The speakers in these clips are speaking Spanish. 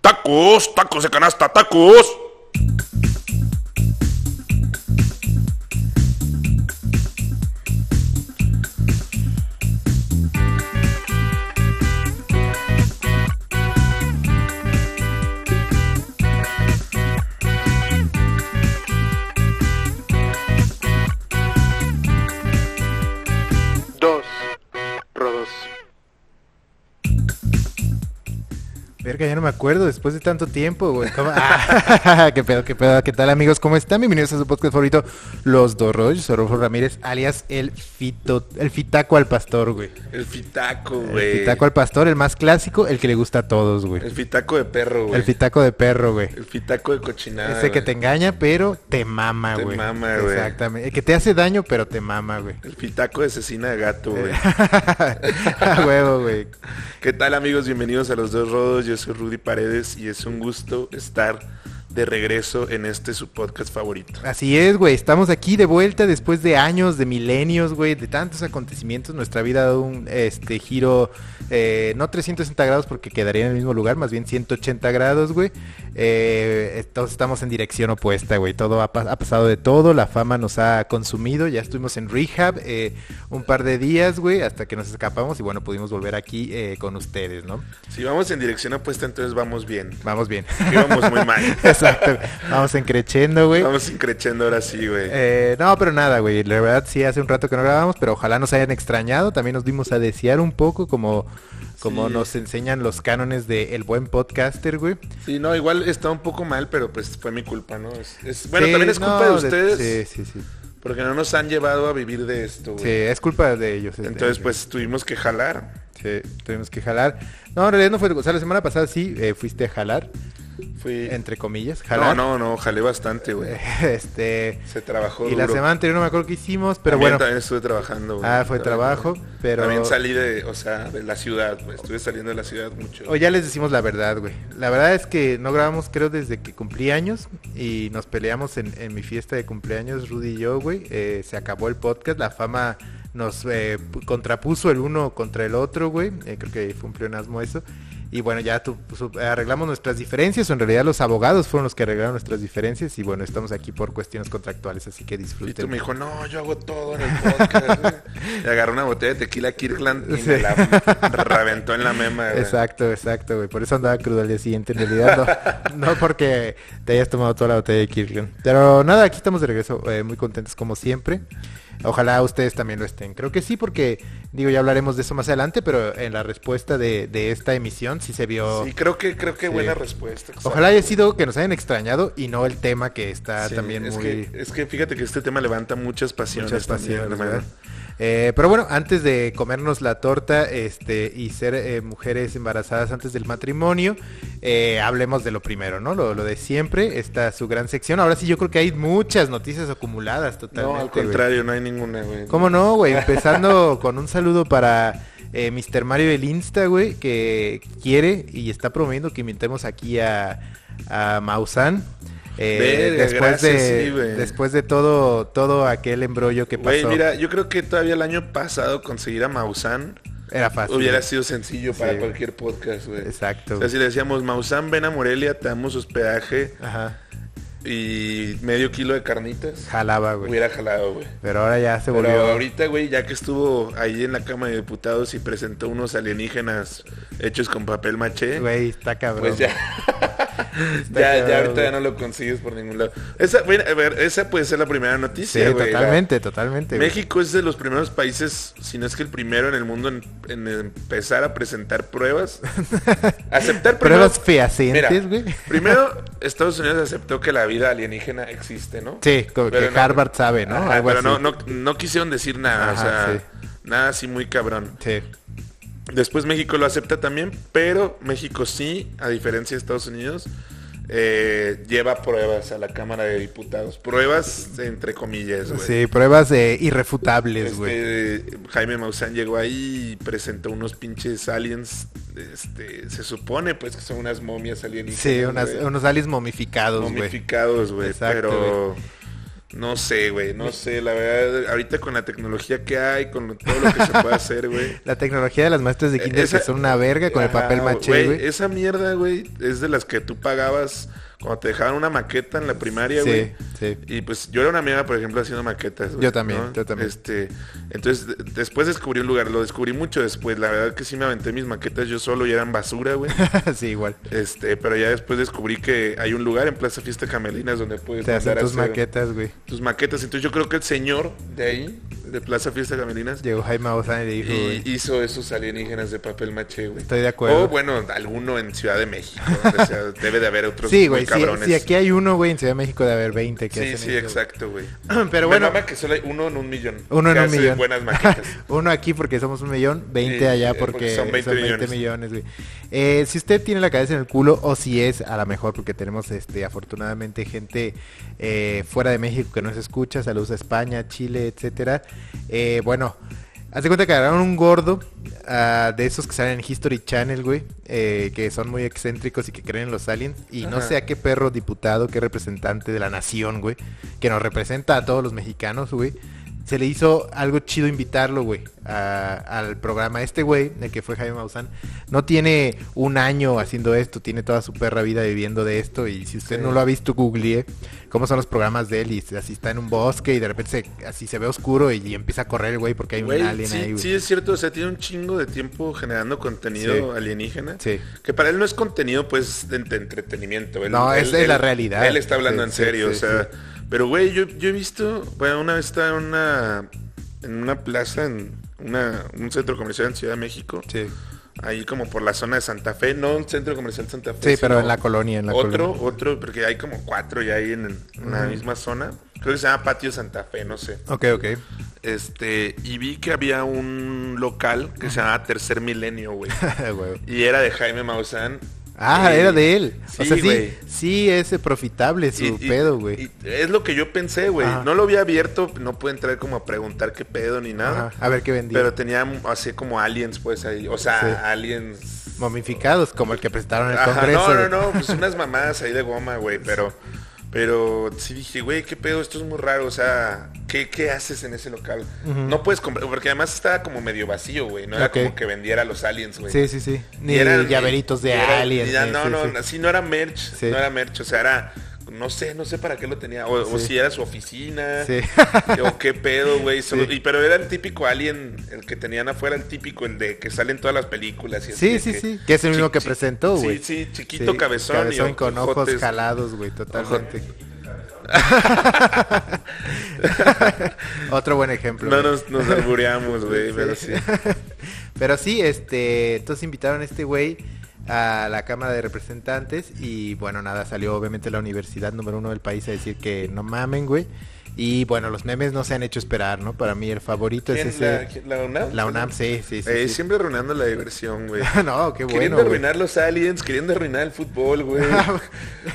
tacos, tacos de canasta, tacos. Dos rodos. Verga, ya no me acuerdo después de tanto tiempo, güey. ¿Cómo? Ah, qué pedo, qué pedo. ¿Qué tal, amigos? ¿Cómo están? Bienvenidos a su podcast favorito, Los Dorros. Yo soy Rodolfo Ramírez, alias el fito, el fitaco al pastor, güey. El fitaco, El fitaco al pastor, el más clásico, el que le gusta a todos, güey. fitaco de perro, El fitaco de perro, güey. El fitaco de cochinada. Ese que güey. te engaña, pero te mama, Te güey. mama, güey. Exactamente. El que te hace daño, pero te mama, güey. El fitaco de asesina de gato, güey. Eh. A huevo, güey. ¿Qué tal, amigos? Bienvenidos a Los Dos Rodos. Yo soy Rudy Paredes y es un gusto estar de regreso en este su podcast favorito. Así es, güey. Estamos aquí de vuelta después de años, de milenios, güey, de tantos acontecimientos. Nuestra vida ha dado un este, giro, eh, no 360 grados porque quedaría en el mismo lugar, más bien 180 grados, güey. Eh, entonces estamos en dirección opuesta, güey. Todo ha, pas- ha pasado de todo, la fama nos ha consumido. Ya estuvimos en rehab eh, un par de días, güey, hasta que nos escapamos y bueno, pudimos volver aquí eh, con ustedes, ¿no? Si vamos en dirección opuesta, entonces vamos bien. Vamos bien. Que vamos muy mal. Exacto. Vamos encrechendo, güey. Vamos increchando ahora sí, güey. Eh, no, pero nada, güey. La verdad sí hace un rato que no grabamos, pero ojalá nos hayan extrañado. También nos dimos a desear un poco como, como Sí. nos enseñan los cánones de el buen podcaster, güey. Sí, no, igual está un poco mal, pero pues fue mi culpa, ¿no? Es- es- bueno, Sí, también es culpa no, de ustedes sí, sí, sí. porque no nos han llevado a vivir de esto, güey. Sí, es culpa de ellos. es de Entonces, ellos. pues tuvimos que jalar. Sí, tuvimos que jalar. No, en realidad no fue... O sea, la semana pasada sí eh, fuiste a jalar, Fui... entre comillas. Jalar. No, no, no, jalé bastante, güey. Este... Se trabajó Y la duro. semana anterior no me acuerdo qué hicimos, pero También- bueno. También estuve trabajando, güey. Ah, fue También- trabajo, pero- También salí de, o sea, de la ciudad, güey. Estuve saliendo de la ciudad mucho. O ya les decimos la verdad, güey. La verdad es que no grabamos, creo, desde que cumplí años y nos peleamos en, en mi fiesta de cumpleaños, Rudy y yo, güey. Eh, se acabó el podcast, la fama nos eh, pu- contrapuso el uno contra el otro, güey. Eh, creo que fue un pleonasmo eso. Y bueno, ya tu- su- arreglamos nuestras diferencias, o en realidad los abogados fueron los que arreglaron nuestras diferencias y bueno, estamos aquí por cuestiones contractuales, así que y tú disfruten. me dijo, no, yo hago todo en el podcast. güey". y agarró una botella de tequila Kirkland y me Sí. la reventó en la mema, güey. Exacto, exacto, güey. Por eso andaba crudo al día siguiente, en realidad. No, no porque te hayas tomado toda la botella de Kirkland. Pero nada, aquí estamos de regreso, eh, muy contentos como siempre. Ojalá ustedes también lo estén. Creo que sí, porque, digo, ya hablaremos de eso más adelante, pero en la respuesta de, de esta emisión sí se vio... Sí, creo que, creo que Sí. buena respuesta. exacto. Ojalá haya sido que nos hayan extrañado y no el tema que está Sí, también es muy... Que, es que fíjate que este tema levanta muchas pasiones. Muchas también, pasiones, hermano. ¿verdad? Eh, pero bueno, antes de comernos la torta este, y ser eh, mujeres embarazadas antes del matrimonio, eh, hablemos de lo primero, ¿no? Lo, lo de siempre, está su gran sección. Ahora sí, yo creo que hay muchas noticias acumuladas totalmente. No, al güey. contrario, no hay ninguna, güey. ¿Cómo no, güey? Empezando con un saludo para eh, Mr. Mario del Insta, güey, que quiere y está promoviendo que invitemos aquí a, a Maussan. eh, Verga, después, gracias, de, sí, güey. después de todo todo aquel embrollo que Güey, pasó, mira, yo creo que todavía el año pasado conseguir a Maussan era fácil. hubiera güey. sido sencillo Sí, para güey. cualquier podcast, güey. Exacto. O sea, si le decíamos, Maussan, ven a Morelia, te damos hospedaje Ajá. y medio kilo de carnitas, Jalaba, güey. hubiera jalado, güey. Pero ahora ya se volvió. Pero ahorita, güey, ya que estuvo ahí en la Cámara de Diputados y presentó unos alienígenas hechos con papel maché, Güey, está cabrón. eh, Pues ya. Está ya, cabrón, ya ahorita güey. ya no lo consigues por ningún lado. Esa, bueno, a ver, esa puede ser la primera Sí, noticia, güey. La- totalmente, totalmente. Este, güey. México es de los primeros países, si no es que el primero en el mundo en, en empezar a presentar pruebas. Aceptar primero- Pruebas Mira, fehacientes, güey. primero Estados Unidos aceptó que la vida alienígena existe, ¿no? Sí, como que Pero no- Harvard sabe, ¿no? Ajá, Algo pero así. no, no, no quisieron decir nada, Ajá, o sea, nada así muy cabrón. Sí. Después México lo acepta también, pero México sí, a diferencia de Estados Unidos, eh, lleva pruebas a la Cámara de Diputados. Pruebas entre comillas, güey. Sí, pruebas eh, irrefutables, güey. Este, Jaime Maussan llegó ahí y presentó unos pinches aliens. Este, se supone pues que son unas momias alienígenas. Sí, unas- güey, unos aliens momificados, güey. momificados, güey. Exacto, Pero No sé, güey, no sé, la verdad, ahorita con la tecnología que hay, con todo lo que se puede hacer, güey. La tecnología de las maestras de kinder Esa- que son una verga con el Ajá, papel maché, güey. Esa mierda, güey, es de las que tú pagabas cuando te dejaban una maqueta en la primaria, Sí, güey. sí. Y pues yo era una mierda, por ejemplo, haciendo maquetas. güey, Yo también, yo también. Este, entonces, de- después descubrí un lugar, lo descubrí mucho después. La verdad que sí me aventé mis maquetas yo solo y eran basura, güey. sí, igual. este, pero ya después descubrí que hay un lugar en Plaza Fiesta Camelinas donde puedes Te hacen mandar a tus hacer maquetas, güey. tus maquetas. Entonces yo creo que el señor de ahí, de Plaza Fiesta Camelinas, Llegó Jaime Maussan y le dijo, güey. y hizo esos alienígenas de papel maché, güey. Estoy de acuerdo. O bueno, alguno en Ciudad de México. donde sea, debe de haber otros Sí, muy güey, si, cabrones. si aquí hay uno, güey, en Ciudad de México debe haber 20 que sí, hacen sí, eso, exacto, güey. güey. Pero Me bueno, mama que solo hay uno en un millón. uno que en un hace millón. buenas maquetas. uno aquí porque somos un millón, 20 Sí, allá eh, porque, porque son son 20 millones, millones. güey. Eh, si usted tiene la cabeza en el culo o si es a lo mejor porque tenemos este afortunadamente gente eh, fuera de México que nos escucha, saludos a España, Chile, etcétera. Eh, bueno, haz de cuenta que agarraron un gordo ah, de esos que salen en History Channel, güey, eh, que son muy excéntricos y que creen en los aliens y no Ajá. sé a qué perro diputado, qué representante de la nación, güey, que nos representa a todos los mexicanos, güey se le hizo algo chido invitarlo, güey, a- al programa. Este güey, el que fue Jaime Maussan, no tiene un año haciendo esto, tiene toda su perra vida viviendo de esto. Y si usted Sí. no lo ha visto, googleé cómo son los programas de él. Y así está en un bosque y de repente se- así se ve oscuro y, y empieza a correr el güey porque hay Güey, un alien sí, ahí, güey. sí, es cierto. O sea, tiene un chingo de tiempo generando contenido Sí. alienígena. Sí. Que para él no es contenido, pues, de, de entretenimiento. Él- No, él- es- es él- la realidad. Él está hablando Sí, en sí, serio, sí, o sea. Pero, güey, yo, yo he visto... Bueno, una vez estaba en una, en una plaza, en una, un centro comercial en Ciudad de México. Sí. Ahí como por la zona de Santa Fe. No un centro comercial Santa Fe. Sí, pero sino en la colonia, en la otro, colonia. otro, porque hay como cuatro ya ahí en, en la misma zona. Creo que se llama Patio Santa Fe, no sé. Ok, ok. Este, y vi que había un local que se llamaba Tercer Milenio, güey. Güey. Y era de Jaime Maussan. Ah, Y- era de él. o Sí, sea, sí, güey. sí es profitable su Y- y- pedo, güey. y Es lo que yo pensé, güey. Ajá. No lo había abierto, no pude entrar como a preguntar qué pedo ni nada. Ajá, A ver qué vendía. Pero tenía así como aliens, pues ahí. O sea, Sí. aliens. Momificados, como el que presentaron en el Ajá, Congreso. no, güey. no, no, pues unas mamadas ahí de goma, güey, pero pero sí dije, güey, qué pedo, esto es muy raro, o sea, ¿qué, qué haces en ese local? No puedes comprar, porque además estaba como medio vacío, güey, no era Ok. como que vendiera a los aliens, güey. Sí, sí, sí. Ni Y eran- llaveritos de y era- aliens. y ya- ni- no, sí, no, sí. no, sí, no era merch, Sí. no era merch, o sea, era, no sé, no sé para qué lo tenía, o, o Sí. si era su oficina, Sí. o qué pedo, güey, solo- Sí. y- pero era el típico alien, el que tenían afuera, el típico, el de que sale en todas las películas. Y así Sí, de sí, que- sí. Que es el mismo chi- que chi- presentó, sí, güey. sí, chiquito, cabezón y con ojos ojotes. jalados, güey, totalmente. Otro buen ejemplo. No güey. nos, nos albureamos, güey, pero sí. Pero sí, este, entonces invitaron a este güey a la Cámara de Representantes y bueno, nada, salió obviamente la universidad número uno del país a decir que no mamen, güey. Y bueno, los memes no se han hecho esperar, ¿no? Para mí el favorito es ¿Quién? ese. ¿La, la UNAM? La, UNAM, sí, sí, sí. Eh, sí. Siempre arruinando la diversión, güey. no, qué bueno. queriendo güey. arruinar los aliens, queriendo arruinar el fútbol, güey.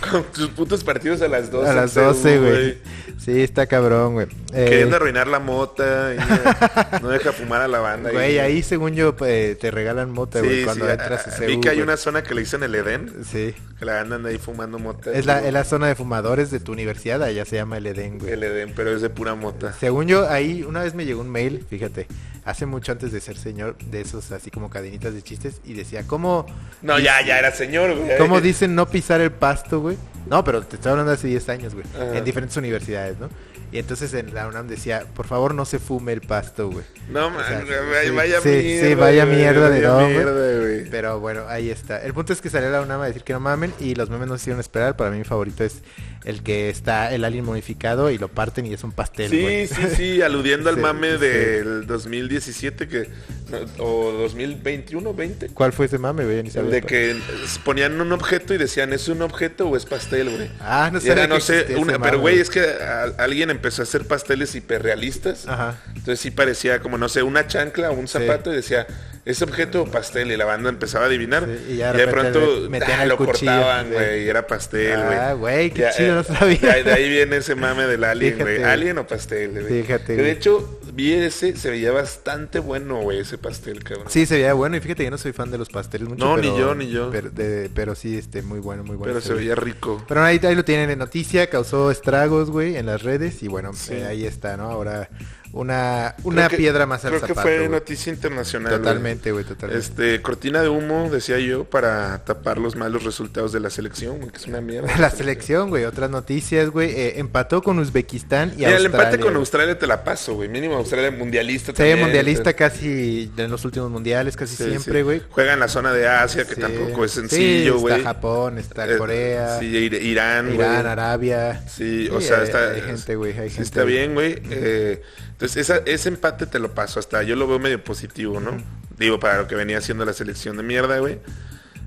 Con sus putos partidos a las 12. A las en CU, 12, güey. Sí, está cabrón, güey. Eh, Queriendo arruinar la mota. y no- no deja fumar a la banda. Güey, ahí según yo eh, te regalan mota, Sí, güey, sí, cuando a- entras a a- CU, Vi que hay güey. una zona que le dicen el Edén. Sí. Que la andan ahí fumando mota. Es la, es la zona de fumadores de tu universidad, allá se llama el Edén, güey. El Edén, pero es de pura mota. Según yo, ahí una vez me llegó un mail, fíjate, hace mucho antes de ser señor, de esos así como cadenitas de chistes, y decía, ¿cómo, No, ya, ya era señor, güey. cómo dicen no pisar el pasto, güey? No, pero te estoy hablando hace 10 años, güey, Ajá. en diferentes universidades, ¿no? Y entonces en la UNAM decía, por favor no se fume el pasto, güey. No, O sea, man, sí, güey, vaya sí, mierda. sí, vaya güey, mierda de vaya don, güey. mierda, güey. Pero bueno, ahí está. El punto es que salió la UNAM a decir que no mamen y los memes no se hicieron esperar. Para mí mi favorito es el que está el alien modificado y lo parten y es un pastel, güey. Sí, sí, sí, aludiendo al Sí, mame sí. del 2017 que no, o 2021, 20. ¿Cuál fue ese mame, güey? Yo ni El sabía. de que ponían un objeto y decían, ¿es un objeto o es pastel, güey? Ah, no Y era, sabía no que sé, existía ese una- mame, pero güey, güey. es que a- alguien empezó a hacer pasteles hiperrealistas. Ajá. Entonces sí parecía como, no sé, una chancla o un zapato y decía, ¿es objeto o pastel? Y la banda empezaba a adivinar. Sí, y y ya ya de de repente pronto le metían ah, el lo cuchillo, cortaban, sí. güey, y era pastel, güey. Ah, güey, qué Ya, chido, no eh, sabía. De ahí, de ahí viene ese mame del alien, güey. Fíjate. ¿Alien o pastel? güey. Fíjate, Que De güey. hecho, vi ese, se veía bastante bueno, güey, ese pastel, cabrón. Sí, se veía bueno. Y fíjate, yo no soy fan de los pasteles mucho. No, ni pero- yo, ni yo. Pero, de- pero sí, este, muy bueno, muy bueno. pero se veía rico. Pero ahí, ahí lo tienen en noticia, causó estragos, güey, en las redes. Y bueno, Sí. eh, ahí está, ¿no? Ahora una, Creo una que- piedra más al Creo zapato. que fue güey. noticia internacional. güey. Totalmente, güey, totalmente. Este, cortina de humo, decía yo, para tapar los malos resultados de la selección, güey, que es una mierda. La selección, güey, otras noticias, güey. eh, empató con Uzbekistán y Mira, el Australia. empate con güey. Australia te la paso, güey. Mínimo Australia mundialista Sí, también. mundialista Sí, casi en los últimos mundiales, casi sí. siempre, güey. Juega en la zona de Asia, que Sí. tampoco es Sí, sencillo, güey. está Japón, está Eh, Corea, Sí, Ir- Irán, güey. Irán, Arabia. Sí, o Sí, sea, hay- está, hay gente, güey, hay sí gente, está güey. bien, güey. Eh, entonces, esa- ese empate te lo paso. Hasta yo lo veo medio positivo, ¿no? Digo, para lo que venía haciendo la selección de mierda, güey.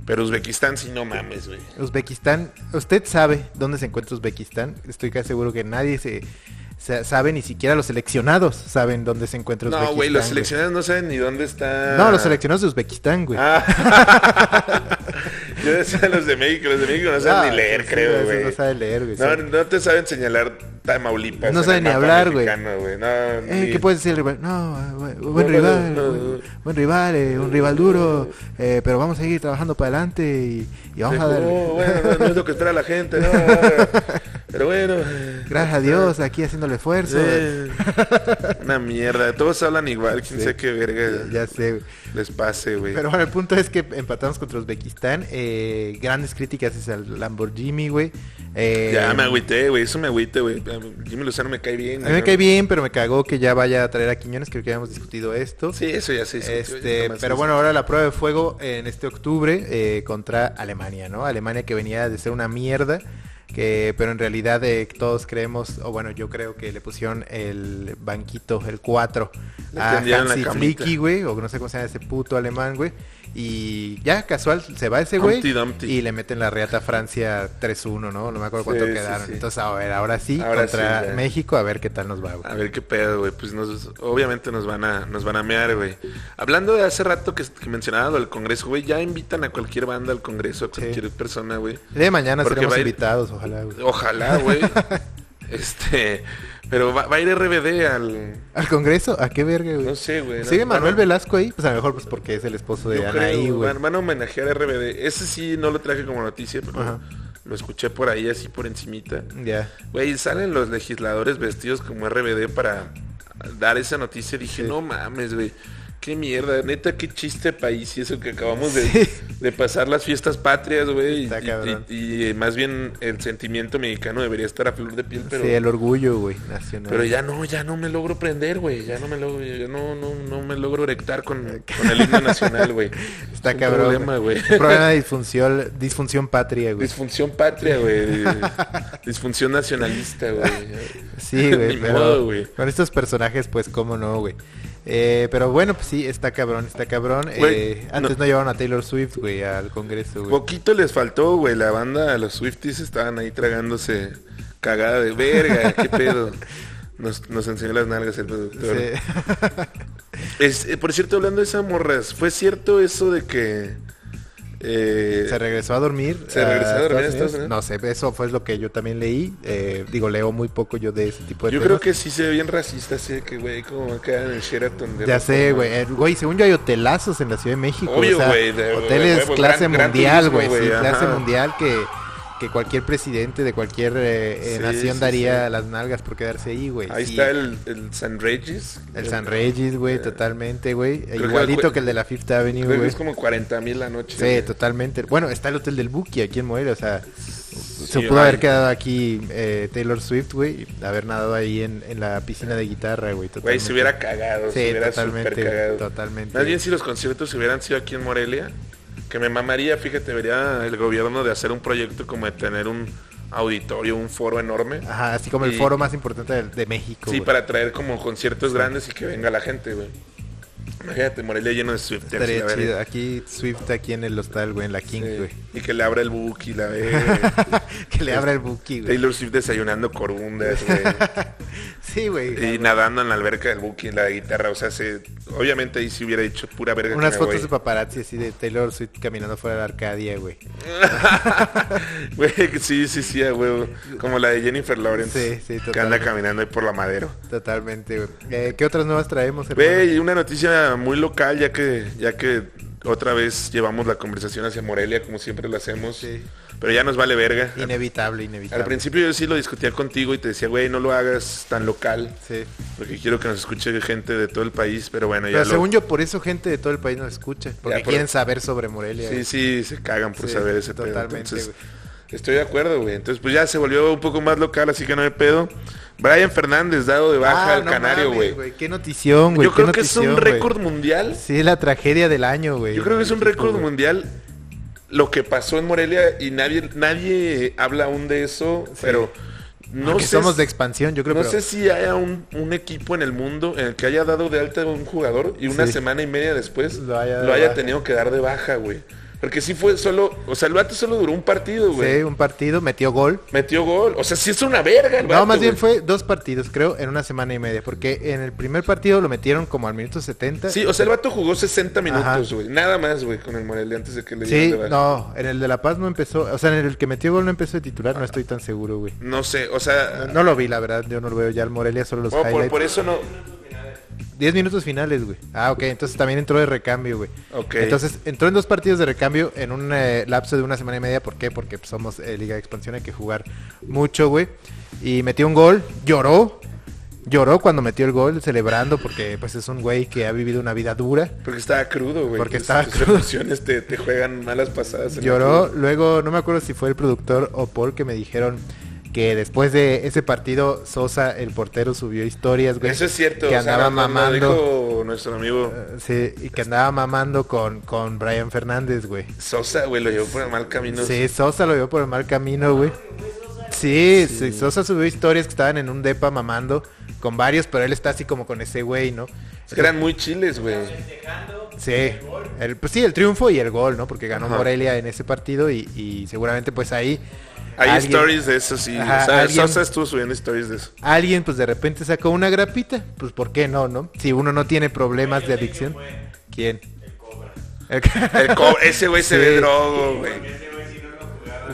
Pero Uzbekistán sí, no mames, güey. Uzbekistán, usted sabe dónde se encuentra Uzbekistán. Estoy casi seguro que nadie se, sa- sabe, ni siquiera los seleccionados saben dónde se encuentra Uzbekistán. No, güey, los seleccionados no saben ni dónde está. No, los seleccionados de Uzbekistán, güey. Ah. Yo decía los de México, los de México no saben Ah, ni leer, sí, creo, esos güey. No saben leer, güey. No, sí. no te saben señalar Tamaulipas. No en saben el ni mapa hablar, güey. mexicano, No, Eh, ni- ¿Qué puede decir el rival? No, eh, bu- buen no, rival, no, buen, no. buen rival, eh, un rival duro, eh, pero vamos a seguir trabajando para adelante y, y vamos Sí, a dar... no, Oh, bueno, no, no es lo que espera la gente, no. no, Pero bueno. Gracias a Dios, aquí haciendo el esfuerzo. Sí. Una mierda. Todos hablan igual. Sí. Quién sabe qué verga Ya sé, güey. les pase, güey. Pero bueno, el punto es que empatamos contra Uzbekistán. eh, grandes críticas hacia el Lamborghini, güey. Eh, Ya me agüité, güey. Eso me agüité, güey. Jimmy Lozano me cae bien. A mí me ¿no? cae bien, pero me cagó que ya vaya a traer a Quiñones. Creo que ya hemos discutido esto. Sí, eso ya se hizo. Este, pero bueno, ahora la prueba de fuego en este octubre eh, contra Alemania, ¿no? Alemania que venía de ser una mierda, que, pero en realidad eh, todos creemos, o bueno, yo creo que le pusieron el banquito, el 4 Le a tendieron la Hansi camita. Flicky, güey, o no sé cómo se llama ese puto alemán, güey. Y ya, casual, se va ese güey Humpty Dumpty. y le meten la reata a Francia 3-1, ¿no? No me acuerdo cuánto Sí, sí, quedaron. sí. Entonces, a ver, ahora sí, Ahora contra sí, ya. Ah. México, a ver qué tal nos va, güey. A ver qué pedo, güey. Pues nos, obviamente nos van a, nos van a mear, güey. Hablando de hace rato que, que mencionaba lo del Congreso, güey, ya invitan a cualquier banda al Congreso, a cualquier persona, güey. El día de mañana Porque seremos va a ir- invitados, ojalá, güey. Ojalá, güey. este, pero va, va a ir RBD al, ¿Al Congreso? ¿A qué verga, güey? no sé, güey. ¿no? ¿Sigue Manuel Van a- Velasco ahí? Pues a lo mejor pues porque es el esposo de yo Anaí, creo, güey. Van, van a homenajear a RBD. Ese sí no lo traje como noticia, pero Ajá. lo escuché por ahí así por encimita. Ya. Güey, salen los legisladores vestidos como RBD para dar esa noticia. Sí. Dije, no mames, güey. Qué mierda, neta, qué chiste de país y eso que acabamos de, Sí. de pasar las fiestas patrias, güey. Y, Está y- cabrón. y- y más bien el sentimiento mexicano debería estar a flor de piel, pero, sí, el orgullo, güey, nacional. pero ya no, ya no me logro prender, güey. Ya no me logro, ya no, no, no me logro erectar con, con el himno nacional, güey. Es Está un cabrón. problema, güey. Un problema de disfunción, disfunción patria, güey. Disfunción patria, güey. Disfunción nacionalista, güey. Sí, Ni güey, pero modo, güey. con estos personajes, pues, cómo no, güey. Eh, pero bueno, pues sí, está cabrón, está cabrón. Güey, Eh, antes no. llevaron a Taylor Swift, güey, al Congreso, güey. Poquito les faltó, güey. La banda, los Swifties estaban ahí tragándose cagada de verga. ¿Qué pedo? Nos, nos enseñó las nalgas el productor. Sí. Es- eh, por cierto, hablando de esas morras, ¿fue cierto eso de que... eh, ¿Se regresó a dormir? ¿Se regresó a dormir a Estados Estados Unidos? No sé, eso fue lo que yo también leí. Eh, digo, leo muy poco yo de ese tipo de yo temas. creo que sí se ve bien racista, así de que, güey, como acá en el Sheraton. de Ya ropa, sé, güey. eh, El- Güey, según yo hay hotelazos en la Ciudad de México. Obvio, o sea, güey, de- de hoteles huevo, clase gran- gran mundial, turismo, güey. güey, sí, clase ajá. mundial que, que cualquier presidente de cualquier eh, eh, Sí, nación sí, daría las nalgas por quedarse ahí, güey. Ahí sí. está el, el San Regis. El San Regis, güey, Eh, totalmente, güey. creo que- Igualito que el de la Fifth Avenue, Creo que güey. es como 40 mil la noche. Sí, totalmente. Bueno, está el hotel del Buki aquí en Morelia, o sea, se Sí, pudo haber ay. quedado aquí eh, Taylor Swift, güey, y haber nadado ahí en, en la piscina de guitarra, güey. Güey, totalmente. se hubiera cagado, Sí, se hubiera totalmente, super cagado. totalmente. Más bien si los conciertos hubieran sido aquí en Morelia, que me mamaría, fíjate, debería el gobierno de hacer un proyecto como de tener un auditorio, un foro enorme. Ajá, así como Y- el foro más importante de, de México. Sí, güey. para traer como conciertos grandes y que venga la gente, güey. Imagínate, Morelia lleno de Swifters. Estaría la verga. chido. Aquí Swift, aquí en el hostal, güey, en la King, Sí. güey. Y que le abra el book y la ve. que le abra el Buki, güey. Taylor Swift desayunando corundas, güey. Sí, güey. Y nadando en la alberca del Buki, en la guitarra, o sea, se, obviamente ahí sí hubiera dicho pura verga. que Unas me fotos voy. de paparazzi así de Taylor Swift caminando fuera de Arcadia, güey. Güey, que sí, sí, sí, a huevo. Como la de Jennifer Sí, Lawrence. sí, Que anda totalmente. caminando ahí por la madera. Totalmente, güey. Eh, ¿Qué otras nuevas traemos, hermano? Güey, y una noticia muy local, ya que, ya que otra vez llevamos la conversación hacia Morelia, como siempre lo hacemos. Sí. Pero ya nos vale verga. Al- Inevitable, Al, inevitable. principio yo sí lo discutía contigo y te decía, güey, no lo hagas tan local, Sí. porque quiero que nos escuche gente de todo el país, pero bueno, ya Pero lo- según yo, por eso gente de todo el país nos escucha. Porque por- quieren saber sobre Morelia. Sí, güey. sí, se cagan por Sí, saber ese pedo. totalmente, Entonces, güey. estoy de acuerdo, güey. Entonces, pues ya se volvió un poco más local, así que no hay pedo. Brian Fernández, dado de Ah, baja al no canario, mames, güey. Qué notición, güey. Yo creo qué que es notición, un güey. récord mundial. Sí, es la tragedia del año, güey. Yo creo que es un México, récord güey. mundial lo que pasó en Morelia y nadie nadie habla aún de eso, pero no Porque sé somos si- de expansión, yo creo. no pero- sé si haya un, un equipo en el mundo en el que haya dado de alta a un jugador y una Sí. semana y media después Lo lo haya haya, dado de baja. tenido que dar de baja, güey. Porque sí fue solo, o sea, el vato solo duró un partido, güey. Sí, un partido, metió gol. Metió gol, o sea, sí es una verga el vato, No, más bien güey. fue dos partidos, creo, en una semana y media. Porque en el primer partido lo metieron como al minuto 70. Sí, o sea, el vato jugó 60 Ajá. minutos, güey. Nada más, güey, con el Morelia antes de que le dieran Sí, de baja. no, en el de La Paz no empezó. O sea, en el que metió gol no empezó de titular, no estoy tan seguro, güey. No sé, o sea, No pues lo vi, la verdad, yo no lo veo ya al Morelia, solo los oh, Ah. por, highlights. por eso no, 10 minutos finales, güey. Ah, ok, entonces también entró de recambio, güey. Ok. Entonces entró en dos partidos de recambio en un eh, lapso de una semana y media. ¿Por qué? Porque pues, somos eh, Liga de Expansión, hay que jugar mucho, güey. Y metió un gol, lloró. Lloró cuando metió el gol, celebrando, porque pues es un güey que ha vivido una vida dura. Porque estaba crudo, güey. Porque Tus- estaba tus crudo. emociones te, te juegan malas pasadas. en la Lloró, cruda. luego no me acuerdo si fue el productor o Paul que me dijeron que después de ese partido Sosa, el portero, subió historias, güey. Eso es cierto. Que o sea, andaba no- no- no mamando. dijo nuestro amigo Sí, y que andaba mamando con, con Brian Fernández, güey. Sosa, güey, lo llevó por el mal camino. Sí, Sosa lo llevó por el mal camino, güey. Sí, sí, Sosa subió historias que estaban en un depa mamando con varios, pero él está así como con ese güey, ¿no? Es que eran muy chiles, güey. Sí, el, pues sí, el triunfo y el gol, ¿no? Porque ganó Ajá. Morelia en ese partido y, y seguramente pues ahí... Hay alguien- stories de eso, sí. Ajá, o sea, alguien- Sosa estuvo subiendo stories de eso. alguien pues de repente sacó una grapita, pues ¿por qué no, no? Si uno no tiene problemas de adicción. ¿Quién? El cobra. El co- ese güey se Sí. ve drogo, güey.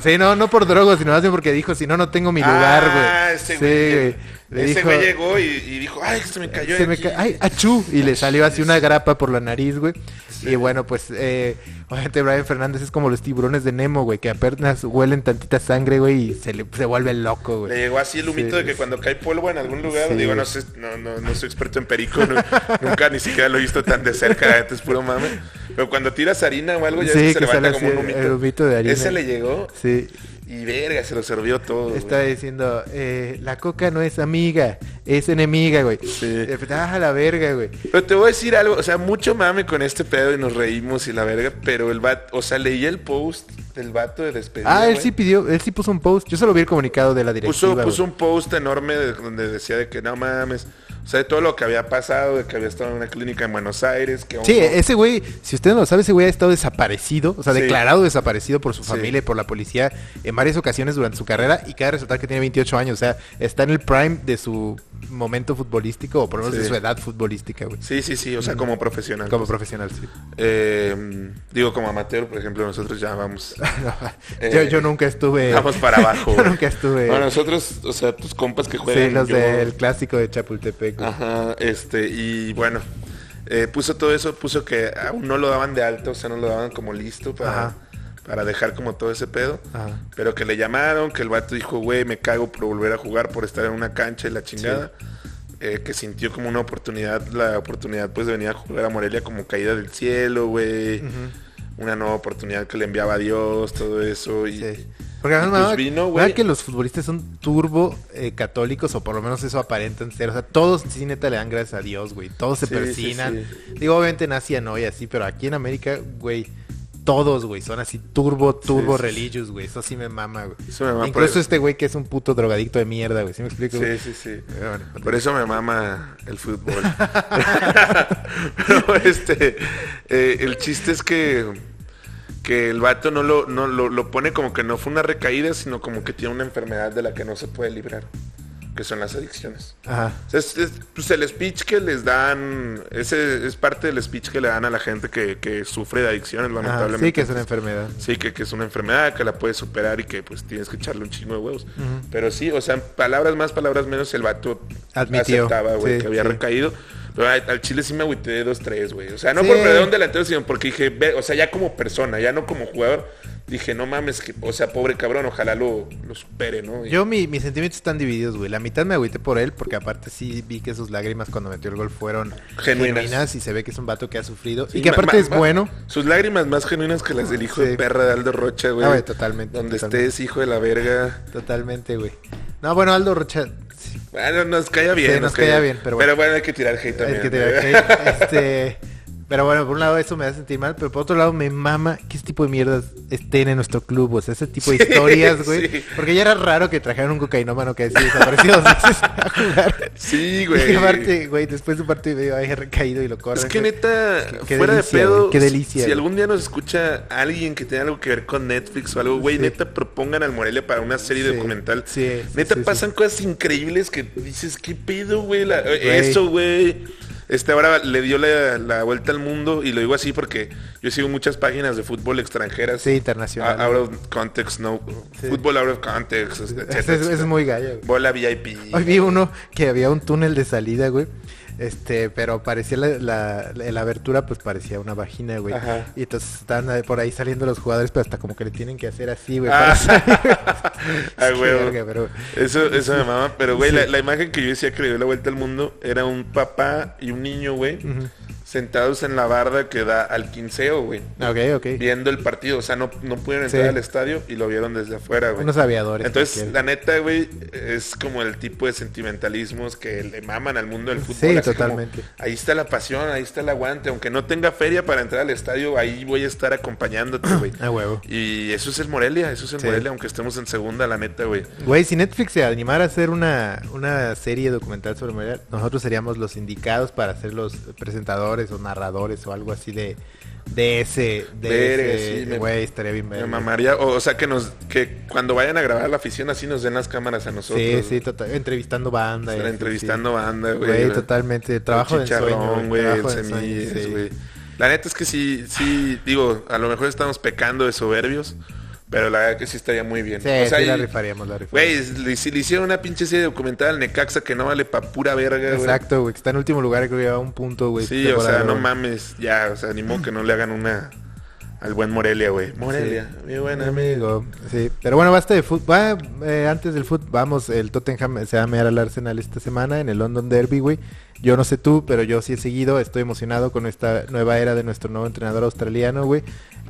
sí, no, no por drogas, sino más bien porque dijo, si no, no tengo mi lugar, güey. Ah, ese Sí, güey. Le ese dijo, güey llegó y, y dijo, ay, se me cayó. se me aquí". ca- ¡Ay, achú! Y le salió así una grapa por la nariz, güey. Y bueno, pues, eh, obviamente Brian Fernández es como los tiburones de Nemo, güey, que apenas huelen tantita sangre, güey, y se, le, se vuelve loco, Le güey. llegó así el humito Sí, de que sí. cuando cae polvo en algún lugar, Sí. digo, no, sé, no, no, no soy experto en perico, no- nunca ni siquiera lo he visto tan de cerca, la neta, es puro mame. Pero cuando tiras harina o algo, ya Sí, ves que que se levanta sale como un así el- humito. el humito de harina. Ese le llegó Sí, y verga, se lo sirvió todo. güey. Está diciendo, eh, la coca no es amiga, es enemiga, güey. Eh, pues, Ah, la verga, güey. Pero te voy a decir algo, o sea, mucho mame con este pedo y nos reímos y la verga, pero el vato, o sea, leí el post del vato de despedida. Ah, él güey. sí pidió, él sí puso un post. Yo solo vi el comunicado de la directiva. Puso, puso güey. un post enorme de- donde decía de que no mames, o sea, de todo lo que había pasado, de que había estado en una clínica en Buenos Aires, que aún Sí, no- ese güey, si usted no lo sabe, ese güey ha estado desaparecido, o sea, Sí. declarado desaparecido por su Sí. familia y por la policía en varias ocasiones durante su carrera y cabe resaltar que tiene 28 años, o sea, está en el prime de su momento futbolístico o por lo menos Sí. de su edad futbolística, güey. Sí, sí, sí, o sea, como profesional. Mm. Como profesional, sí. Eh, digo, como amateur, por ejemplo, nosotros ya vamos, No, yo, yo nunca estuve... Eh, vamos para abajo. Eh, yo güey. nunca estuve... Bueno, nosotros, o sea, tus compas que juegan. sí, los yo- del clásico de Chapultepec. güey. Ajá, este, y bueno, eh, puso todo eso, puso que aún no lo daban de alto, o sea, no lo daban como listo Ajá. para, para dejar como todo ese pedo. Ajá. Pero que le llamaron, que el vato dijo, güey, me cago por volver a jugar, por estar en una cancha y la chingada. Eh, que sintió como una oportunidad, la oportunidad pues de venir a jugar a Morelia como caída del cielo, güey. Una nueva oportunidad que le enviaba a Dios, todo eso. Y, Sí. Este, Porque además, Y pues mamá, vino, ¿verdad güey. que los futbolistas son turbo eh, católicos o por lo menos eso aparentan ser. O sea, todos sí neta le dan gracias a Dios, güey. Todos se Sí, sí, persinan. Digo, obviamente en Asia no y así, pero aquí en América, güey, todos, güey, son así turbo, turbo sí, sí. religious, güey. Eso sí me mama, güey. Eso me mama, Incluso pero- este güey que es un puto drogadicto de mierda, güey. ¿Sí me explico? Sí, güey? sí, sí. Pero Eh, bueno, Por eso me mama el fútbol. Pero, este, eh, el chiste es que, que el vato no, lo, no lo, lo pone como que no fue una recaída, sino como que tiene una enfermedad de la que no se puede librar. que son las adicciones. Ajá. O sea, es, es, pues el speech que les dan, ese es parte del speech que le dan a la gente que, que sufre de adicciones, Ajá, lamentablemente. sí que es una enfermedad. Sí, que, que es una enfermedad, que la puedes superar y que pues tienes que echarle un chingo de huevos. Pero sí, o sea, palabras más, palabras menos, el vato Admitió, aceptaba, güey, sí, que había sí. recaído. Pero ay, al chile sí me agüité dos, tres, güey. O sea, no Sí. por perder un delantero, sino porque dije, ve- o sea, ya como persona, ya no como jugador. Dije, no mames, que, o sea, pobre cabrón, ojalá lo, lo supere, ¿no? Y- Yo, mi- mis sentimientos están divididos, güey. La mitad me agüité por él, porque aparte sí vi que sus lágrimas cuando metió el gol fueron genuinas, Genuinas. y se ve que es un vato que ha sufrido. Sí, y que ma- aparte ma- es ma- bueno. Sus lágrimas más genuinas que las del hijo Sí. de perra de Aldo Rocha, güey. Ah, güey, totalmente, Donde totalmente. estés, hijo de la verga. Totalmente, güey. No, bueno, Aldo Rocha. sí, Bueno, nos calla bien. nos calla bien, pero bueno. hay que tirar hate también. eh. es que te digo, ¿no? ok, este, Pero bueno, por un lado eso me hace sentir mal, pero por otro lado me mama que ese tipo de mierdas estén en nuestro club, o sea, ese tipo de Sí, historias, güey. sí. Porque ya era raro que trajeran un cocainómano que así desapareció dos veces a jugar. Sí, Y güey. aparte, güey, después de un partido medio había recaído y lo corren. Es que güey. neta, qué fuera delicia, de güey, pedo, qué delicia, si güey. algún día nos escucha alguien que tenga algo que ver con Netflix o algo, güey, Sí. neta, propongan al Morelia para una serie Sí, documental. sí, sí, neta, sí, sí. pasan cosas increíbles que dices, ¿qué pedo, güey? La- Güey. Eso, güey. Este ahora le dio la, la vuelta al mundo y lo digo así porque yo sigo muchas páginas de fútbol extranjeras. Sí, internacional. Ah, Out of context, no. Sí. Fútbol out of context, etcétera, Ese es, ese es etcétera. muy gallo. güey. Bola VIP. Hoy vi uno que había un túnel de salida, güey. Este, pero parecía la, la- la- la abertura, pues parecía una vagina, güey. Ajá. Y entonces estaban ahí- por ahí saliendo los jugadores, pero hasta como que le tienen que hacer así, güey. para Ah, salir. ah, Qué güey. verga, pero- Eso, eso me mama. Pero, güey, Sí. la, la imagen que yo decía que le dio la vuelta al mundo era un papá y un niño, güey, sentados en la barda que da al quinceo, güey, Ok, ok. viendo el partido. O sea, no, no pudieron entrar Sí. al estadio y lo vieron desde afuera, güey. Unos aviadores. Entonces, cualquiera. la neta, güey, es como el tipo de sentimentalismos que le maman al mundo del fútbol. Sí, así como, totalmente. ahí está la pasión, ahí está el aguante. Aunque no tenga feria para entrar al estadio, ahí voy a estar acompañándote, güey. Ah, huevo. Y eso es el Morelia, eso es el Sí. Morelia, aunque estemos en segunda, la neta, güey. Güey, si Netflix se animara a hacer una, una serie documental sobre Morelia, nosotros seríamos los indicados para ser los presentadores o narradores o algo así de, de ese. De Verga, ese- eh, sí, me- güey, estaría bien Me verga. mamaría, o, o sea, que nos que cuando vayan a grabar a la afición así nos den las cámaras a nosotros. Sí, güey. sí, total. Entrevistando banda. y Estar así, entrevistando sí. banda, güey. Güey, El totalmente. Trabajo de ensueño, Chicharrón, güey, el Trabajo de ensueño, Semillas, sí. güey. La neta es que sí, sí, digo, a lo mejor estamos pecando de soberbios, pero la verdad que sí estaría muy bien. Sí, O sea, sí la y- rifaríamos, la rifaríamos. Güey, le, si le hicieron una pinche serie documental al Necaxa que no vale pa' pura verga, güey. Exacto, güey. Que está en último lugar, creo que lleva un punto, güey. Sí, o temporada, sea, no güey. mames, ya, o sea, ni modo que no le hagan una al buen Morelia, güey. Morelia, mi buen amigo. Amigo, sí. Pero bueno, basta de fútbol. Va, eh, antes del fútbol, vamos, el Tottenham se va a mear al Arsenal esta semana en el London Derby, güey. Yo no sé tú, pero yo sí he seguido. Estoy emocionado con esta nueva era de nuestro nuevo entrenador australiano, güey.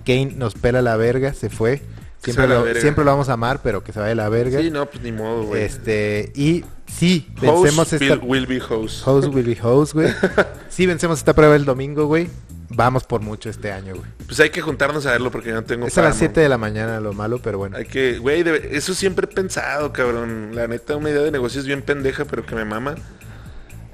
Kane nos pela la verga, se fue. Que se Siempre vaya la lo, verga. siempre lo vamos a amar, pero que se vaya la verga. Sí, no, pues ni modo, güey. este, y sí, Host vencemos esta... will, will be host. Host will be host, güey. Sí, vencemos esta prueba el domingo, güey. Vamos por mucho este año, güey. Pues hay que juntarnos a verlo porque yo no tengo Es a las Paramount. 7 de la mañana lo malo, pero bueno. Hay que, güey, debe- eso siempre he pensado, cabrón. La neta, una idea de negocios bien pendeja, pero que me mama.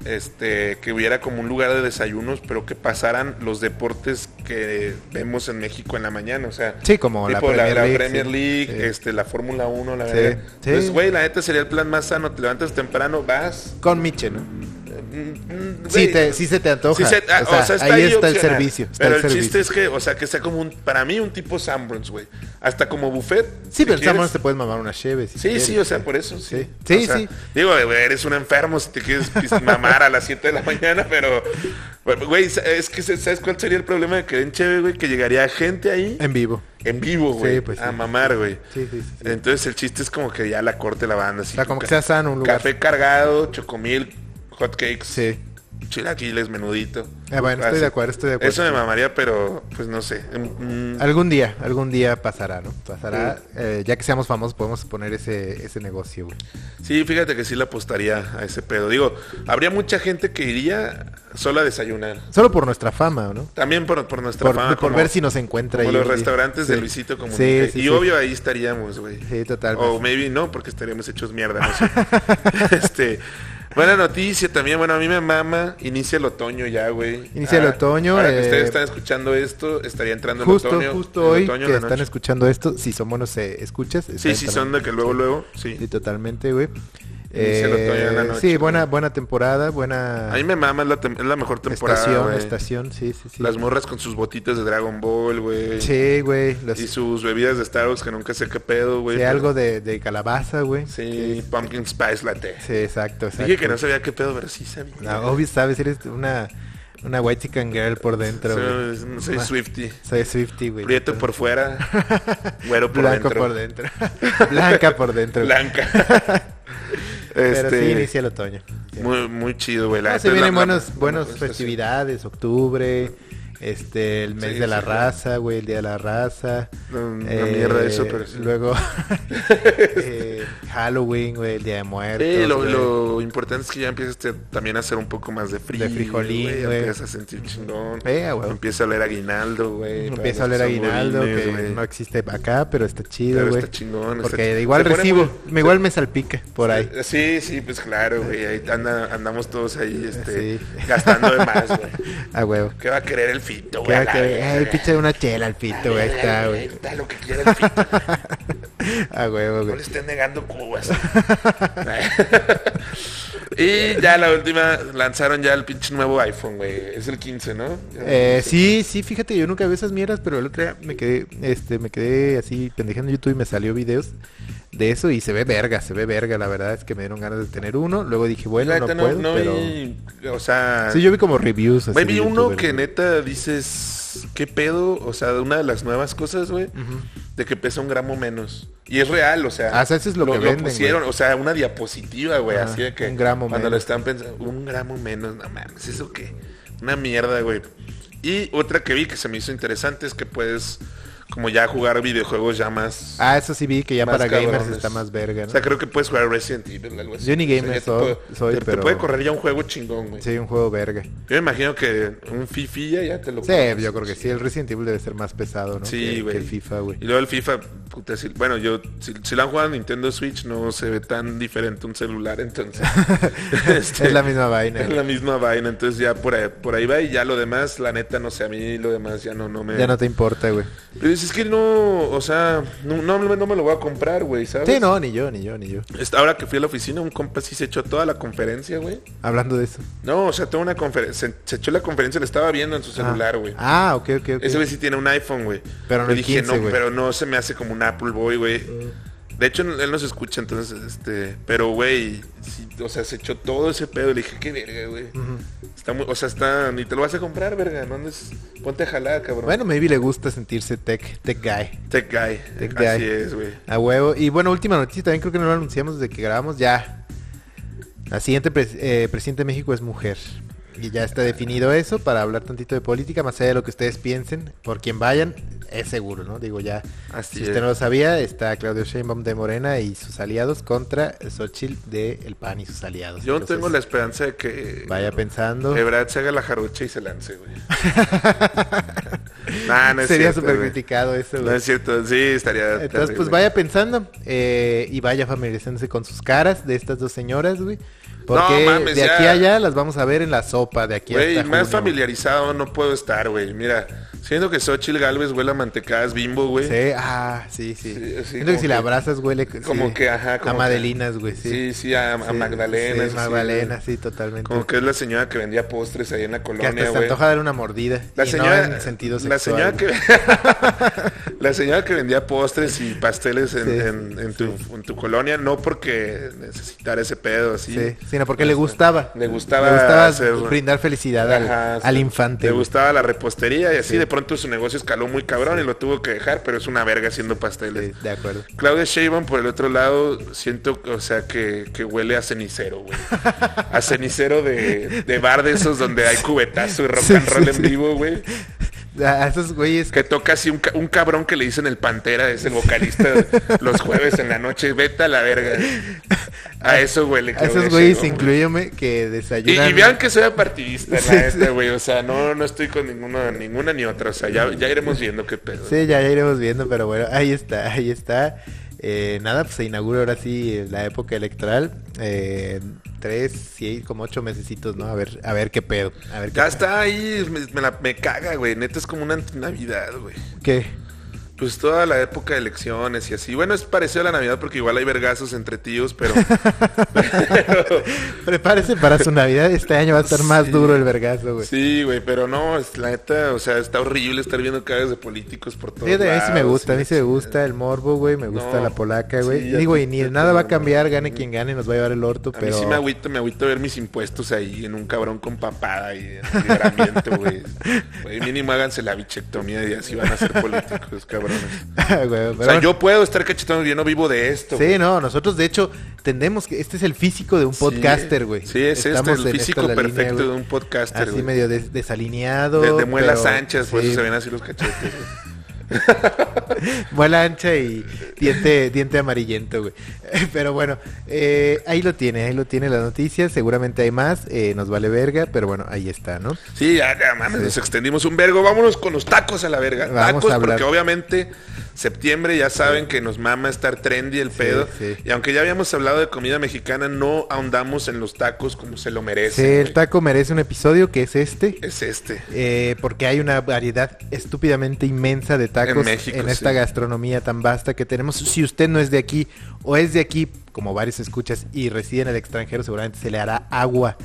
Este, que hubiera como un lugar de desayunos, pero que pasaran los deportes que vemos en México en la mañana. O sea, Sí, como la tipo la Premier la League, Premier sí. League, Sí. este, la Fórmula 1, la Sí, verdad. sí. Entonces, güey, la neta sería el plan más sano. Te levantas temprano, vas. Con Miche, ¿no? eh, mm, mm, Sí, güey, te- sí se te antoja. Sí, se- ah, o sea, ahí está el opcional. servicio. está pero el el, servicio. chiste es que, o sea, que sea como un, para mí, un tipo Sambrons, güey. Hasta como buffet. Sí, si pero en Sanborns quieres. te puedes mamar una cheve. Si Sí, quieres, sí, o sea, güey. por eso, sí. Sí, O sea, sí. Digo, güey, eres un enfermo si te quieres pis- mamar a las 7 de la mañana, pero... pero, Güey, es que ¿sabes cuál sería el problema de que den chévere, güey? Que llegaría gente ahí en, En vivo. vivo, güey, Sí, pues, a sí. mamar, güey. Sí, sí, sí. sí. Entonces el chiste es como que ya la corte la banda. Así, o sea, como que ca- sea sano un lugar. Café cargado, chocomil, hotcakes, Sí. chilaquiles, menudito. Ah, bueno, estoy de acuerdo, estoy de acuerdo. Eso me mamaría, pero pues no sé. Mm, mm, Algún día, algún día pasará, ¿no? Pasará. eh, ya que seamos famosos, podemos poner ese, ese negocio, güey. Sí, fíjate que sí le apostaría a ese pedo. Digo, habría mucha gente que iría solo a desayunar. Solo por nuestra fama, ¿no? También por, por nuestra Por, fama. por como- ver si nos encuentra como ahí los un día. restaurantes de Sí. Luisito como Sí, sí, Y sí. obvio ahí estaríamos, güey. Sí, totalmente. O maybe no, porque estaríamos hechos mierda, no sé. este, buena noticia también. Bueno, a mí me mama. Inicia el otoño ya, güey. Ah, Inicia el otoño, Ahora que eh, ustedes están escuchando esto, estaría entrando Justo, el otoño. justo el hoy otoño en que la están noche. escuchando esto, si son buenos eh, escuchas. Sí, están sí, entrando- son de que luego, luego. Sí. Sí, totalmente, güey. Inicia el otoño en la Eh, noche, sí, buena, güey. buena temporada, buena A mí me mama, es la, tem- es la mejor temporada. estación, güey. estación, sí, sí, sí. Las morras con sus botitas de Dragon Ball, güey. Sí, güey, las- Y sus bebidas de Starbucks que nunca sé qué pedo, güey. sí, pero- algo de, de calabaza, güey. Sí, Pumpkin Spice Latte. Sí, exacto, exacto. Dije que no sabía qué pedo, pero sí sabía. No, obvio, sabes, eres una, una white chicken girl por dentro, güey. soy, soy Ma- Swifty. Soy Swifty, güey. Prieto por fuera, güero por Blanco dentro. por dentro. Blanca por dentro. güey. Blanca. Pero sí este, inicia el otoño. Ya. muy, muy chido, güey. la Ah, neta se es la- pues, vienen la- buenos, la- buenos la- festividades, octubre, este, el mes Sí, de la sí, güey. raza, güey, el día de la raza. No, una mierda eso, pero sí. Luego, eh, Halloween, güey, el día de muertos. Sí, lo, güey. lo importante es que ya empieces este, también a hacer un poco más de frío. De frijolín, ya güey. Empiezas a sentir chingón. Eh, güey. Empieza a oler aguinaldo, güey. para Empieza a los oler que son aguinaldo, godines, que güey. no existe acá, pero está chido, Pero güey. está chingón. está Porque chi- igual se pone recibo, muy- me- igual me salpica por ahí. Sí, sí, pues claro, güey. Ahí anda- andamos todos ahí este, Sí. gastando de más, güey. A huevo. ¿Qué va a querer el fito, güey? Claro A la que, verga. ay, pizza de una chela al A pito, la güey, ahí verga, está, ahí güey. está lo que quiera el fito. A huevo, No güey. le estén negando cubas. y ya la última, lanzaron ya el pinche nuevo iPhone, güey. Es el 15, ¿no? Eh, sí, sí, fíjate, yo nunca veo esas mierdas, pero el otro día me quedé, este, me quedé así pendejando en YouTube y me salió videos de eso y se ve verga, se ve verga, la verdad es que me dieron ganas de tener uno, luego dije, bueno, Pues La no neta, puedo, no, no pero... vi, O sea... Sí, yo vi como reviews así. güey, vi de uno youtuber, que güey. neta dices... ¿Qué pedo? O sea, una de las nuevas cosas, güey. Ujú. De que pesa un gramo menos. Y es real, o sea... Ah, o sea, eso es lo que venden, güey. pusieron, o sea, una diapositiva, güey. Ajá, así de que... un gramo Cuando lo menos. están pensando... Un gramo menos, no mames. ¿Eso qué? Una mierda, güey. Y otra que vi que se me hizo interesante es que puedes... Como ya jugar videojuegos ya más... Ah, eso sí vi que ya más para cabrones. gamers está más verga, ¿no? O sea, creo que puedes jugar Resident Evil, algo así. Yo ni O sea, gamer ya te soy- puedo- soy, te- Te pero- puede correr ya un juego chingón, güey. Sí, un juego verga. Yo me imagino que un Fifilla ya te lo Sí, corres. yo creo que sí, el Resident Evil debe ser más pesado, ¿no? Que- Sí, güey. Que el FIFA, güey. Y luego el FIFA, puta, si- bueno, yo, si, si lo han jugado en Nintendo Switch, no se ve tan diferente un celular, entonces. Este, es la misma vaina. es güey. la misma vaina, entonces ya por ahí, por ahí va y ya lo demás, la neta, no sé, a mí lo demás ya no, no me... Ya no te importa, güey. Pero es que no, o sea, no, no, no me lo voy a comprar, güey, ¿sabes? Sí, no, ni yo, ni yo, ni yo. Esta- Ahora que fui a la oficina, un compa sí se echó toda la conferencia, güey. Hablando de eso. No, o sea, toda una conferencia, se, se echó la conferencia, le estaba viendo en su celular, Ah. güey. Ah, ok, ok, ok. Ese güey sí tiene un iPhone, güey. Pero no Le el dije, 15, no, güey. Mm. pero no se me hace como un Apple Boy, güey. De hecho, él no se escucha, entonces, este... Pero, güey, sí, o sea, se echó todo ese pedo. Le dije, qué verga, güey. Ujú. Está muy, o sea, está... Ni te lo vas a comprar, verga. No andes... Ponte a jalar, cabrón. Bueno, maybe le gusta sentirse tech, tech guy. Tech guy. Tech guy. Así es, güey. A huevo. Y bueno, última noticia, también creo que no lo anunciamos desde que grabamos ya. La siguiente pres- eh, presidente de México es mujer. Y ya está definido eso para hablar tantito de política, más allá de lo que ustedes piensen, por quien vayan, es seguro, ¿no? Digo, ya, Así si es. usted no lo sabía, está Claudio Sheinbaum de Morena y sus aliados contra Xochitl de El PAN y sus aliados. Yo Entonces, tengo la esperanza de que... Vaya pensando. Ebrard se haga la jarocha y se lance, güey. Nah, no es Sería cierto, súper güey. criticado eso, No güey. es cierto, sí, estaría... Entonces, pues terrible. vaya pensando eh, y vaya familiarizándose con sus caras de estas dos señoras, güey. Porque No, mames, de ya. aquí a allá las vamos a ver en la sopa de aquí Güey, hasta más junio. familiarizado no puedo estar, güey. Mira, siento que Xochitl Galvez huele a mantecadas bimbo, güey. Sí, ah, sí, sí. Sí, sí, Siento como que si la que- abrazas huele sí, como que, ajá, como a que- madelinas, güey, Sí, sí. sí, a, a Sí, Magdalena. sí, eso sí, Magdalena, güey. sí, totalmente. Como que es la señora que vendía postres ahí en la que hasta colonia, se güey. antoja dar una mordida. La y señora, no en sentido sexual. la señora que la señora que vendía postres y pasteles en, Sí, en- en tu, en tu colonia, no porque necesitara ese pedo así. Este, Sí, sino porque le gustaba. Le gustaba Le gustaba hacer- brindar felicidad al, Ajá, al sí. infante. Le güey. gustaba la repostería y así Sí. de pronto su negocio escaló muy cabrón y lo tuvo que dejar, pero es una verga haciendo pasteles. Sí, de acuerdo. Claudia Sheinbaum, por el otro lado, siento, o sea, que, que huele a cenicero, güey. A cenicero de, de bar de esos donde hay cubetazo y rock Sí, and roll sí, en sí. vivo, güey. A a esos güeyes Que toca así un, ca- un cabrón que le dicen el Pantera, es el vocalista de- los jueves en la noche. Vete a la verga. A eso huele A Claudia esos güeyes, Sheinbaum, güey. incluyeme, que Y, y desayunan. vean que soy apartidista, Sí, la neta, sí. güey. O sea, no, no estoy con ninguna, ninguna ni otra. O sea, ya, ya iremos viendo qué pedo. Sí, ya, ya iremos viendo, pero bueno, ahí está, ahí está. Eh, nada, pues se inaugura ahora sí eh, la época electoral. Eh, tres, sí, como ocho mesecitos, ¿no? A ver, a ver qué pedo. A ver qué Ya está ahí, me, me la- me caga, güey. Neta es como una antinavidad, güey. ¿Qué? Pues toda la época de elecciones y así. Bueno, es parecido a la Navidad porque igual hay vergazos entre tíos, pero. pero- Prepárese para su Navidad. Este año va a estar más Sí. duro el vergazo, güey. Sí, güey, pero no, es la neta, o sea, está horrible estar viendo cagas de políticos por todos Fíjate, a mí sí me lados, gusta, a mí y sí me gusta el morbo, güey, me gusta No. la polaca, güey. Sí, Y ya Digo, te- y ni ya te nada va a digo, cambiar, no. gane quien gane, nos va a llevar el orto, A pero... mí sí me agüita, me agüita ver mis impuestos ahí en un cabrón con papada y en libramiento, güey. Güey, mínimo háganse la bichectomía y así van a ser políticos, cabrones. Ah, güey, O pero sea, bueno. yo puedo estar cachetón, yo no vivo de esto. Sí, no, nosotros de hecho tendemos que... Este es el físico de un podcaster, güey. Sí, es este, Estamos en el esta físico la línea, perfecto güey. de un podcaster, Así güey. medio des- desalineado. de, de muelas pero- anchas, por sí, eso se ven así los cachetes. güey. Muela ancha y diente, diente amarillento, güey. Pero bueno, eh, ahí lo tiene, ahí lo tiene las noticias. Seguramente hay más, eh, nos vale verga, pero bueno, ahí está, ¿no? Sí, ya, ya, mames, nos extendimos un vergo. Vámonos con los tacos a la verga. Vamos tacos, a hablar. porque obviamente septiembre ya saben que nos mama estar trendy el pedo. sí. Y aunque ya habíamos hablado de comida mexicana, no ahondamos en los tacos como se lo merece. Sí, el güey. taco merece un episodio que es este. Es este. eh, porque hay una variedad estúpidamente inmensa de tacos en, En México, esta sí. gastronomía tan vasta que tenemos. Si usted no es de aquí o es de aquí, como varios escuchas, y reside en el extranjero, seguramente se le hará agua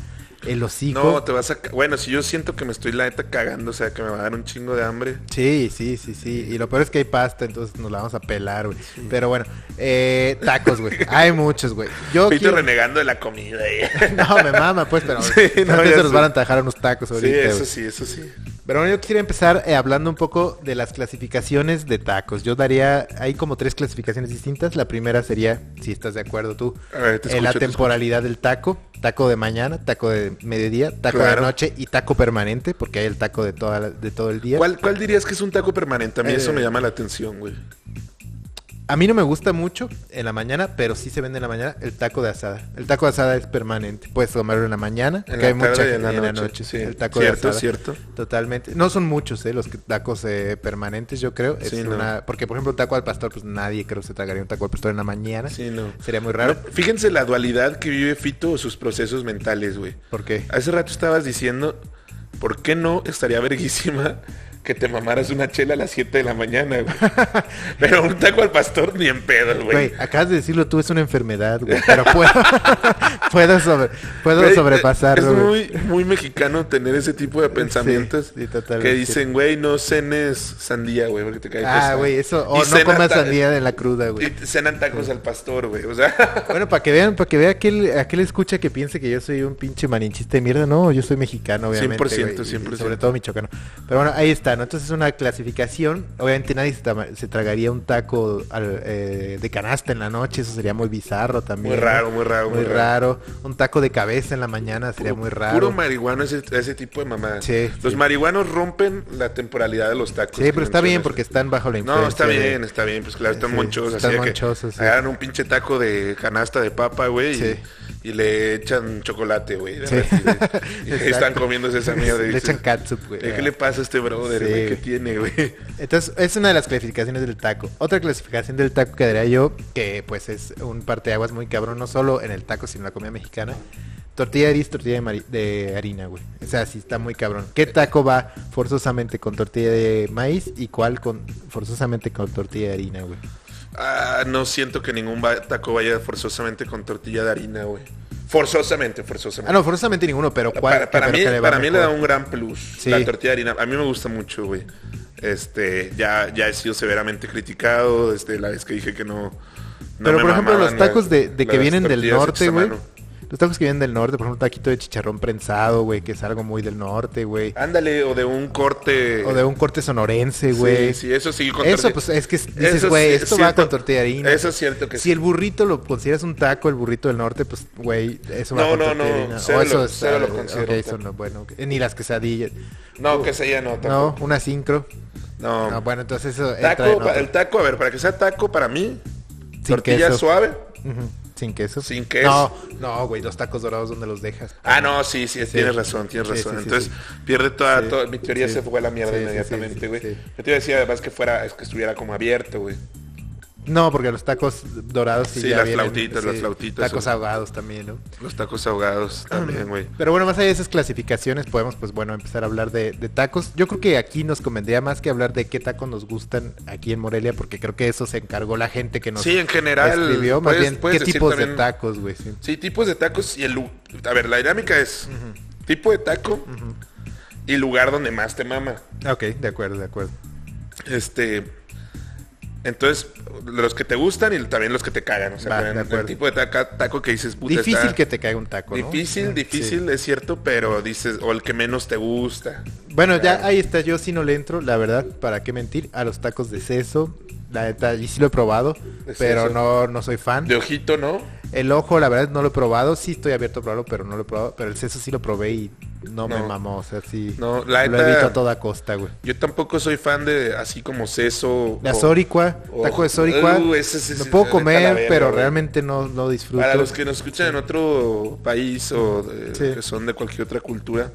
el hocico. No, te vas a... ca- Bueno, si yo siento que me estoy la neta cagando, o sea, que me va a dar un chingo de hambre. Sí, sí, sí, sí. Y lo peor es que hay pasta, entonces nos la vamos a pelar, güey. Pero bueno, eh, tacos, güey. Hay muchos, güey. Yo Pito quiero- renegando de la comida. eh. No, me mama, pues, pero Sí, creo no, que ya se nos sé. van a atajar unos tacos ahorita. sí, eso güey. sí, eso sí. Pero bueno, yo quisiera empezar eh, hablando un poco de las clasificaciones de tacos. Yo daría, hay como tres clasificaciones distintas. La primera sería, si estás de acuerdo tú, A ver, te eh, la escucho, te temporalidad del taco, taco de mañana, taco de mediodía, taco de Claro. noche y taco permanente, porque hay el taco de toda la- de todo el día. ¿Cuál, ¿Cuál dirías que es un taco permanente? A mí Eh, eso me llama la atención, güey. A mí no me gusta mucho en la mañana, pero sí se vende en la mañana el taco de asada. El taco de asada es permanente. Puedes tomarlo en la mañana, En que hay la tarde mucha y gente en la noche, sí. El taco Cierto, de asada. cierto. Totalmente. No son muchos, eh, los que- tacos eh, permanentes, yo creo. Es Sí, no. una- Porque, por ejemplo, un taco al pastor, pues nadie creo se tragaría un taco al pastor en la mañana. Sí, no. Sería muy raro. No, Fíjense la dualidad que vive Fito o sus procesos mentales, güey. ¿Por qué? Hace rato estabas diciendo, ¿por qué no estaría verguísima que te mamaras una chela a las 7 de la mañana, güey? Pero un taco al pastor ni en pedo, Güey, güey. acabas de decirlo tú, es una enfermedad, güey. Pero puedo, puedo, sobre- puedo Güey, sobrepasarlo, Es güey. muy, muy mexicano tener ese tipo de pensamientos sí, totalmente. que dicen, güey, no cenes sandía, güey, porque te cae Ah, pesado". güey, eso. pues, Y O no cenan comas ta- sandía de la cruda, güey. Y cenan tacos al pastor, güey. O sea, Bueno, para que vean, para que vea aquel, aquel escucha que piense que yo soy un pinche maninchista de mierda, no, yo soy mexicano, obviamente. 100%, güey, y 100%. Sobre todo michoacano. Pero bueno, ahí está, ¿no? Entonces es una clasificación. Obviamente nadie se, tama- se tragaría un taco al- eh, de canasta en la noche, eso sería muy bizarro también. Muy ¿no? raro, muy raro, Muy muy raro. Un taco de cabeza en la mañana sería Puro- muy raro. Puro marihuano ese, ese tipo de mamadas. Sí, los sí. marihuanos rompen la temporalidad de los tacos. sí, que pero está bien mencionas. porque están bajo la influencia. No, está de- bien, está bien. Pues claro, están Sí, monchosos. están así de que monchosos, sí. Agarran un pinche taco de canasta de papa, güey. y- Sí. Y, le echan chocolate, güey. de Sí. repente, y Exacto. están comiéndose esa mierda. y Le dices, echan catsup, güey. "Eh, ¿Qué le pasa a este brother, Sí. güey? ¿Qué tiene, güey? Entonces, es una de las clasificaciones del taco. Otra clasificación del taco que daría yo, que pues es un parteaguas muy cabrón, no solo en el taco, sino en la comida mexicana. Tortilla de maíz, tortilla de, mari- de harina, güey. O sea, sí está muy cabrón. ¿Qué taco va forzosamente con tortilla de maíz y cuál con forzosamente con tortilla de harina, güey? Ah, no siento que ningún va- taco vaya forzosamente con tortilla de harina, güey. Forzosamente, forzosamente. Ah, no, forzosamente ninguno, pero cuál para, para pero mí, que va para mí le da mejor? un gran plus Sí. la tortilla de harina. A mí me gusta mucho, güey. Este, ya, ya he sido severamente criticado desde la vez que dije que no. no Pero me por ejemplo, los mamaban tacos la- de, de que las vienen del tortillas norte, hechas a güey. mano. Los tacos que vienen del norte, por ejemplo, un taquito de chicharrón prensado, güey, que es algo muy del norte, güey. Ándale, o de un corte. O de un corte sonorense, güey. Sí, sí, eso sí. con Eso, tortilla- pues es que dices, Eso güey, sí, esto va siento- con tortilla de harina. Eso es cierto que Si el burrito lo consideras un taco, el burrito del norte, pues, güey, eso va No, con no, tortilla de no, harina. cero o eso lo- es, cero lo ah, considero ok, un eso taco. no, bueno, ok. ni las quesadillas. No, que se ya no. No, tampoco. una sincro. No. No, bueno, entonces eso Taco, entra en pa- otro. el taco, a ver, para que sea taco para mí, Sin tortilla queso. suave. Ujú, Sin queso. Sin queso. No, no, güey, los tacos dorados donde los dejas. Ah, no, sí, sí, tienes razón, tienes Sí, razón. sí, sí, Entonces, pierde toda, toda- mi teoría se fue a la mierda Sí, sí, sí, inmediatamente, sí, güey. sí. Yo te iba a decir además que fuera, es que estuviera como abierto, güey. No, porque los tacos dorados Sí, las flautitas, las flautitas Tacos son- ahogados también, ¿no? Los tacos ahogados también, güey. Pero bueno, más allá de esas clasificaciones, podemos, pues bueno, empezar a hablar de, de tacos. Yo creo que aquí nos convendría más que hablar de qué tacos nos gustan aquí en Morelia, porque creo que eso se encargó la gente que nos Sí, en general, escribió. Más puedes- bien, puedes qué decir tipos de también- tacos, güey. Sí. Sí, tipos de tacos y el... lu- A ver, la dinámica es tipo de taco y lugar donde más te mama. Ok, de acuerdo, de acuerdo. Este. Entonces, los que te gustan y también los que te cagan. O sea, Va, también de acuerdo. el tipo de taca- taco que dices, puta, difícil está que te caiga un taco, ¿no? difícil, Sí. difícil, es cierto, pero dices, o el que menos te gusta. Bueno, ya Claro. ahí está, yo sí no le entro, la verdad, para qué mentir, a los tacos de seso. La neta, y sí lo he probado, De pero seso. no, no soy fan. De ojito, ¿no? El ojo, la verdad, no lo he probado. Sí estoy abierto a probarlo, pero no lo he probado. Pero el seso sí lo probé y no, me No. mamó. O sea, sí. No, la lo neta- evito a toda costa, güey. Yo tampoco soy fan de así como seso. La o- zoricua, o- taco de zoricua. Oh. Uh, ese sí lo es- puedo la neta, la comer, verga, pero güey. realmente no, no disfruto. Para los que nos escuchan en otro país o de- Sí. que son de cualquier otra cultura,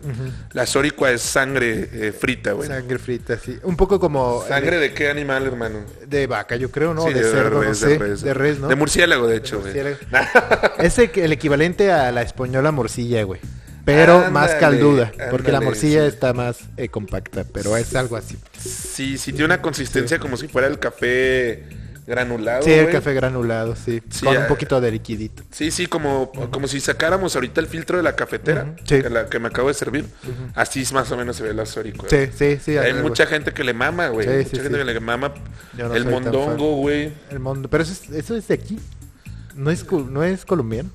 la zoricua es sangre eh, frita, güey. Sangre frita, sí. Un poco como... ¿Sangre de qué animal, hermano? De, de vaca, yo creo, ¿no? Sí, de, cerdo, res, no sé. res. de res, ¿no? De murciélago, de hecho, güey. murciélago. es el, el equivalente a la española morcilla, güey. Pero más Ándale, calduda, porque la ándale, morcilla sí. está más eh, compacta, pero es algo así. Sí, sí tiene una consistencia como si fuera el café granulado. Sí, el güey. café granulado, sí. Sí, con un ah, poquito de liquidito. Sí, sí, como, como si sacáramos ahorita el filtro de la cafetera, Ujú, sí. que, la, que me acabo de servir. Así es más o menos se ve el azorico. Sí, sí, sí. Hay algo. mucha gente que le mama, güey. Sí, mucha sí, gente sí. que le mama Yo no el soy tan mondongo, güey. El mundo. Pero eso es, eso es de aquí. No es, col- no es colombiano.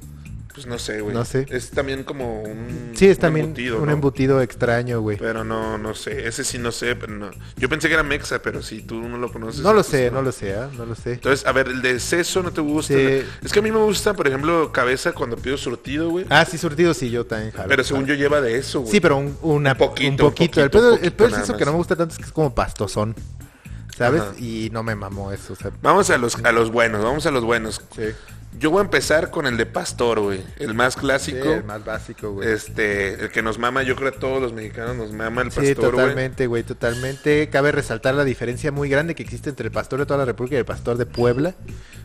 Pues no sé, güey. No sé. Es también como un, Sí, es un también un ¿no? embutido extraño, güey. Pero no, no sé. Ese sí no sé. Pero no. Yo pensé que era mexa, pero si tú no lo conoces. No lo entonces sé, no lo sé, ¿ah? no lo sé. Entonces, a ver, el de seso no te gusta. Sí. Es que a mí me gusta, por ejemplo, cabeza cuando pido surtido, güey. Ah, sí, surtido sí, yo también, jalo. Ah, pero según yo lleva de eso, güey. Sí, pero un, una- Un poquito, un poquito. un El pedo, poquito, el pedo es nada eso más. que no me gusta tanto, es que es como pastosón, ¿sabes? Ajá. Y no me mamó eso, o sea, Vamos a los, a los buenos, vamos a los buenos. sí. Yo voy a empezar con el de pastor, güey. El más clásico. el más básico, güey. este, el que nos mama, yo creo que a todos los mexicanos nos mama el Sí, pastor, güey. totalmente, güey, totalmente. Cabe resaltar la diferencia muy grande que existe entre el pastor de toda la República y el pastor de Puebla,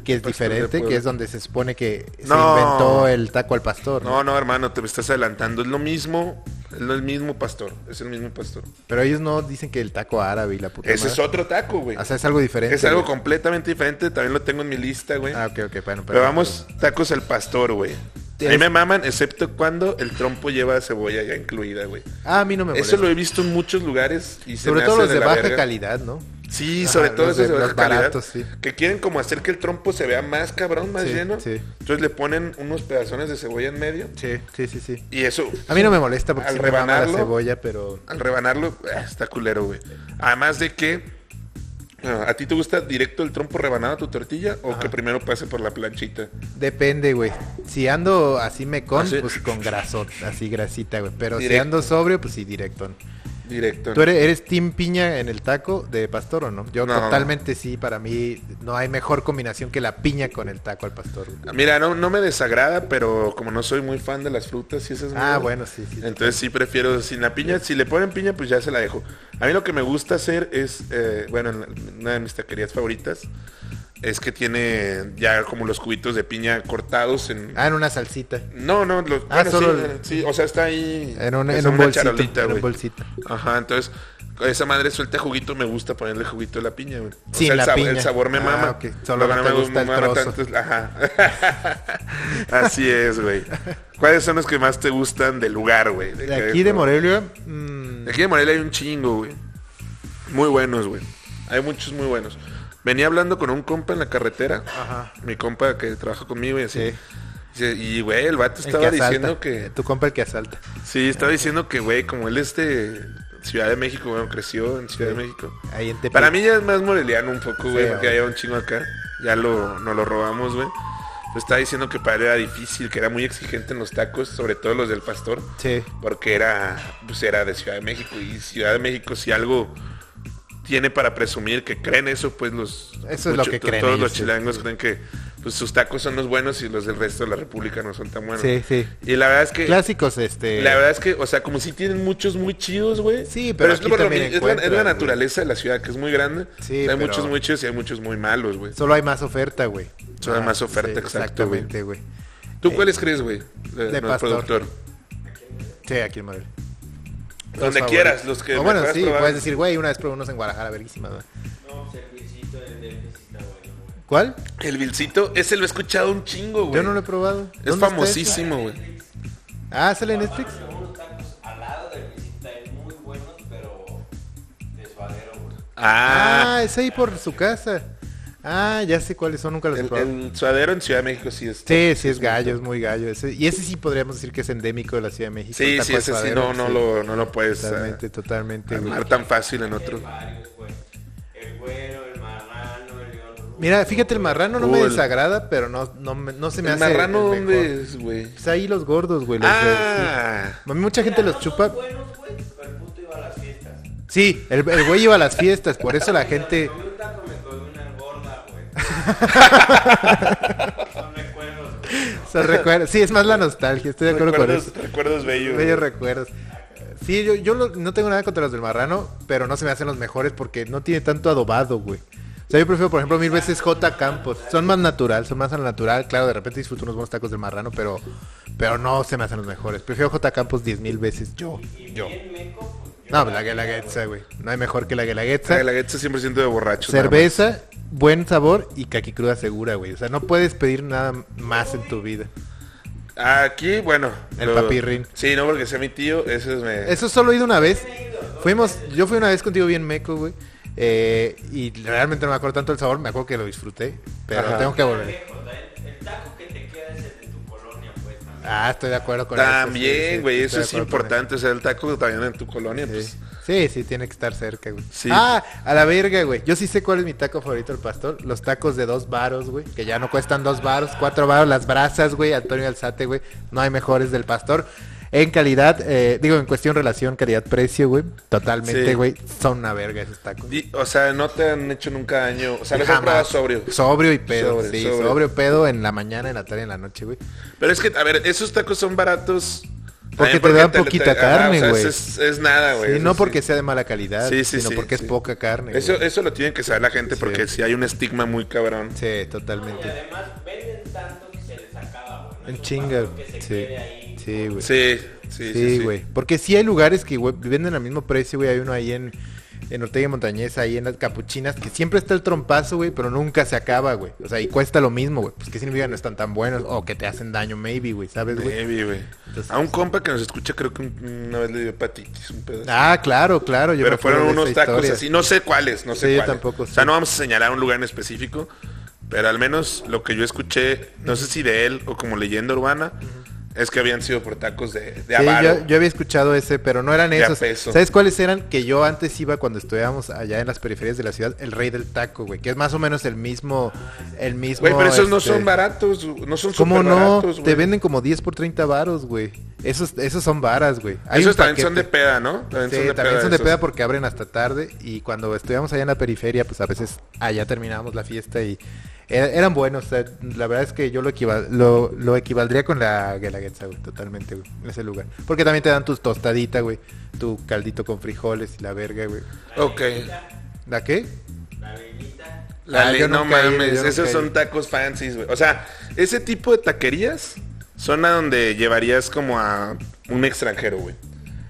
que es Pastor de diferente, que Puebla. es donde se supone que No. se inventó el taco al pastor. ¿no? No, no, hermano, te me estás adelantando. Es lo mismo, es lo- el mismo pastor. Es el mismo pastor. Pero ellos no dicen que el taco árabe y la puta Ese es madre. otro taco, güey. O sea, es algo diferente. Es algo güey. completamente diferente. También lo tengo en mi lista, güey. Ah, ok, ok, bueno. Pero vamos, tacos al pastor, güey. A mí Es- me maman, excepto cuando el trompo lleva cebolla ya incluida, güey. Ah, a mí no me molesta. Eso lo he visto en muchos lugares y se Sobre me todo hace los de la baja verga. calidad, ¿no? Sí, Ajá, sobre todo los esos de- de baja los calidad, baratos, sí. Que quieren como hacer que el trompo se vea más cabrón, más Sí, lleno. sí. Entonces le ponen unos pedazones de cebolla en medio. Sí, sí, sí, sí. Y eso, A mí no me molesta porque Al sí me mama la rebanarlo. cebolla, pero... al rebanarlo, ah, está culero, güey. Además de que, ah, ¿a ti te gusta directo el trompo rebanado a tu tortilla o que primero pase por la planchita? Depende, güey. Si ando así mecón, Así. pues con grasón, así grasita, güey. Pero si Directo. ando sobrio, pues sí, directo. Directo. ¿Tú eres, eres team piña en el taco de pastor o no? Yo No. totalmente sí, para mí no hay mejor combinación que la piña con el taco al pastor. güey. Mira, no, no me desagrada, pero como no soy muy fan de las frutas y esas Ah, mierdas, bueno, sí, sí. Entonces sí prefiero sin la piña. Si le ponen piña, pues ya se la dejo. A mí lo que me gusta hacer es, eh, bueno, en la- una de mis taquerías favoritas es que tiene ya como los cubitos de piña cortados en... Ah, en una salsita. No, no, los... Ah, bueno, solo sí, eh, el- sí, o sea, está ahí... En un, es en un bolsito. charolita, en un güey. bolsito. Ajá, entonces esa madre suelta juguito, me gusta ponerle juguito a la piña, güey. O Sin sea, el, la sab- piña. el sabor me Ah, mama. ok. Solo Lo que no me te gusta el trozo. es- ajá. Así es, güey. ¿Cuáles son los que más te gustan del lugar, güey? De aquí de Morelia. Morelia, mm, De aquí de Morelia hay un chingo, güey. Muy buenos, güey. Hay muchos muy buenos. Venía hablando con un compa en la carretera. Ajá. Mi compa que trabaja conmigo y así. Ah. Sí. Dice, Y, güey, el vato el estaba que asalta. diciendo que... Tu compa el que asalta. Sí, estaba diciendo que, güey, como él es de Ciudad de México, bueno, creció en Ciudad de México. Ahí en Tepic. Para mí ya es más moreliano un poco, güey, Sí, porque güey. había un chingo acá. Ya lo, nos lo robamos, güey. Pero estaba diciendo que para él era difícil, que era muy exigente en los tacos, sobre todo los del pastor, Sí. porque era, pues era de Ciudad de México. Y Ciudad de México, si algo tiene para presumir que creen eso, pues los... Eso es lo que to- creen Todos ellos, los sí. chilangos creen que pues sus tacos son los buenos y los del resto de la República no son tan buenos. Sí, sí. Y la verdad es que... Clásicos, este. La verdad es que, o sea, como si tienen muchos muy chidos, güey. Sí, pero es, aquí por lo también mi- es la- es la, encuentras, güey. naturaleza de la ciudad, que es muy grande. Sí, hay pero- muchos muy chidos y hay muchos muy malos, güey. Solo hay más oferta, güey. Solo hay más oferta, exacto, güey. Exactamente, güey. ¿Tú Eh, cuáles crees, güey? De, de no, Pastor. productor. Sí, aquí en Madrid. Los Donde favoritos. quieras, los que O me bueno, puedas sí, pues, probar. puedes decir, güey, una vez probé unos en Guadalajara, verguísima, güey. No, servicito en el está bueno. güey. ¿Cuál? El Vilcito, ese lo he escuchado un chingo, güey. Yo no lo he probado. Es ¿Dónde está famosísimo, güey. ese? Ah, sale en Netflix. Son unos tacos al lado del visita, muy buenos, pero desvadero, güey. Ah, Ah, es ahí por su casa. Ah, ya sé cuáles son, nunca los he el, probado. el suadero en Ciudad de México sí es. pues. Sí, sí es gallo, es muy gallo. Ese- y ese sí podríamos decir que es endémico de la Ciudad de México. el Sí, taco sí, de ese sí, pues, suadero, no, no, Lo, no lo puedes ah, Totalmente, totalmente, güey. armar tan fácil en otro. Hay varios, güey. El güero, el marrano, el león ruso. Mira, fíjate, el marrano no Uh, me el- desagrada, pero no, no, me- no se me ¿El hace. marrano el mejor. dónde es, güey? Pues ahí los gordos, güey. los de- Ah, A mí mucha gente Mira, los no chupa. Son buenos, güey, pero el puto iba a las fiestas. Sí, el, el güey iba a las fiestas, por eso la Este, gente. Me comí un taco, me comí una gorda, güey. Son recuerdos, güey. Son recuerdos. Sí, es más la nostalgia, estoy de acuerdo con eso. recuerdos, recuerdos bellos. Bellos güey. recuerdos. Sí, yo, yo lo- no tengo nada contra los del marrano, pero no se me hacen los mejores porque no tiene tanto adobado, güey. O sea, yo prefiero, por ejemplo, mil veces J. Campos. Son más natural, son más al natural. Claro, de repente disfruto unos buenos tacos del marrano, pero, pero no se me hacen los mejores. Prefiero J. Campos diez mil veces yo. Yo. pues, No, pues la guelaguetza, güey. No hay mejor que la guelaguetza. La Galaguetza 100% de borracho. nada más. Cerveza, buen sabor y caqui cruda segura, güey. O sea, no puedes pedir nada más en tu vida. Aquí, bueno. El papirrín. Sí, no, porque sea mi tío, eso es... Me... Eso solo he ido una vez. Fuimos, yo fui una vez contigo bien meco, güey. Eh, y realmente no me acuerdo tanto del sabor, me acuerdo que lo disfruté, pero Ajá. tengo que volver. Lejos, el, el taco que te queda es el de tu colonia, pues. también. Ah, estoy de acuerdo con eso. sí, sí, También, güey, estoy eso de es acuerdo con importante. O sea, el taco también en tu colonia, eso. pues... Sí. sí, sí, tiene que estar cerca, güey. Sí. Ah, a la verga, güey. Yo sí sé cuál es mi taco favorito, el pastor. Los tacos de dos varos, güey. Que ya no cuestan dos varos, cuatro varos. Las brasas, güey. Antonio Alzate, güey. No hay mejores del pastor. En calidad, eh, digo, en cuestión relación, calidad-precio, güey. Totalmente, Sí. güey. Son una verga esos tacos. Di- O sea, no te han hecho nunca daño. O sea, los has Jamás. probado sobrio. Sobrio y pedo, Sobrio, sí. sobrio. Sobrio. pedo en la mañana, en la tarde, en la noche, güey. Pero es que, a ver, esos tacos son baratos. Porque también te dan poquita ajá, o carne, sea, güey. Es, es nada, Ah, güey. Sí, eso no sí. porque sea de mala calidad, Sí, sí, sino sí, porque sí. es poca carne. Eso, güey. eso lo tienen que saber la gente porque si hay un estigma muy cabrón. Sí, Y totalmente. además venden tanto que se les acaba, güey. No es En un chinga. taco que se Sí, quede ahí. sí, güey. Sí, sí, sí. Sí, sí. güey. Porque sí hay lugares que güey, venden al mismo precio, güey. Hay uno ahí en, en Ortega y Montañez, ahí en las Capuchinas, que siempre está el trompazo, güey, pero nunca se acaba, güey. O sea, y cuesta lo mismo, güey. Pues qué significa no están tan buenos o que te hacen daño, maybe, güey, ¿sabes, güey? Maybe, güey. Entonces- a un compa que nos escucha creo que un- una vez le dio hepatitis, un pedazo. Ah, claro, claro. Yo me Pero acuerdo fueron de esa unos tacos historia. así, no sé cuáles, no sé Sí, yo cuáles. tampoco, O sea, sí. no vamos a señalar un lugar en específico, pero al menos lo que yo escuché, no sé si de él o como leyenda urbana, es que habían sido por tacos de, de Sí, avaro. yo, yo había escuchado ese, pero no eran De esos. apeso. ¿Sabes cuáles eran? Que yo antes iba cuando estudiábamos allá en las periferias de la ciudad, el rey del taco, güey, que es más o menos el mismo, el mismo. Güey, pero esos no este, son baratos, no son ¿Cómo súper no? baratos, güey. Te venden como 10 por 30 varos, güey. Esos, esos son varas, güey. Hay Esos un también son de paquete. peda, ¿no? También Sí, también son de esos. peda porque abren hasta tarde y cuando estudiamos allá en la periferia, pues a veces allá terminábamos la fiesta y era- eran buenos. o sea, la verdad es que yo lo, equival- lo, lo equivaldría con la guelaguetza, güey, totalmente, güey, en ese lugar. Porque también te dan tus tostaditas, güey, tu caldito con frijoles y la verga, güey. Ok. ¿La qué? La velita. La Ah, le- yo no nunca he ido, mames, yo nunca esos he son ido. tacos fancies, güey. O sea, ese tipo de taquerías son a donde llevarías como a un extranjero, güey.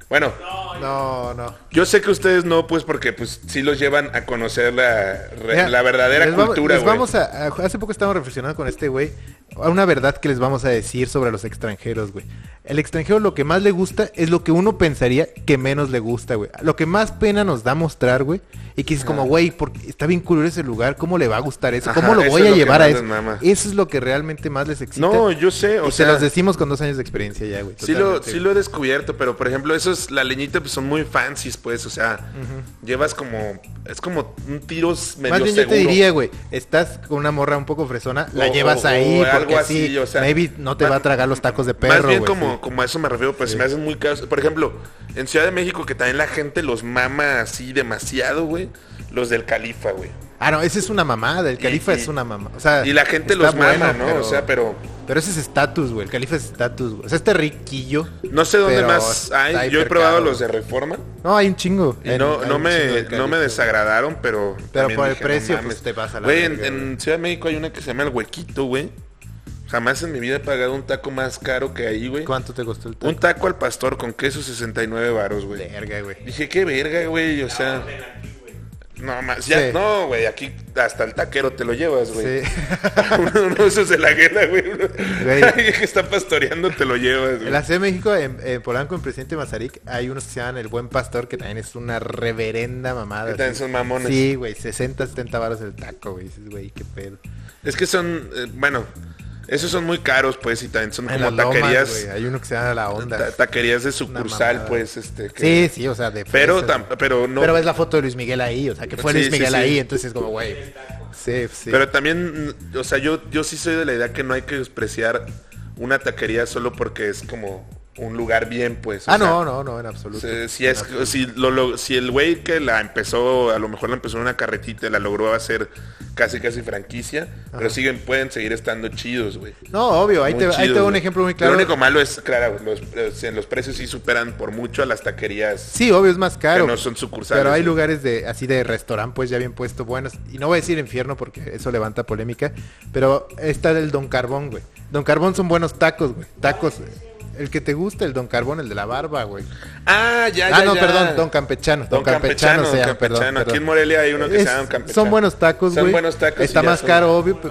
Bueno, No, no. yo sé que ustedes no, pues porque pues sí los llevan a conocer la, re- Mira, la verdadera les vamos- cultura, les güey. vamos a, a- Hace poco estábamos reflexionando con este güey. A una verdad que les vamos a decir sobre los extranjeros, güey. El extranjero lo que más le gusta es lo que uno pensaría que menos le gusta, güey. Lo que más pena nos da mostrar, güey. Y que es como, güey, por- está bien cool ese lugar. ¿Cómo le va a gustar eso? Ajá, ¿Cómo lo eso voy es a lo que llevar a más les eso? mama. Eso es lo que realmente más les excita. No, yo sé, o y sea, se los decimos con dos años de experiencia ya, güey. sí lo, totalmente, sí lo he descubierto, pero por ejemplo, esos, la leñita, pues son muy fancies, pues, o sea, llevas como, es como un tiro medio Más bien yo seguro. te diría, güey, estás con una morra un poco fresona, la O- llevas o- ahí o algo porque sí, así, o sea, maybe no te más- va a tragar los tacos de perro, Más bien güey, como, sí. como a eso me refiero, pues se me hacen muy caros. Por ejemplo, en Ciudad de México que también la gente los mama así demasiado, güey. Los del Califa, güey. Ah, no, ese es una mamada. El califa y- es una mamada. O sea, Y la gente Ah, está los bueno, mama, ¿no? pero- O sea, pero Pero ese es estatus, güey. El califa es estatus, güey. O sea, este riquillo. no sé dónde Pero más está hay. Yo he hiper probado caro. los de Reforma No, hay un chingo. y En- no, hay no un chingo me, del no me Califa, desagradaron, pero. Pero también por el "No precio, mames". pues, te vas a la Güey, en, verga, en Ciudad de México hay una que se llama El Huequito, güey. Jamás en mi vida he pagado un taco más caro que ahí, güey. güey. ¿Cuánto te costó el taco? Un taco al pastor con queso 69 varos, güey. Verga, güey. Dije, qué verga, güey, o sea... No, más, ya, Sí. no, güey, aquí hasta el taquero te lo llevas, güey. Sí. uno, uno de esos de la guerra, güey. uno- Güey. alguien que está pastoreando te lo llevas, En güey. la Ciudad de México, en, en Polanco, en Presidente Mazarik, hay unos que se llaman El Buen Pastor, que también es una reverenda mamada. Que también sí. son mamones. Sí, güey, 60, 70 varos el taco, güey. Dices, güey, qué pedo. Es que son, eh, bueno, esos son muy caros, pues, y también son En como las lomas, taquerías, güey, hay uno que se llama La Onda. ta- taquerías de mamada. sucursal, pues, este... que- Sí, sí, o sea, de Pero, fresas, tam- güey. pero no... Pero ves la foto de Luis Miguel ahí, o sea, que fue Sí, Luis sí, Miguel sí. ahí, entonces es como, güey. Sí, sí. Pero también, mm, o sea, yo, yo sí soy de la idea que no hay que despreciar una taquería solo porque es como un lugar bien, pues. o ah, sea, no, no, no, en absoluto. se- Si, es, si, lo, lo- si el güey que la empezó, a lo mejor la empezó en una carretita y la logró hacer casi casi franquicia, pero siguen, pueden seguir estando chidos, güey. No, obvio, ahí Muy te, ahí chidos, te doy un güey. ejemplo muy claro. Lo único malo es, claro, los, eh, los precios sí superan por mucho a las taquerías. Sí, obvio, es más caro. Que no son sucursales, Pero hay güey. lugares de así de restaurante, pues ya bien puesto, buenos. Y no voy a decir infierno porque eso levanta polémica. Pero está el Don Carbón, güey. Don Carbón son buenos tacos, güey. Tacos. El que te gusta, el Don Carbón, el de la barba, güey. Ah, ya, Ah, ya, no, ya. perdón, Don Campechano. Don, Don Campechano, Campechano, se llama, Don perdón, Campechano. Aquí perdón. en Morelia hay uno que se Es- llama Don Campechano. Son buenos tacos, güey. Son buenos tacos. y Está ya más son- caro, obvio. pe-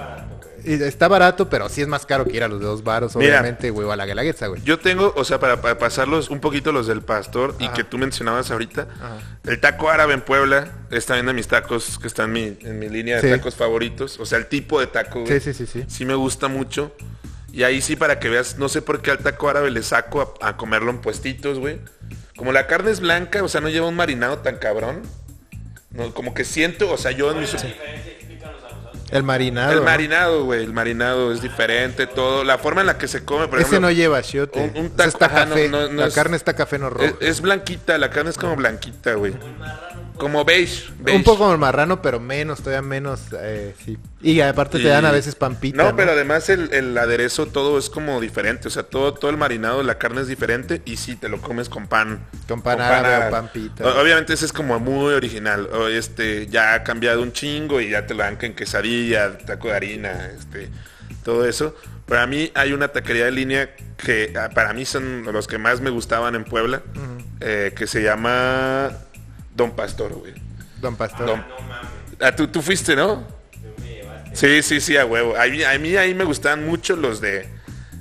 y Está barato, pero sí es más caro que ir a los dos baros, Mira. obviamente, güey, o a la Guelaguetza, güey. Yo tengo, o sea, para, para pasarlos un poquito los del pastor y Ajá. que tú mencionabas ahorita, Ajá. el taco árabe en Puebla es también de mis tacos que están en mi, en mi línea de Sí. tacos favoritos. O sea, el tipo de taco, güey, Sí, sí, sí, sí. sí me gusta mucho. Y ahí sí, para que veas, no sé por qué al taco árabe le saco a, a comerlo en puestitos, güey. Como la carne es blanca, o sea, no lleva un marinado tan cabrón. No, como que siento, o sea, yo en mi... su- El marinado. el ¿no? marinado, güey, el marinado es diferente, todo. La forma en la que se come, por Ese ejemplo, no lleva chiote. un- un O sea, está taco- ajá, no- café. no- no la es- carne está café no roja. Es, es blanquita, la carne es como blanquita, güey. Como beige, beige. un poco como el marrano, pero menos, todavía menos, eh, sí. Y aparte te dan Y- a veces pampita. No, pero además el, el aderezo todo es como diferente. O sea, todo, todo el marinado, la carne es diferente y sí, te lo comes con pan. Con pan árabe o pampita. O- Obviamente ese es como muy original. O, Este, ya ha cambiado un chingo y ya te lo dan en quesadilla, taco de harina, este, todo eso. Para mí hay una taquería de línea que ah, para mí son los que más me gustaban en Puebla, eh, que se llama Don Pastor, güey. Don Pastor. Don- Ah, tú, tú fuiste, ¿no? Sí, sí, sí, a huevo. A mí, a mí ahí me gustaban mucho los de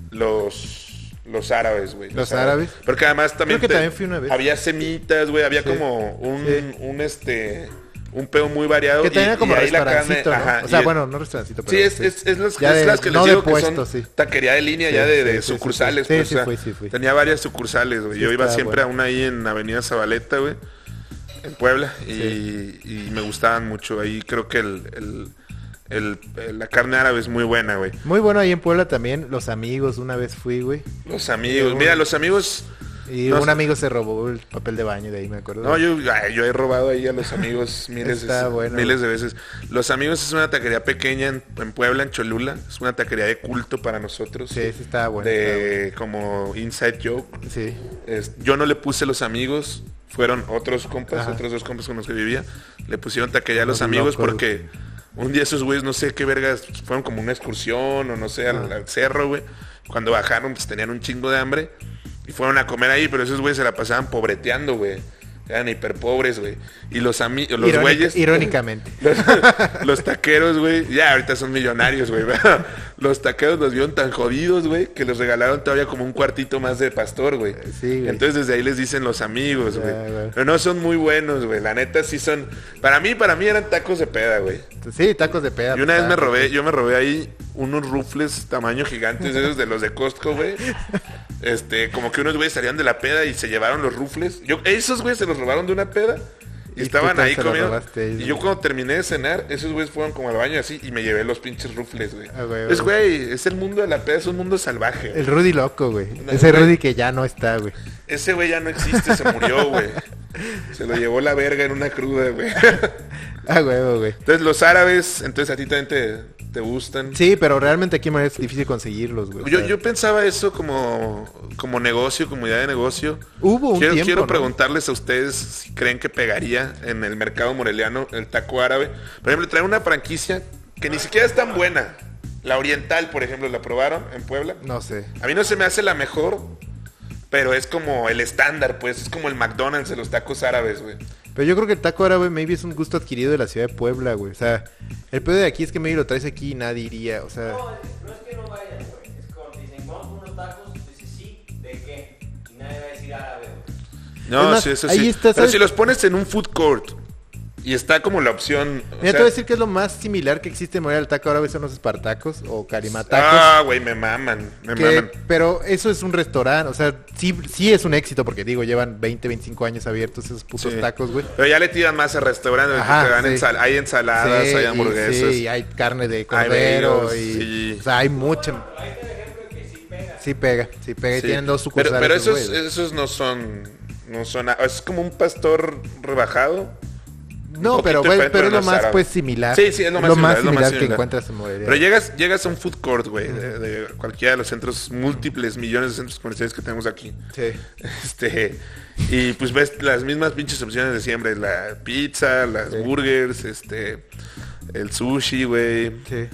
los los árabes, güey. ¿Los árabes? Porque además también, Creo que también fui una vez. había semitas, güey, había Sí. como un, Sí. un este un peo muy variado que también y- era como y ahí la restaurancito, carne- ¿no? ajá, o sea, y- bueno, no restaurancito, pero... este, Sí, es, es, es las, Ya es de- las que les no de digo puesto, que son sí. taquería de línea Sí, ya de, sí, de sí, sí, sí. sucursales. Sí, pues, sí o sea, fui, sí fui. Tenía varias sucursales, güey. Sí, Yo iba estaba siempre bueno. a una ahí en Avenida Zabaleta, güey, en Puebla, y, y me gustaban mucho. Ahí creo que el, el- el- el- la carne árabe es muy buena, güey. Muy bueno ahí en Puebla también, los amigos, una vez fui, güey. Los amigos, mira, los amigos... Y No un sé. amigo se robó el papel de baño de ahí, me acuerdo. No, yo, ay, yo he robado ahí a los amigos miles, de- Está bueno. miles de veces. Los amigos es una taquería pequeña en, en Puebla, en Cholula. Es una taquería de culto para nosotros. Sí, sí estaba bueno, De como inside joke. Sí. Es- yo no le puse los amigos, fueron otros compas, Ajá. otros dos compas con los que vivía. Le pusieron taquería a los Los amigos locos. porque un día esos güeyes, no sé qué vergas, fueron como una excursión o no sé, al, Ah. al cerro, güey. Cuando bajaron, pues tenían un chingo de hambre y fueron a comer ahí, pero esos güeyes se la pasaban pobreteando, güey. Eran hiper pobres, güey. Y los amigos, los Irónica- güeyes. Irónicamente. Los, los taqueros, güey. Ya, ahorita son millonarios, güey. ¿verdad? Los taqueros los vieron tan jodidos, güey, que les regalaron todavía como un cuartito más de pastor, güey. Sí, güey. Entonces desde ahí les dicen los amigos, Ya, güey. güey. Pero no son muy buenos, güey. La neta sí son. Para mí, para mí eran tacos de peda, güey. Sí, tacos de peda. Y una vez me tacos. robé, yo me robé ahí unos rufles tamaño gigantes, esos de los de Costco, güey. Este, como que unos güeyes salían de la peda y se llevaron los rufles. Yo, esos güeyes se los robaron de una peda y, Y estaban tú te ahí se los comiendo. robaste ahí, y güey. yo cuando terminé de cenar, esos güeyes fueron como al baño así y me llevé los pinches rufles, güey. Ah, güey, es güey. güey, es el mundo de la peda, es un mundo salvaje. güey. El Rudy loco, güey. Ese güey. Rudy que ya no está, güey. Ese güey ya no existe, se murió, güey. Se lo llevó la verga en una cruda, güey. Ah, huevo, güey. Entonces los árabes, entonces a ti también te, te gustan. Sí, pero realmente aquí es difícil conseguirlos, güey. Yo, O sea, yo pensaba eso como, como negocio, como idea de negocio. Hubo un quiero, tiempo, quiero ¿no? preguntarles a ustedes si creen que pegaría en el mercado moreliano el taco árabe. Por ejemplo, trae una franquicia que ni siquiera es tan buena. La oriental, por ejemplo, la probaron en Puebla. No sé. A mí no se me hace la mejor, pero es como el estándar, pues. Es como el McDonald's de los tacos árabes, güey. Pero yo creo que el taco árabe maybe es un gusto adquirido de la ciudad de Puebla, güey. O sea, el pedo de aquí es que maybe lo traes aquí y nadie iría. O sea, No, no es que no vayan, güey. Es como dicen, vamos por unos tacos. Dices, sí, ¿de qué? Y nadie va a decir árabe, güey. No, Es más, sí, eso ahí sí. está, pero ¿sabes? si los pones en un food court y está como la opción. o mira, te sea- voy a decir que es lo más similar que existe en Morelia al taco árabe son los espartacos o carimatacos. Ah, güey, me maman, me que- maman. pero eso es un restaurante, o sea, sí, sí es un éxito porque digo, llevan 20, 25 años abiertos esos putos Sí. tacos, güey. Pero ya le tiran más al restaurante, Ajá, te dan sí. ensal- hay ensaladas, Sí, hay y- hamburguesas. sí, y hay carne de cordero velos, y sí. o sea, hay mucha. Sí pega, sí pega y Sí. tienen dos pero, sucursales. pero esos, güey. esos no son, no son, a- es como un pastor rebajado. No, poquito pero, de güey, pan, pero es no lo más árabe. pues similar. Sí, sí, es lo más, similar, es lo más que similar. encuentras en Morelia. Pero llegas, llegas a un food court, güey, de, de cualquiera de los centros, múltiples millones de centros comerciales que tenemos aquí. Sí. Este, y pues ves las mismas pinches opciones de siempre, la pizza, las burgers, este, el sushi, güey. Sí.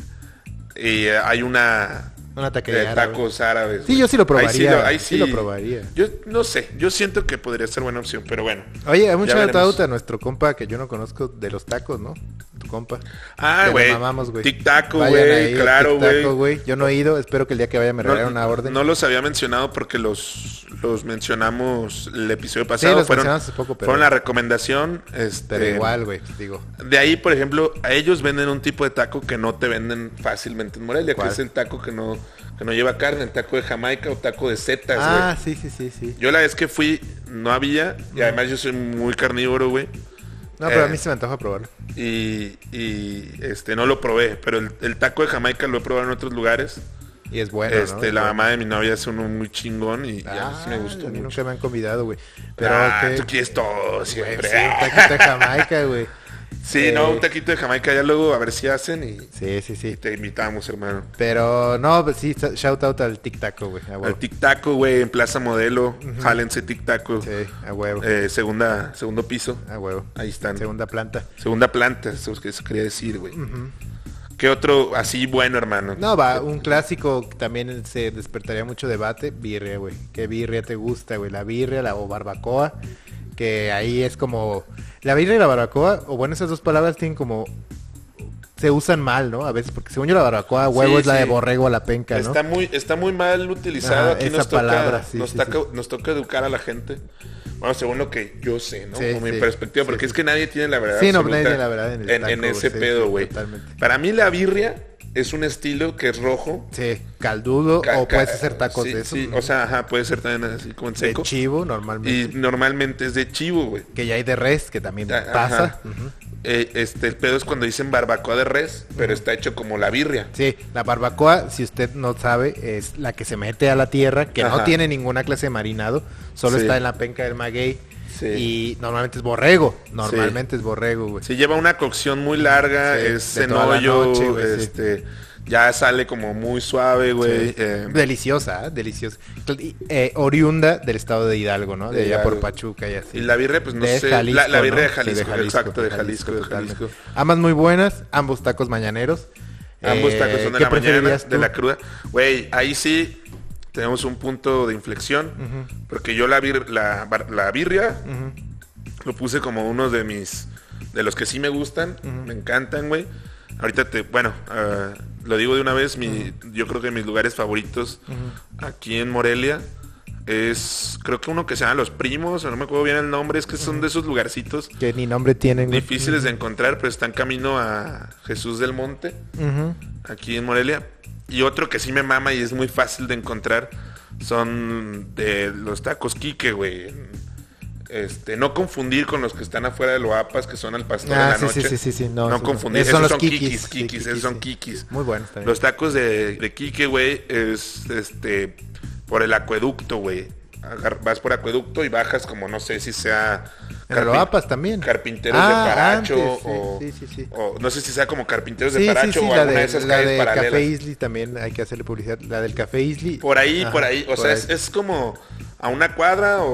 Y eh, hay una Una de taquería. güey. tacos árabes. Sí, güey. yo sí lo probaría, Ahí sí lo, ahí sí lo probaría. Yo no sé, yo siento que podría ser buena opción, pero bueno. Oye, hay un Ya shout veremos. out a nuestro compa que yo no conozco de los tacos, ¿no? Tu compa. Ah, Que lo güey. mamamos, güey. Tic Taco, Vayan güey, ahí a claro, Tic Taco, güey. güey. Yo no he ido, espero que el día que vaya me regalen una orden. no los había mencionado porque los, los mencionamos el episodio pasado. los fueron, mencionamos hace poco, pero- fueron la recomendación. Este, pero igual, güey, digo. De ahí, por ejemplo, a ellos venden un tipo de taco que no te venden fácilmente en Morelia, ¿Cuál? que es el taco que no, que no lleva carne, el taco de Jamaica o taco de setas, güey. Ah, sí, sí, sí, sí. Yo la vez que fui no había y además yo soy muy carnívoro, güey. No, pero a Eh. mí se me antoja probarlo. Y, y, este no lo probé, pero el, el taco de Jamaica lo he probado en otros lugares. Y es bueno, este, ¿no? la mamá de mi novia es uno muy chingón y, y a mí sí me Ah, gustó a mí mucho. nunca me han convidado, güey. Pero ah, qué- tú quieres todo güey, siempre. Ah, sí, un taquito de Jamaica, güey. sí, no, un taquito de Jamaica ya luego a ver si hacen y, Sí, sí, sí. y te invitamos, hermano. Ah, Pero no, pues sí, sa- shout out al Tic Taco, güey. A Al huevo. Tic Taco, güey, en Plaza Modelo. Jálense Tic Taco. Sí, a huevo. Eh, segunda, segundo piso. A huevo. Ahí están. Segunda planta. Segunda planta, eso es que eso quería decir, güey. ¿Qué otro así bueno, hermano? No, va, un clásico que también se despertaría mucho debate, birria, güey. ¿Qué birria te gusta, güey? La birria la, o barbacoa, que ahí es como... La birria y la barbacoa, o bueno, esas dos palabras tienen como... Se usan mal, ¿no? A veces, porque según yo la barbacoa, a huevo, Sí, es la sí. de borrego a la penca, ¿no? Está muy, está muy mal utilizado. Ajá, Aquí esa nos toca, palabra, sí, nos, sí, toca- sí. nos toca educar a la gente. Bueno, según lo que yo sé, ¿no? Sí, Como mi sí, perspectiva, sí, porque es sí. que nadie tiene la verdad. Sí, no, absoluta nadie tiene la verdad en en, el taco, en güey, ese sí, pedo, sí, güey. totalmente. Para mí la birria es un estilo que es rojo. Sí, caldudo, ca- o puedes ca- hacer tacos sí, de eso. sí, ¿no? o sea, ajá, puede ser también así como en de seco. chivo, y normalmente. normalmente es de chivo, güey. Ah, Que ya hay de res, que también Ajá. pasa. Ujú. Eh, este, el pedo es cuando dicen barbacoa de res, pero está hecho como la birria. Sí, la barbacoa, si usted no sabe, es la que se mete a la tierra, que no Ajá. tiene ninguna clase de marinado, solo Sí. está en la penca del maguey. Sí. Y normalmente es borrego, normalmente es borrego, güey. Se lleva una cocción muy larga, Sí, es de en toda la hoyo, noche, güey, sí. este, ya sale como muy suave, güey. Sí. eh, Deliciosa, ¿eh? deliciosa. Cl- y, eh, oriunda del estado de Hidalgo, ¿no? De De allá por Hidalgo. Pachuca y así. y la birria, pues no De sé, Jalisco, la, la birria ¿no? de, Sí, Jalisco, exacto, de Jalisco, de totalmente. Jalisco. Ambas muy buenas, ambos tacos mañaneros. Ambos Eh, tacos son de ¿qué la mañana, preferirías de tú? la cruda. Güey, ahí sí tenemos un punto de inflexión, Mm. porque yo la, bir- la, bar- la birria lo puse como uno de mis, de los que sí me gustan, me encantan, güey. Ahorita te, bueno, ah, lo digo de una vez, mi, yo creo que mis lugares favoritos aquí en Morelia es, creo que uno que se llama Los Primos, o no me acuerdo bien el nombre, es que son de esos lugarcitos Que ni nombre tienen. güey. difíciles de encontrar, pero están camino a Jesús del Monte Ujú. aquí en Morelia. Y otro que sí me mama y es muy fácil de encontrar son de los tacos Quique, güey. Este, no confundir con los que están afuera de Loapas, que son al pastor Ah, de la sí, noche. sí, sí, sí, sí, no, No, esos no. confundir. Esos Esos son son, los kikis, Kikis, sí, kikis, esos kikis, son sí. kikis. Muy buenos también. Los tacos de, de Quique, güey, es este por el acueducto, güey. Agar- Vas por acueducto y bajas como no sé si sea En Aloapas también. Carpinteros Ah, de Paracho antes, sí, o, sí, sí, sí. o no sé si sea como Carpinteros Sí, de sí, Paracho sí, o la alguna de, de, esas la calles de paralelas. Café Isli también hay que hacerle publicidad. La del Café Isli. Por ahí, Ajá, por ahí, o por sea, ahí. Es, es como a una cuadra o,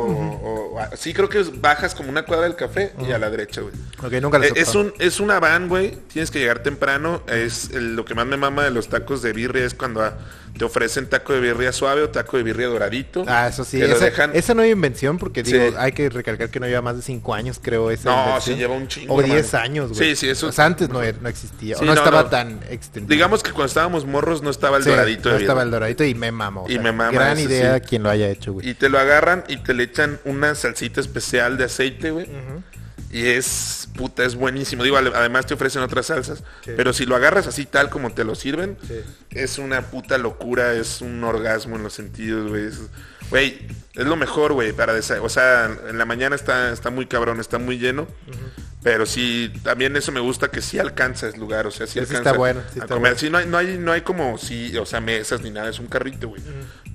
o- a- sí creo que es- bajas como una cuadra del café y a la derecha, güey. Ok, nunca la Eh, Es sopa. un, es una van, güey. Tienes que llegar temprano. Es el- lo que más me mama de los tacos de birria es cuando ah, te ofrecen taco de birria suave o taco de birria doradito. Ah, eso sí. Que lo Esa, dejan- esa no hay invención porque Sí. digo, hay que recalcar que no lleva más de 5 años, creo. Esa No, invención. sí lleva un chingo, O 10 hermano. años, güey. Sí, sí, eso- O sea, antes no, era- no existía. o Sí, no, no, estaba no. tan extendido. Digamos que cuando estábamos morros no estaba el Sí, doradito no de birria. estaba el doradito y me mamó. o Y sea, me mama Gran ese, idea sí. quien lo haya hecho, güey. Y te lo agarran y te le echan una salsita especial de aceite, güey. Y es, puta, es buenísimo. Digo, ale- además te ofrecen otras salsas. Sí. Pero si lo agarras así tal como te lo sirven, Sí. es una puta locura, es un orgasmo en los sentidos, güey. Es- Güey, es lo mejor, güey, para desa- O sea, en la mañana está, está muy cabrón, está muy lleno. Pero sí, también eso me gusta que sí alcanza el lugar, o sea, sí, Sí, sí alcanza está bueno, sí a está comer. bueno. Sí, no hay, no hay, no hay como, sí, o sea, mesas ni nada, es un carrito, güey.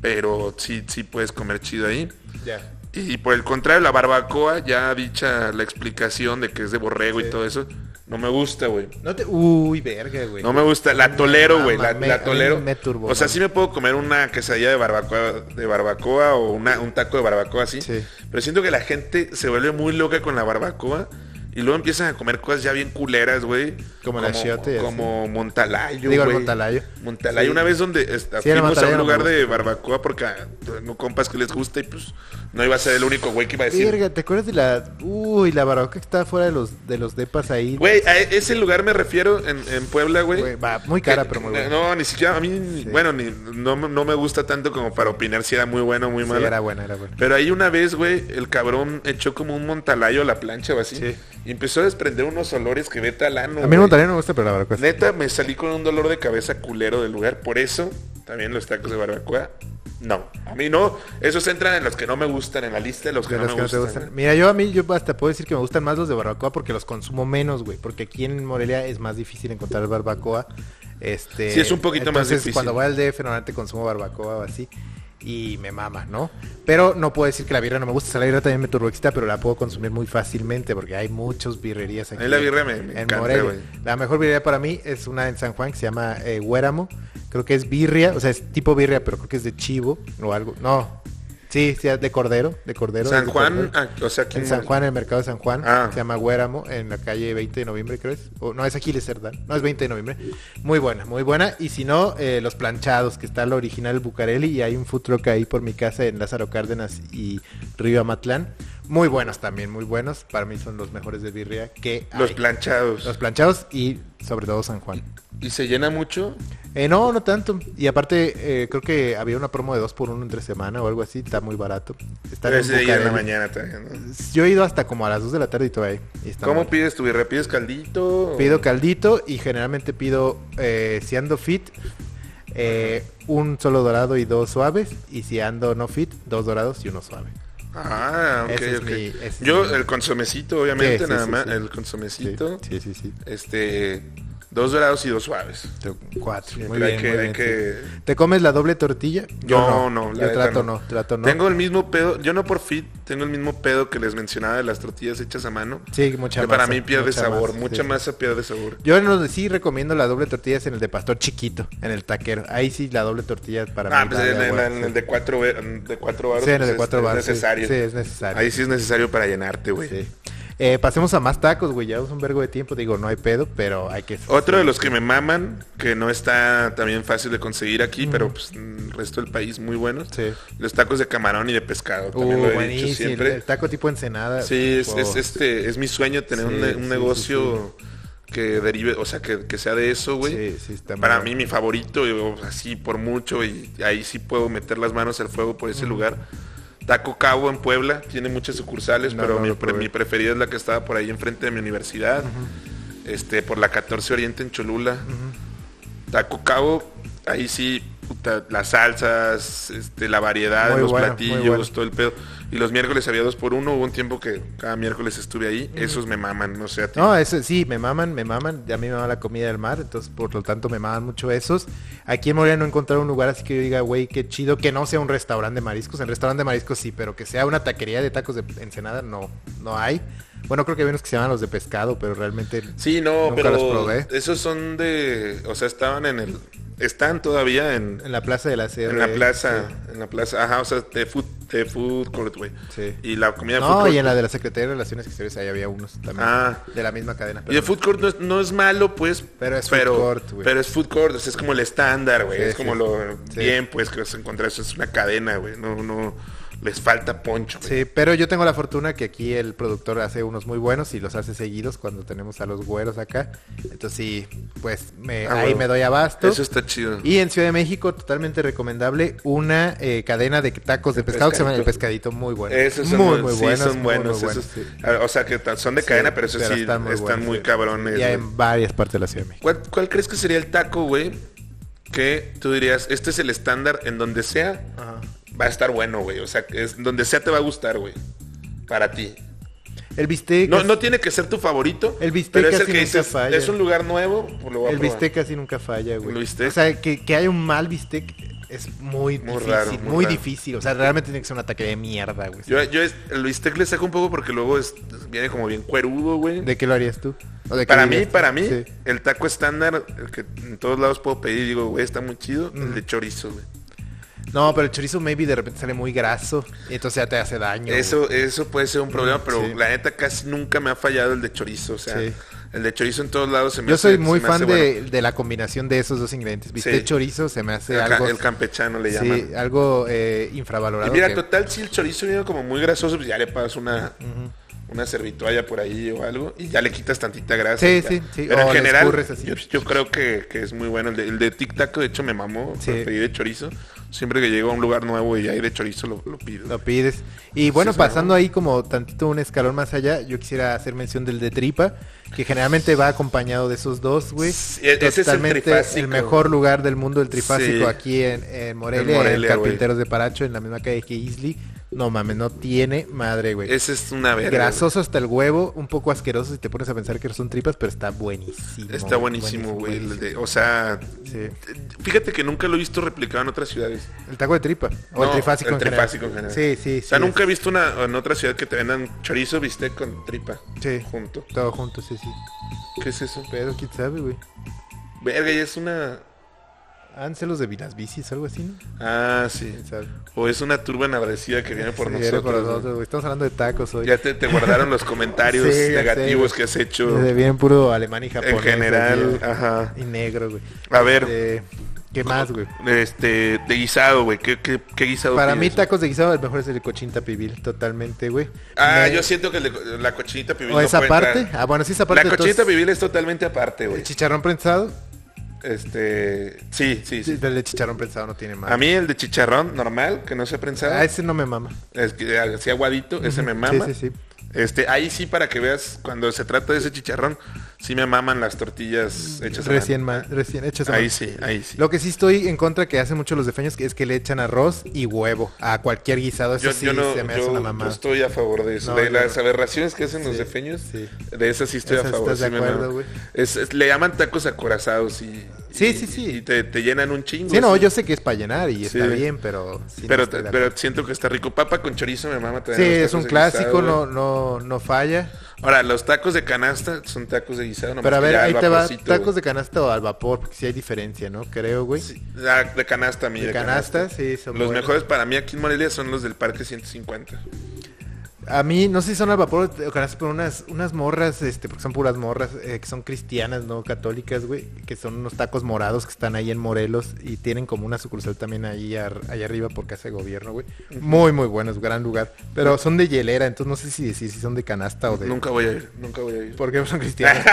Pero sí, sí puedes comer chido ahí. Ya. Y por el contrario, la barbacoa, ya dicha la explicación de que es de borrego y todo eso, no me gusta, güey. No te... Uy, verga, güey. No me gusta, la tolero, güey, la, mama, Ah, me- la a mí tolero. me turbo, o sea, mama. sí me puedo comer una quesadilla de barbacoa, de barbacoa o una, un taco de barbacoa así. Sí. Pero siento que la gente se vuelve muy loca con la barbacoa y luego empiezan a comer cosas ya bien culeras, güey. Como el achiote, así. Como Montalayo, Digo, el güey. Montalayo. Montalayo, Sí. una vez donde esta- Sí, el fuimos a Montalayo un no me lugar de barbacoa porque ah, no compas que les gusta y pues no iba a ser el único güey que iba a decir, Verga, ¿te acuerdas de la... Uy, la barbacoa que estaba fuera de los, de los depas ahí? Güey, a e, ese lugar me refiero en, en Puebla, güey. Güey, va, muy cara, Que- pero muy que- buena. No, ni siquiera a mí, ni- Sí. bueno, ni, no, me- no me gusta tanto como para opinar si era muy bueno o muy Sí, malo. era buena, era buena. Pero ahí una vez, güey, el cabrón echó como un montalayo a la plancha o así. Sí. Y empezó a desprender unos olores que vete al ano. A mí el güey. Montaleo no me pues. gusta, pero la barbacoa sí. Neta, me salí con un dolor de cabeza culero del lugar. Por eso, también los tacos de barbacoa. No, a mí no. Esos entran en los que no me gustan, en la lista de los que, De no, los me que no te gustan. gustan. Mira, yo a mí, yo hasta puedo decir que me gustan más los de barbacoa porque los consumo menos, güey. Porque aquí en Morelia es más difícil encontrar barbacoa. Este, Sí, es un poquito más entonces, difícil. cuando voy al DF normalmente consumo barbacoa o así. Y me mama, ¿no? Pero no puedo decir que la birra no me gusta. O sea, La birra también me turboexcita, pero la puedo consumir muy fácilmente porque hay muchas birrerías aquí. A mí la birra me- me en encanta, Morelia. güey. La mejor birria para mí es una en San Juan que se llama eh, Huéramo. Creo que es birria, o sea, es tipo birria, pero creo que es de chivo o algo. No. Sí, sí, de cordero, de cordero. es San de Juan, cordero. ah, o sea, aquí En San Juan, en el mercado de San Juan, Ah. se llama Güéramo, en la calle 20 de noviembre, creo es. O, no, es Aquiles Cerdán, no, es 20 de noviembre. Muy buena, muy buena. Y si no, eh, Los Planchados, que está el original Bucareli, y hay un food truck ahí por mi casa en Lázaro Cárdenas y Río Amatlán. Muy buenos también, muy buenos. Para mí son los mejores de birria que Los hay. planchados. Los Planchados y sobre todo San Juan. ¿Y se llena mucho? Eh, no, no tanto. Y aparte, eh, creo que había una promo de 2 por 1 entre semana o algo así, está muy barato. Está Pero es de ir en la Bucareli. mañana también. ¿no? Yo he ido hasta como a las 2 de la tarde y todavía. ahí. Y está ¿Cómo bueno. pides tu birra? ¿Pides caldito? o- Pido caldito y generalmente pido, eh, si ando fit, eh, un solo dorado y dos suaves. Y si ando no fit, dos dorados y uno suave. Ah, ok, Ese es ok. mi- ese es Yo, mi- el consomecito, obviamente, Sí, sí, nada sí, más. sí. El Sí, consomecito. sí, sí. sí. Este. Dos dorados y dos suaves. Yo- Cuatro. Siempre Muy hay bien, que- muy hay bien, que- sí. ¿Te comes la doble tortilla? No, no, la Yo neta trato no. no. trato no. Tengo el mismo pedo, yo no por fit, tengo el mismo pedo que les mencionaba de las tortillas hechas a mano. Sí, mucha que para masa, mí pierde mucha sabor, masa, mucha sí. masa pierde sabor. Yo no, sí recomiendo la doble tortilla es en el de pastor chiquito, en el taquero. Ahí sí la doble tortilla para ah, mí. pues vale en, en- agua, en sí. el de cuatro, ve- de cuatro baros. Sí, en el pues de es- cuatro baros, Es sí. necesario. Sí, es necesario. Ahí sí es necesario para llenarte, güey. Sí. Eh, pasemos a más tacos, güey. Llevamos un vergo de tiempo. Digo, no hay pedo, pero hay que... Otro de los que me maman, que no está también fácil de conseguir aquí, pero pues en el resto del país muy buenos. Sí. Los tacos de camarón y de pescado. Uh, También lo he dicho buenísimo. siempre. El taco tipo ensenada. Sí, es, Wow. es- este, es mi sueño tener Sí, un, ne- sí, un sí, negocio que derive, o sea, que, que sea de eso, güey. Sí, sí, está muy Para bueno. mí mi favorito, y, o, así por mucho, y ahí sí puedo meter las manos al fuego por ese lugar. Taco Cabo en Puebla, tiene muchas sucursales, No, pero no mi, lo pre- probé. mi preferida es la que estaba por ahí enfrente de mi universidad, este, por la 14 Oriente en Cholula. Taco Cabo, ahí sí, puta, las salsas, este, la variedad, Muy los bueno, muy platillos, bueno. todo el pedo. Y los miércoles había dos por uno, hubo un tiempo que cada miércoles estuve ahí, esos me maman, no sé a ti. No, eso sí, me maman, me maman. A mí me mama la comida del mar, entonces por lo tanto me maman mucho esos. Aquí en Morelia no he encontrado un lugar así que yo diga, güey, qué chido, que no sea un restaurante de mariscos. En restaurante de mariscos sí, pero que sea una taquería de tacos de ensenada no, no hay. Bueno, creo que había unos que se llaman los de pescado, pero realmente Sí, no, Nunca pero los probé. esos son de, o sea, estaban en el, están todavía en, en la plaza de la E, CR. en la plaza, en la plaza, ajá, o sea, de food, de food court, güey. Sí. Y la comida food No, court. y en la de la Secretaría de Relaciones Exteriores ahí había unos también. Ah. De la misma cadena. Y el pero- food court no es, no es malo, pues. Pero es food court, güey. Pero es food court, o sea, es como el estándar, güey. Sí, es como sí. lo Sí. bien, pues, que vas a encontrar. Eso es una cadena, güey. No, no, les falta poncho, güey. Sí, pero yo tengo la fortuna que aquí el productor hace unos muy buenos y los hace seguidos cuando tenemos a los güeros acá. Entonces sí, pues me- Ah, ahí huevo. me doy abasto. Eso está chido. Y en Ciudad de México, totalmente recomendable, una eh, cadena de tacos de pescado que se llama El Pescadito, muy bueno. Esos son muy, muy, muy sí, buenos. son muy, buenos. muy buenos, esos- sí. ah, O sea, que tan- son de cadena, pero eso pero sí, están muy buenos, sí. cabrones. Ya güey. en varias partes de la Ciudad de México. ¿Cuál, cuál crees que sería el taco, güey? Que tú dirías, este es el estándar en donde sea, va a estar bueno, güey. O sea, que es, donde sea te va a gustar, güey. Para ti. El bistec, No, es- no tiene que ser tu favorito. El bistec pero es el casi que nunca dices, falla. es un lugar nuevo, pues lo voy a el probar. bistec casi nunca falla, güey. El bistec. O sea, que, que haya un mal bistec es muy, Muy difícil, raro, muy muy, raro. difícil. O sea, realmente tiene que ser una taquería de mierda, güey. Yo, yo es- el bistec le saco un poco porque luego es- viene como bien cuerudo, güey. ¿De qué lo harías tú? ¿O de qué Para mí, dirías tú? para mí, Sí. el taco estándar, el que en todos lados puedo pedir, digo, güey, está muy chido, el Mm. de chorizo, güey. No, pero el chorizo maybe de repente sale muy graso y entonces ya te hace daño. güey. Eso, eso puede ser un problema, pero sí. la neta casi nunca me ha fallado el de chorizo. O sea, Sí. el de chorizo en todos lados se me Yo hace- soy se muy me hace fan bueno. de, de la combinación de esos dos ingredientes. Viste, Sí. chorizo se me hace El ca- algo... el campechano le llaman. Sí, algo eh, Y infravalorado. mira, que- total, si el chorizo viene como muy grasoso, pues ya le pasas una, una servitualla por ahí o algo y ya le quitas tantita Sí, grasa. y ya. sí, sí. Pero O en le general, escurres así. yo, yo creo que, que es muy bueno. El de, el de Tic Tac, de hecho, me mamó Sí. por pedir de chorizo. Siempre que llego a un lugar nuevo y hay de chorizo, lo, lo pido. Lo pides. Y bueno, es pasando ahí como tantito un escalón más allá, yo quisiera hacer mención del de tripa, que generalmente va acompañado de esos dos, güey. Sí, e- ese es el trifásico. mejor lugar del mundo, el trifásico, Sí. aquí en, en Morelia, En en, Morelia, Carpinteros de Paracho, en la misma calle que Isli. No mames, no tiene madre, güey. Ese es una verga. Grasoso hasta el huevo, un poco asqueroso si te pones a pensar que son tripas, pero está buenísimo. güey. Está buenísimo, güey. el buenísimo. de- O sea, Sí. fíjate que nunca lo he visto replicado en otras ciudades. El taco de tripa. O No, el trifásico el en trifásico general. en general. Sí, sí, O sea, sí, nunca he visto una, en otra ciudad que te vendan chorizo, bistec con tripa. Sí. Junto. es- Todo junto, sí, sí. ¿Qué es eso? Pero quién sabe, güey. Verga, ya es una... Han celos de las bicis, algo así, ¿no? Ah, sí. ¿Quién sabe? O es una turba enardecida que viene por eh, Sí, era nosotros. por ¿no? nosotros, güey. Estamos hablando de tacos hoy. Ya te, te guardaron los comentarios Sí, ya negativos sé, que has hecho Desde bien puro alemán y japonés. en general. güey. Ajá. Y negro, güey. A ver. Este, ¿Qué más, güey? Este, de guisado, güey. ¿Qué, qué, qué guisado Para mí, pides, güey? tacos de guisado, el mejor es el de cochín tapibil, totalmente, güey. Ah, Ne- yo siento que el de- la cochinita pibil ¿O no esa puede parte? entrar. Ah, bueno, sí, esa parte. la cochinita entonces, pibil es totalmente aparte, güey. El chicharrón prensado. Este, sí, sí, sí. El de chicharrón prensado no tiene más. A mí el de chicharrón normal, que no se prensado, Ah, ese no me mama. es que así aguadito, ese me mama. Sí, sí, sí. Este, ahí sí para que veas cuando se trata de ese chicharrón, sí me maman las tortillas hechas a Recién, mano. ma- recién hechas. a Ahí mano. sí, ahí sí. Lo que sí estoy en contra que hacen mucho los defeños que es que le echan arroz y huevo a cualquier guisado. Eso yo, sí yo no, se me yo hace una no mamada. estoy a favor de eso. No, de yo las no. aberraciones que hacen los Sí, defeños, sí. de esas sí estoy a Esas favor. estás de sí me maman. acuerdo, güey. Es- es- le llaman tacos acorazados y, Sí, y- sí, sí. y te, te llenan un chingo. Sí, no, así. yo sé que es para llenar y está Sí. bien, pero... sí, no pero, estoy de acuerdo. pero siento que está rico. Papa con chorizo me mama Sí, también. los es tacos un de clásico, guisado, güey. no, no, no falla. Ahora, los tacos de canasta son tacos de guisado. nomás Pero a que ver, ya al ahí te va vaporcito, tacos de güey. canasta o al vapor, porque sí hay diferencia, ¿no? Creo, güey. Sí, ah, de canasta, mi. De canasta, sí, son Los buenos. mejores para mí aquí en Morelia son los del Parque 150. A mí, no sé si son al vapor o canasta, pero unas, unas morras, este, porque son puras morras, eh, que son cristianas, no católicas, güey, que son unos tacos morados que están ahí en Morelos y tienen como una sucursal también ahí, ar- ahí arriba por casa de gobierno, güey. Muy, muy buenos, gran lugar. Pero son de hielera, entonces no sé si decir si son de canasta o de... Nunca voy a ir, nunca voy a ir. Porque son cristianos.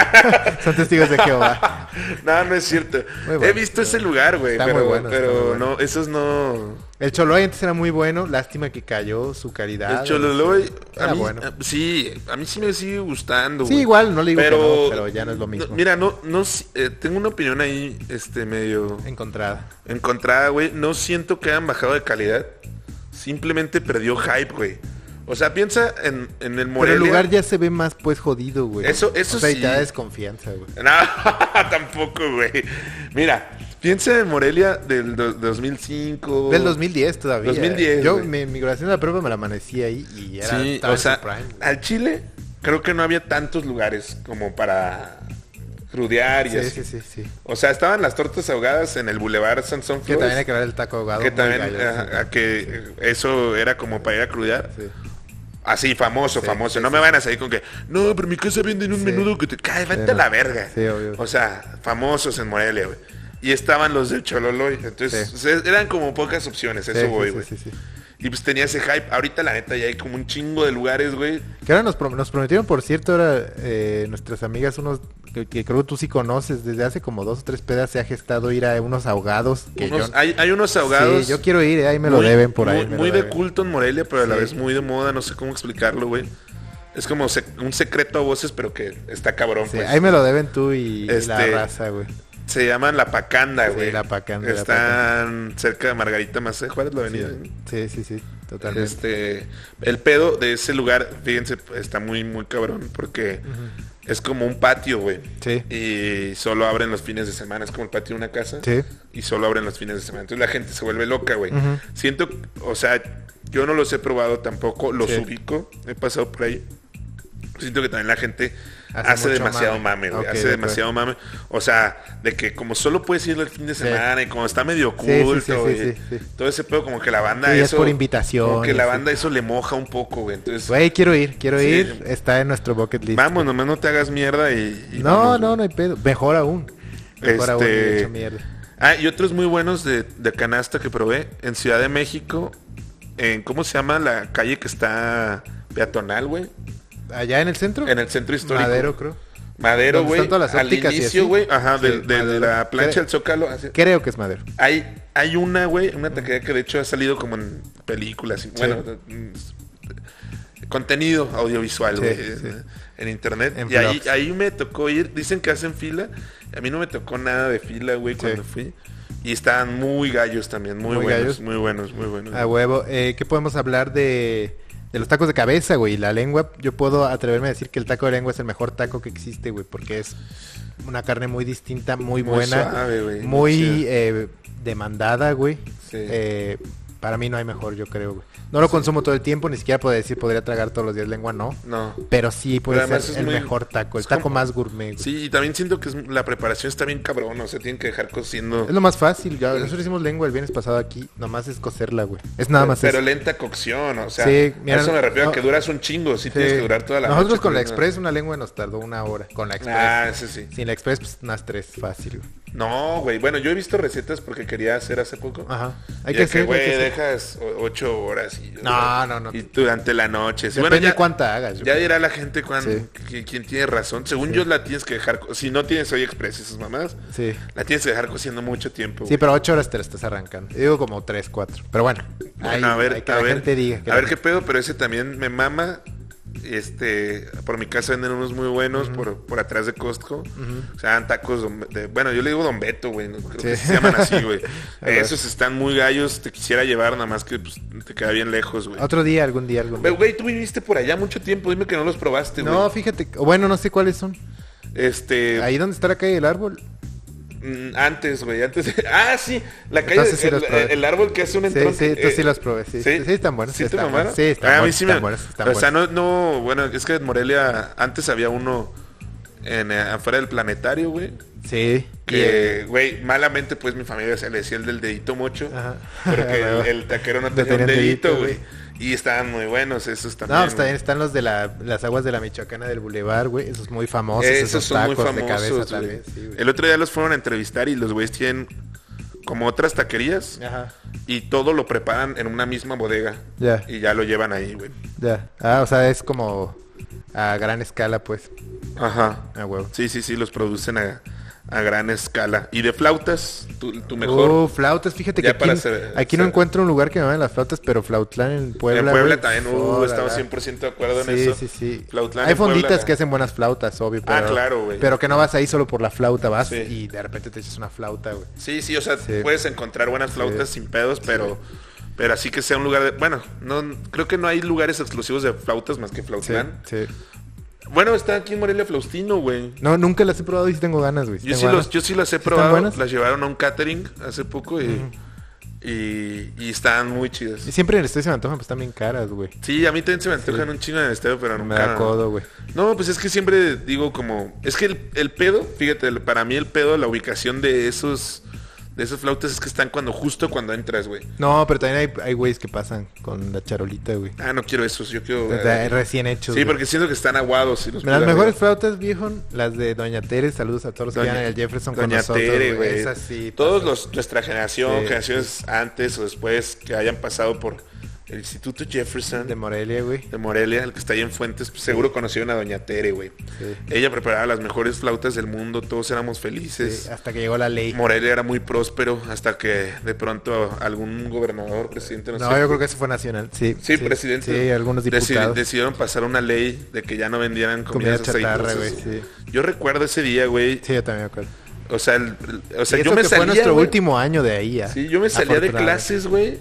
son testigos de Jehová. No, no es cierto. Muy bueno, He visto ese lugar, güey. Está Pero, muy bueno, está pero muy bueno. no, esos no. El Choloy antes era muy bueno, lástima que cayó su calidad. el Chololoy, a Era Ah, mí, bueno. a- sí, a mí sí me sigue gustando. Sí, güey. igual, no le digo pero, que no, pero ya no es lo mismo. mira, no, no, si- eh, tengo una opinión ahí, este, medio Encontrada. encontrada, güey. No siento que hayan bajado de calidad. Simplemente perdió hype, güey. O sea, piensa en, en el Pero Morelia. el lugar ya se ve más pues jodido, güey. Eso- eso o sea, y sí. te da desconfianza, güey. No, tampoco, güey. Mira, piensa en Morelia del do- 2005. Del 2010 todavía. 2010, Yo, güey. mi migración de la prueba me la amanecí ahí y era Sí, estaba o en sea, su prime, güey. al Chile creo que no había tantos lugares como para crudear y Sí, así. sí, sí, sí. O sea, estaban las tortas ahogadas en el Boulevard Sansón Que también hay Flores. que ver el taco ahogado. Que muy también, gallo, sí. ajá, que eh, eso era como para ir a crudear. Sí. Así, famoso, Sí, sí, famoso. no sí. me van a salir con que, no, pero en mi casa venden un Sí. menudo que te cae, vete Sí, a la no. verga. Sí, obvio. O sea, famosos en Morelia, güey. Y estaban los del Chololoy. Entonces, Sí. o sea, eran como pocas opciones, Sí, eso sí, voy, sí, güey. sí, sí. Y pues tenía ese hype. Ahorita, la neta, ya hay como un chingo de lugares, güey. Que ahora nos, prom- nos prometieron, por cierto, ahora eh, nuestras amigas, unos que, que creo tú sí conoces, desde hace como dos o tres pedas se ha gestado ir a unos ahogados. Que Unos- yo, hay, hay unos ahogados. Sí, yo quiero ir, eh, ahí me lo muy- deben por ahí. Muy, me lo muy de deben. culto en Morelia, pero a la Sí. vez muy de moda. No sé cómo explicarlo, güey. Es como se- un secreto a voces, pero que está cabrón, Sí, pues. ahí me lo deben tú y, y la Este, raza, güey. Se llaman La Pacanda, Sí, güey. La Pacanda, La Están cerca de Margarita Macé. ¿Cuál es la Sí, avenida? sí, sí, sí, totalmente. Este, el pedo de ese lugar, fíjense, está muy, muy cabrón porque es como un patio, güey. Sí. Y solo abren los fines de semana, es como el patio de una casa. Sí. Y solo abren los fines de semana. Entonces la gente se vuelve loca, güey. Ujú. Siento, o sea, yo no los he probado tampoco, los Sí. ubico, he pasado por ahí. Siento que también la gente Hace hace, mucho demasiado mame. mame, güey. Ok, de hace acuerdo. demasiado mame. O sea, de que como solo puedes ir el fin de Sí. semana y como está medio Sí, sí, sí, oculto, sí, güey. sí, sí. Todo ese pedo como que la banda Sí, es eso... por invitación, Como que la sí. banda eso le moja un poco, güey. Entonces, Güey, quiero ir, quiero Sí. ir. Está en nuestro bucket list. vamos, nomás no te hagas mierda y... y no, vamos, no, güey. no hay pedo. Mejor aún. Mejor aún. y Este- hecho mierda. Ah, y otros muy buenos de, de canasta que probé en Ciudad de México. En, ¿Cómo se llama la calle que está peatonal, güey? ¿Allá en el centro? En el centro histórico. Madero, creo. Madero, Donde güey. están todas las Al ópticas y inicio, así. güey. Ajá, Sí, del- de, Madero. la plancha Cre- del Zócalo. hacia- Creo que es Madero. Hay, hay una, güey, una taquería que de hecho ha salido como en películas. y- Bueno, mm, contenido audiovisual, Sí, güey, sí. en- en internet. En y ahí, blogs. ahí me tocó ir. Dicen que hacen fila. A mí no me tocó nada de fila, güey, Sí. cuando fui. Y estaban muy gallos también, muy, Muy buenos, gallos. muy buenos, muy buenos. A huevo. Eh, ¿Qué podemos hablar de, de los tacos de cabeza, güey? La lengua, yo puedo atreverme a decir que el taco de lengua es el mejor taco que existe, güey, porque es una carne muy distinta, muy, Muy buena, suave, güey, muy muy chida. eh, demandada, güey. Sí. Eh, para mí no hay mejor, yo creo, güey. No lo consumo todo el tiempo, ni siquiera puedo decir podría tragar todos los días lengua, no. No. Pero sí puede Pero además ser es el muy- mejor taco, el es taco como- más gourmet, güey. Sí, y también siento que es- la preparación está bien cabrón. O sea, tienen que dejar cociendo. Es lo más fácil, ya, nosotros hicimos lengua el viernes pasado aquí, nomás es cocerla, güey. Es nada más Pero eso. lenta cocción, o sea, Sí, mira, a eso me refiero no- a que duras un chingo, sí, Sí. tienes que durar toda la Nosotros noche con la cociendo. Express, una lengua nos tardó una hora. Con la Express. Ah, ese sí. Sin la Express, pues unas tres, fácil. güey. No, güey. Bueno, yo he visto recetas porque quería hacer hace poco. Ajá. Hay Hay que que, hacer, hay güey, que hacer. dejas o- ocho horas y... No, no, no. Y durante la noche. Sí, Depende bueno, ya, cuánta hagas. yo ya creo. dirá la gente cuán, Sí. qui- quién tiene razón. Según yo, la tienes que dejar... co- Si no tienes hoy Express y sus mamás, Sí. la tienes que dejar cociendo mucho tiempo. Sí, güey. pero ocho horas te la estás arrancando. Yo Digo como tres, cuatro. Pero bueno. ahí- Bueno, a ver, ahí que a la ver, gente diga. que a la ver qué pedo, pero ese también me mama. Este, por mi casa venden unos muy buenos por, por atrás de Costco. O sea, dan tacos don- de- bueno, yo le digo Don Beto, güey, no creo que Sí. se llaman así, güey. Eh, A ver. Esos están muy gallos, te quisiera llevar, nada más que pues, te queda bien lejos, güey. Otro día, algún día, algún día. Pero, Güey, tú viviste por allá mucho tiempo, dime que no los probaste, güey. No, fíjate. Bueno, no sé cuáles son. Este, Ahí donde está la calle del árbol. mm, antes, güey, antes. de- ah, sí, la calle Entonces sí el, los probé. el árbol que hace un Sí, entorno. sí, entonces sí los probé, sí. Sí, están buenos, ¿Sí sí, te están mamaron? buenos, sí, están Ah, a mí buenos, sí me- están buenos, están O sea, no, no, bueno, es que en Morelia antes había uno en, eh, afuera del planetario, güey. Sí. Que, güey, malamente, pues mi familia se le decía el del dedito mocho. Ajá. Porque Huevo. el, el taquero no No tenía un tenían dedito, dedito, güey. güey. Y estaban muy buenos esos también. No, pues también güey. están los de la- las aguas de la Michoacana del Boulevard, güey. Esos muy famosos, esos, Esos son muy tacos famosos. de cabeza tal güey. vez. Sí, güey. el otro día los fueron a entrevistar y los güeyes tienen como otras taquerías. Ajá. Y todo lo preparan en una misma bodega. Ya. Y ya lo llevan ahí, güey. Ya. Ah, o sea, es como a gran escala, pues. Ajá. A huevo. Sí, sí, sí, los producen a, a gran escala. Y de flautas, tu, tu mejor. Uh, flautas, fíjate que Ya aquí, para hacer- aquí no hacer- encuentro un lugar que me vayan las flautas, pero Flautlán en Puebla. en Puebla güey, también, uh, órale. estamos 100% de acuerdo en Sí, eso. sí, sí. Flautlán Hay en Puebla, fonditas la- que hacen buenas flautas, obvio. Ah, Pero, claro, güey. Pero que no vas ahí solo por la flauta, vas Sí. y de repente te echas una flauta, güey. Sí, sí, o sea, Sí. puedes encontrar buenas flautas sin pedos, pero. Pero así que sea un lugar de. Bueno, no, creo que no hay lugares exclusivos de flautas más que Sí, Flautlán. sí. Bueno, está aquí en Morelia Flaustino, güey. No, nunca las he probado y sí tengo ganas, güey. Yo tengo sí, ganas. los, yo sí las he están probado. buenas? Las llevaron a un catering hace poco y Y, y están muy chidas. Y siempre en el estadio se me antojan, pues están bien caras, güey. Sí, a mí también se me antojan un chingo en el estadio, pero Me nunca. da codo, güey. No, pues es que siempre digo como... Es que el, el pedo, fíjate, el- para mí el pedo, la ubicación de esos... De esos flautas es que están cuando justo cuando entras, güey. No, pero también hay, hay güeyes que pasan con la charolita, güey. Ah, no quiero esos, yo quiero... O sea, recién hechos. sí, güey. porque siento que están aguados. Y los Las pido mejores arriba. flautas, viejo, las de Doña Tere. Saludos a todos los que Doña- llegan en el Jefferson con Doña nosotros. Tere, güey. güey. Esas sí, Todos pasan. los, nuestra generación, Sí. generaciones antes o después que hayan pasado por el Instituto Jefferson De de, Morelia, güey. Morelia, el que está ahí en Fuentes, pues, seguro conocieron a Doña Tere, güey. Sí. Ella preparaba las mejores flautas del mundo, todos éramos Sí, felices. hasta que llegó la ley. Morelia era muy próspero hasta que de pronto algún gobernador, presidente, no, No, sé. yo creo que eso fue nacional. Sí, Sí, presidente. Sí, algunos deci- diputados. decidieron pasar una ley de que ya no vendieran Comida comidas chatarra, güey. aceitosas. Sí. Yo recuerdo ese día, güey. Sí, yo también me acuerdo. O sea, el- el- o sea Y yo eso me que salía. fue nuestro güey. último año de ahí. ah, Sí, yo me salía de afortunadamente. clases, güey,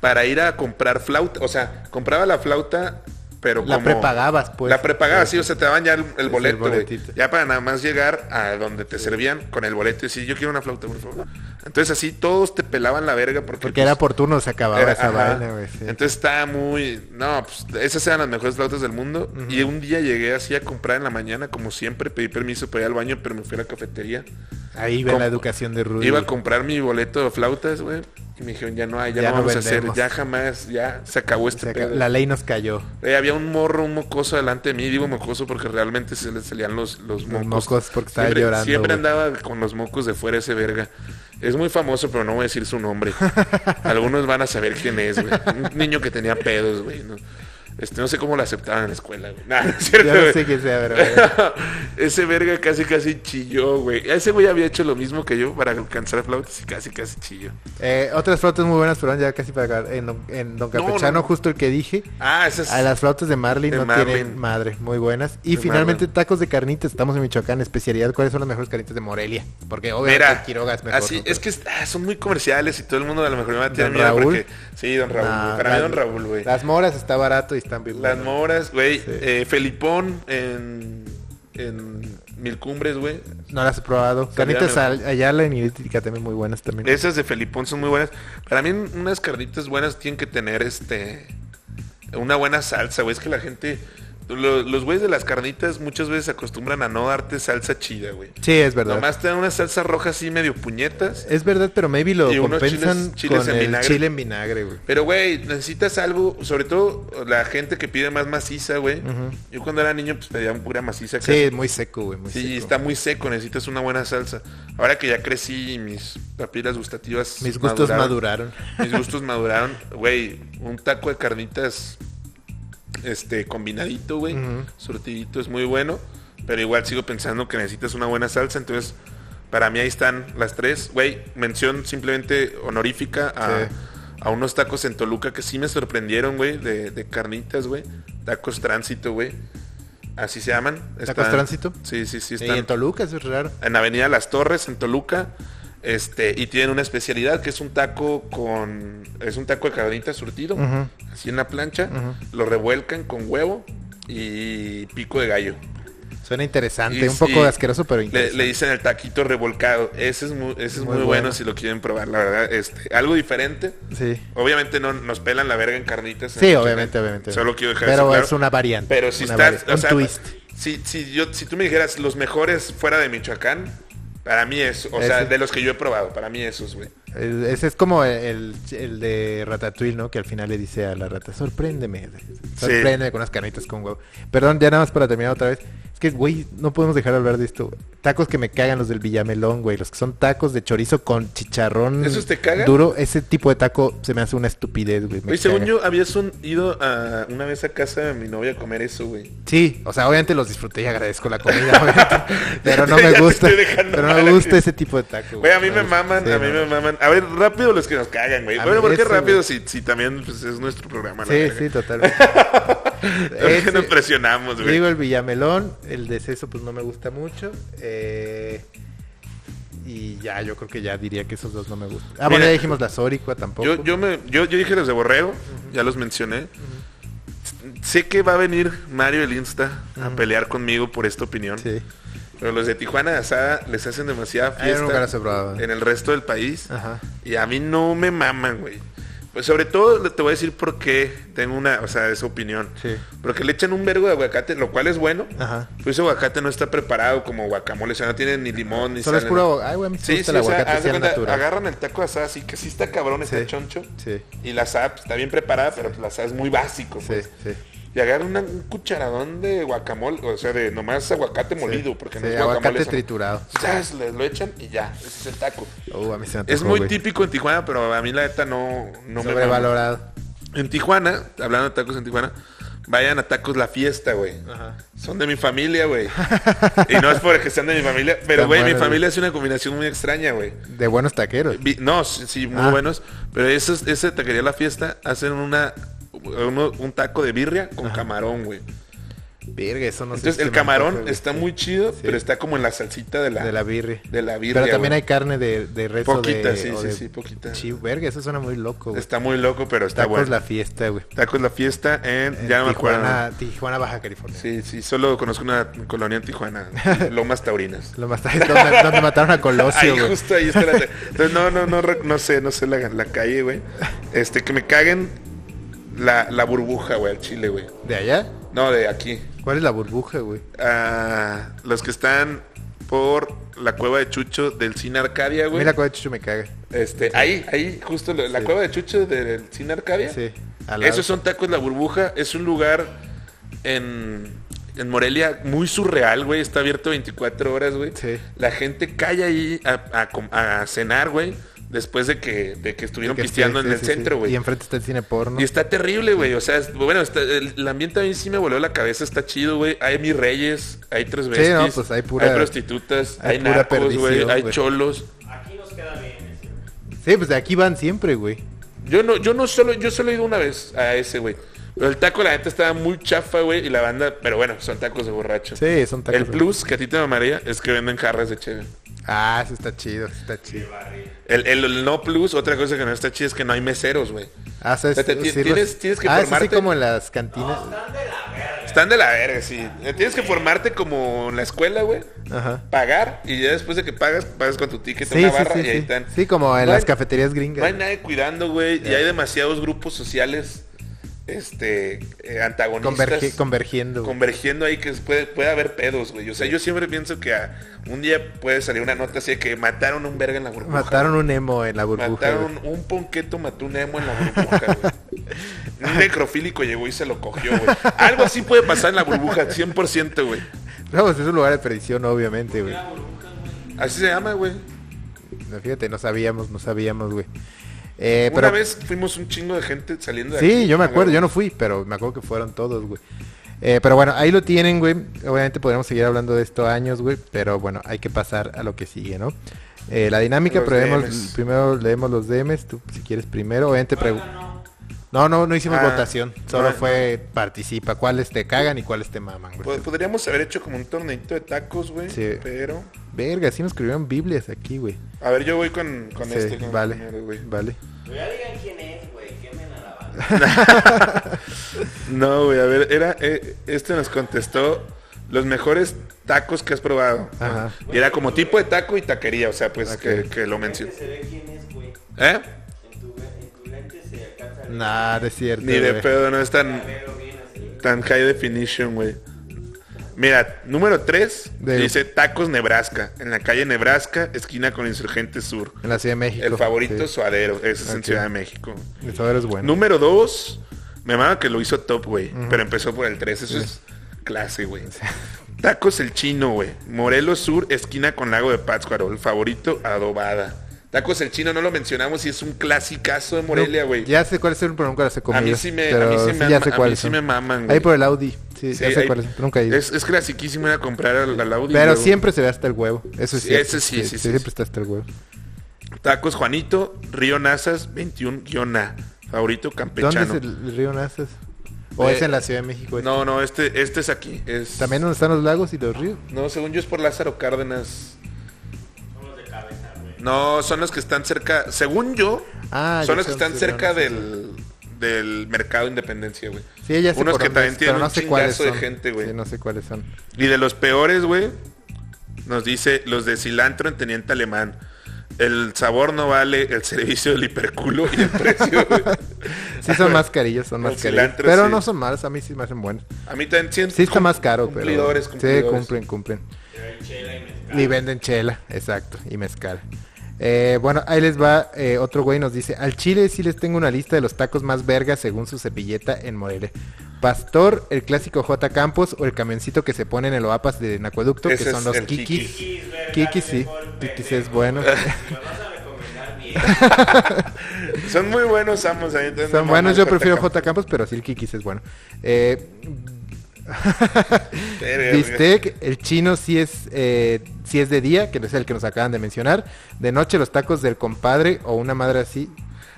para ir a comprar flauta. O sea, compraba la flauta, pero La como- prepagabas, pues. la prepagabas, sí, o sea, te daban ya el, el boleto, güey. boletito. Ya para nada más llegar a donde te servían con el boleto y decir, yo quiero una flauta, por favor. Entonces así todos te pelaban la verga porque... pues, Porque era por turno, se acababa era- esa ajá. vaina, güey. sí. Entonces estaba muy... No, pues esas eran las mejores flautas del mundo. Y un día llegué así a comprar en la mañana, como siempre, pedí permiso para ir al baño, pero me fui a la cafetería. Ahí ve Como- la educación de Rudy. Iba a comprar mi boleto de flautas, güey. Y me dijeron, ya no hay, ya, Ya no no vamos a vendemos. hacer, ya jamás, ya se acabó O este sea, pedo. la ley nos cayó. Eh, había un morro, un mocoso delante de mí. Digo mocoso porque realmente se le salían los, los mocos. mocos porque estaba siempre, llorando, güey. Siempre andaba con los mocos de fuera ese verga. Es muy famoso, pero no voy a decir su nombre. Algunos van a saber quién es, güey. Un niño que tenía pedos, güey. No, este, no sé cómo lo aceptaban en la escuela, güey. Nah, no es cierto, Yo no güey. sé qué sea, pero. güey. Ese verga casi casi chilló, güey. Ah, Ese güey había hecho lo mismo que yo para alcanzar flautas y casi casi chilló. Eh, otras flautas muy buenas, pero ya casi para acabar. En, Don- en Don No, no, Campechano, no. justo el que dije. Ah, esas. A las flautas de Marlin De no Marlin. tienen madre, muy buenas. Y De finalmente Marlin. tacos de carnitas, estamos en Michoacán, especialidad, ¿cuáles son las mejores carnitas de Morelia? Porque obviamente Mira, Quiroga es mejor. así, ¿no? es que ah, son muy comerciales y todo el mundo a lo mejor me va a tener ¿Don miedo Raúl? porque... Sí, Don Raúl. Nah, güey. Para mí las- Don Raúl, güey. Las moras está barato y están bien Las buenas. moras, güey. Eh, Felipón en, en Mil Cumbres, güey. No las he probado. Carnitas ya al- Ayala en Irítica también muy buenas también. Esas de Felipón son muy buenas. Para mí unas carnitas buenas tienen que tener este... Una buena salsa, güey. Es que la gente... lo- los güeyes de las carnitas muchas veces se acostumbran a no darte salsa chida, güey. Sí, es verdad. Nomás te dan una salsa roja así medio puñetas. Es verdad, pero maybe lo Y unos compensan chiles- chiles con en el vinagre. chile en vinagre, güey. Pero, güey, necesitas algo, sobre todo la gente que pide más maciza, güey. Yo cuando era niño, pues pedía pura maciza. Sí, casi. es muy seco, güey, muy Sí, seco. está muy seco, necesitas una buena salsa. Ahora que ya crecí y mis papilas gustativas. Mis gustos maduraron. maduraron. Mis gustos maduraron. Güey, un taco de carnitas este, combinadito, güey. Ujú. Sortidito es muy bueno. Pero igual sigo pensando que necesitas una buena salsa. Entonces, para mí ahí están las tres. Güey, mención simplemente honorífica a, Sí. a unos tacos en Toluca que sí me sorprendieron, güey. De, de carnitas, güey. Tacos tránsito, güey. Así se llaman. ¿Tacos Tránsito? Sí, sí, sí. Y Están en Toluca, eso es raro. en Avenida Las Torres, en Toluca. Este, y tienen una especialidad que es un taco con. Es un taco de carnitas surtido, Ujú. así en la plancha. Ujú. Lo revuelcan con huevo y pico de gallo. Suena interesante, Y un poco sí, asqueroso, pero le- interesante. Le, dicen el taquito revolcado. Ese es muy, ese es muy, Muy bueno. bueno. si lo quieren probar, la verdad. Este, algo diferente. Sí. Obviamente no nos pelan la verga en carnitas. en Sí, Michoacán. obviamente, obviamente. Solo quiero dejar Pero eso claro. es una variante. Pero si una estás, variante, o sea, un twist. Si, si, yo, si tú me dijeras los mejores fuera de Michoacán, para mí es, o sea, Ese. de los que yo he probado, para mí esos, güey. Es- Ese es como el, el de Ratatouille, ¿no? Que al final le dice a la rata, sorpréndeme. Sorpréndeme con unas carnitas con huevo. Perdón, ya nada más para terminar otra vez. Es que, güey, no podemos dejar de hablar de esto. Tacos que me cagan los del Villamelón, güey. Los que son tacos de chorizo con chicharrón ¿Esos te cagan? duro. Ese tipo de taco se me hace una estupidez, güey. me Oye, según caga. yo, habías un- ido a, una vez a casa de mi novia a comer eso, güey. Sí, o sea, obviamente los disfruté y agradezco la comida, obviamente, pero no Ya me te gusta. estoy dejando Pero no mal me aquí. gusta ese tipo de taco. Güey, a mí No me gusta. maman, Sí, a mí no, me no. maman. A ver, rápido los que nos cagan, güey. A Bueno, mí ¿por qué eso, rápido? güey. Si, si también pues, es nuestro programa. la Sí, verga. sí, totalmente. ¿Por qué Ese- nos presionamos, güey? Digo el Villamelón, el deceso pues no me gusta mucho. eh, y ya, yo creo que ya diría que esos dos no me gustan. Ah, bueno, Mira, ya dijimos la Zoricua tampoco. Yo, yo, me, yo, yo dije los de Borrego, ya los mencioné. Sé que va a venir Mario el Insta a pelear conmigo por esta opinión. Sí. Pero los de Tijuana de asada les hacen demasiada Ah, yo nunca las he fiesta probado. en el resto del país. Ajá. Y a mí no me maman, güey. Pues sobre todo te voy a decir por qué tengo una, o sea, esa opinión. Sí. Porque le echan un vergo de aguacate, lo cual es bueno. Ajá. Pues ese aguacate no está preparado como guacamole, o sea, no tiene ni limón ni Solo es sal, puro no. aguacate. Ay, güey, a mí sí me Sí, gusta sí, el o sea, aguacate haz así de al cuenta, natural. agarran el taco asada, así que sí está cabrón, Sí. está choncho. Sí, Y la asada pues, está bien preparada, pero pues, la asada es muy básico. sí, pues. sí. Y agarran una- un cucharadón de guacamole, o sea, de nomás aguacate molido, porque no Sí, es guacamole. aguacate eso no. triturado. Zas, les lo echan y ya, ese es el taco. Uh, a mí se me Es antojó, muy güey. típico en Tijuana, pero a mí la neta no, no me mama. Sobrevalorado. En Tijuana, hablando de tacos en Tijuana, vayan a Tacos La Fiesta, güey. Son de mi familia, güey. y no es porque sean de mi familia, pero, Están güey, mi buenos, familia es una combinación muy extraña, güey. De buenos taqueros. Vi- No, sí, sí, muy Ah. buenos. Pero esos, ese taquería La Fiesta hacen una, uno- un taco de birria con camarón, güey. Verga, eso no sé si Entonces, se el me camarón antoja, güey. está muy chido, pero está como en la salsita de la, De la birria. de la birria, Pero también hay güey. carne de, de res o Poquita, de- sí, o sí, de- sí, poquita. Sí, verga, eso suena muy loco, güey. Está muy loco, pero está Tacos bueno. la fiesta, güey. Tacos La Fiesta en... En ya no me acuerdo. Tijuana, Tijuana, Baja California. Sí, sí, solo conozco una colonia en Tijuana, Lomas Taurinas. Lo más tarde, donde, donde mataron a Colosio, ahí, güey. justo ahí está la... Entonces, no, no, no, re- no sé, no sé la, la calle, güey. Este, que me caguen la, la burbuja, güey, al chile, güey. ¿De allá? No, de aquí. ¿Cuál es la burbuja, güey? Ah, los que están por la cueva de Chucho del Cine Arcadia, güey. Mira, cuál chucho me caga. Este, ahí, ahí, justo lo- la Sí. cueva de Chucho del Cine Arcadia. Sí. al lado. Esos son tacos La Burbuja. Es un lugar en, en Morelia muy surreal, güey. Está abierto 24 horas, güey. Sí. La gente cae ahí a, a com- a cenar, güey. Después de que, de que estuvieron Que sí, pisteando sí, en el sí, sí. centro, güey. Y enfrente está el cine porno. Y está terrible, güey. O sea, es- bueno, está- el, el ambiente a mí sí me voló la cabeza. Está chido, güey. Hay mis reyes, hay tres veces. no, pues hay pura- prostitutas, hay hay, pura narcos, güey. perdición, Hay güey. cholos. Aquí nos queda bien ese. Sí, pues de aquí van siempre, güey. Yo no, yo no solo, yo solo he ido una vez a ese, güey. Pero el taco, la neta, estaba muy chafa, güey. Y la banda, pero bueno, son tacos de borracho. Sí, son tacos. El plus que a ti te mamaría es que venden jarras de cheve. Ah, eso está chido, eso está chido. El, el- el no plus, otra cosa que no está chida es que no hay meseros, güey. Ah, ¿sabes? O sea, te- ti- Sí, los- tienes- tienes que ah, es así formarte. Ah, como en las cantinas. Están de la verga, sí. Eh, Tienes que formarte como en la escuela, güey. Ajá. Pagar y ya después de que pagas, pagas con tu ticket a Sí, una sí, barra sí, y ahí sí. están. Sí, como en No las hay- cafeterías No hay gringas. nadie cuidando, güey. Y hay demasiados grupos sociales este, eh, antagonistas. Convergi- convergiendo. güey. convergiendo ahí que puede, puede haber pedos, güey. O sea, yo siempre pienso que ah, un día puede salir una nota así de que mataron un verga en la burbuja. Mataron un emo en la burbuja. Mataron güey. un ponqueto, mató un emo en la burbuja, güey. Un necrofílico llegó y se lo cogió, güey. Algo así puede pasar en la burbuja, 100%, güey. No, pues es un lugar de perdición, obviamente, güey. Así se llama, güey. Eh, No, Fíjate, no sabíamos, no sabíamos, güey. Eh, Una pero vez fuimos un chingo de gente saliendo de Sí, aquí, yo me acuerdo, güey. yo no fui, pero me acuerdo que fueron todos, güey. Eh, pero bueno, ahí lo tienen, güey. Obviamente podríamos seguir hablando de esto años, güey. Pero bueno, hay que pasar a lo que sigue, ¿no? Eh, la dinámica, Los pero vemos- DMs. primero leemos los DMs, tú si quieres primero. Obviamente pregu- No, No, no, no hicimos Ah, votación. Solo no, no. fue participa. ¿Cuáles te cagan y cuáles te maman, güey? Pod- Podríamos haber hecho como un torneito de tacos, güey. Sí. Pero. Verga, sí nos escribieron Biblias aquí, güey. A ver, yo voy con, con Sí, este. con el vale, primero, güey. vale. Pero ya digan quién es, güey. Quemen a la banda. No, güey, a ver, era, eh, este nos contestó los mejores tacos que has probado. Ajá. Y era como tipo de taco y taquería, o sea, pues Ok. que, que lo mencionó. Se ve quién es, güey. ¿Eh? En tu, en tu lente se alcanza a ver. Nah, de cierto, Ni de güey. pedo, no es tan, A verlo bien así. tan high definition, güey. Mira, número 3 De- dice Tacos Nebraska, en la calle Nebraska, esquina con Insurgente Sur. En la Ciudad de México. El favorito sí. suadero, ese es en Ok. Ciudad de México. El suadero es bueno. Número 2, me mama que lo hizo top, güey. Pero empezó por el 3, eso es clase, güey. Tacos el chino, güey. Morelos Sur, esquina con Lago de Pátzcuaro. El favorito, adobada. Tacos el chino, no lo mencionamos y es un clasicazo de Morelia, No, güey. Ya sé cuál es el pero nunca las he comido. A mí sí me- a pero mí sí me ya ama- sé a mí cuáles sí son. me maman, Ahí güey. por el Audi. Sí, Sí, ya sé hay- cuáles son, pero nunca he ido. Es, es clasiquísimo ir a comprar al, al Audi, pero güey. siempre se ve hasta el huevo. Eso es Sí, cierto. ese sí, sí, sí, Siempre sí. está hasta el huevo. Tacos Juanito, Río Nazas, 21-A. Favorito ¿Dónde campechano. es el río Nazas? ¿O Eh, es en la Ciudad de México? este? No, no, este, este es aquí. Es... ¿También donde están los lagos y los ríos? No, según yo es por Lázaro Cárdenas. Son los de cabeza, güey. No, son los que están cerca, según yo, Ah, ya son los sé que están dónde cerca son, sí, del, del mercado Independencia, güey. Sí, ya sé Unos por que dónde también es, tienen pero no un sé cuáles chingazo de son. gente, güey. Sí, no sé cuáles son. Y de los peores, güey, Nos dice, los de cilantro en Teniente Alemán. El sabor no vale el servicio del hiperculo y el precio. güey. Sí son más carillas, son más El carillas. cilantro, Pero sí. no son malas, a mí sí me hacen buenas. A mí también siento- Sí está más caro, pero... Cumplidores, cumplidores. Sí, cumplen, cumplen. Pero hay chela y mezcal. Y venden chela, exacto, y mezcal. Eh, bueno, ahí les va eh, otro güey nos dice, al chile sí les tengo una lista de los tacos más vergas según su cepilleta en Morelia. Pastor, el clásico J. Campos o el camioncito que se pone en el Oapas de Nacueducto, Ese que es son los el kikis. Kikis. Kikis, ¿verdad? Kikis, sí. Mejor Kikis pendejo. es bueno. Lo vas a recomendar bien. Son muy buenos ambos. a mí también Son me buenos, mama yo el prefiero J.K. J. Campos, pero sí el Kikis es bueno. Eh, Verga, Bistec, Eh, el chino sí es, eh, sí es de día, que es el que nos acaban de mencionar. De noche los tacos del compadre o una madre así.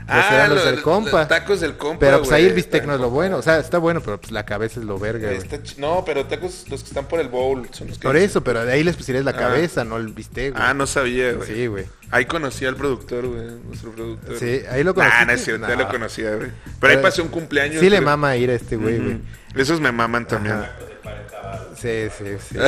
Pues eran los Ah, lo- del los compa. Tacos del compa. Pero pues ahí güey, el bistec está- no es lo bueno. O sea, está bueno, pero pues la cabeza es lo verga, güey. está ch- no, pero tacos los que están por el bowl son los que. Por eso, pero de ahí les pusieras la Ah. cabeza, no el bistec, güey. Pues Ah, no sabía, güey. Sí, güey. Ahí conocí al productor, güey. Nuestro productor. Sí, ahí lo Ah, no conociste. es cierto, ya No. lo conocía, güey. Pero ahí Pero- pasé un cumpleaños. Sí le güey. mama ir a este güey, güey. Ujú. Esos me maman también. Ajá. Sí, sí, sí.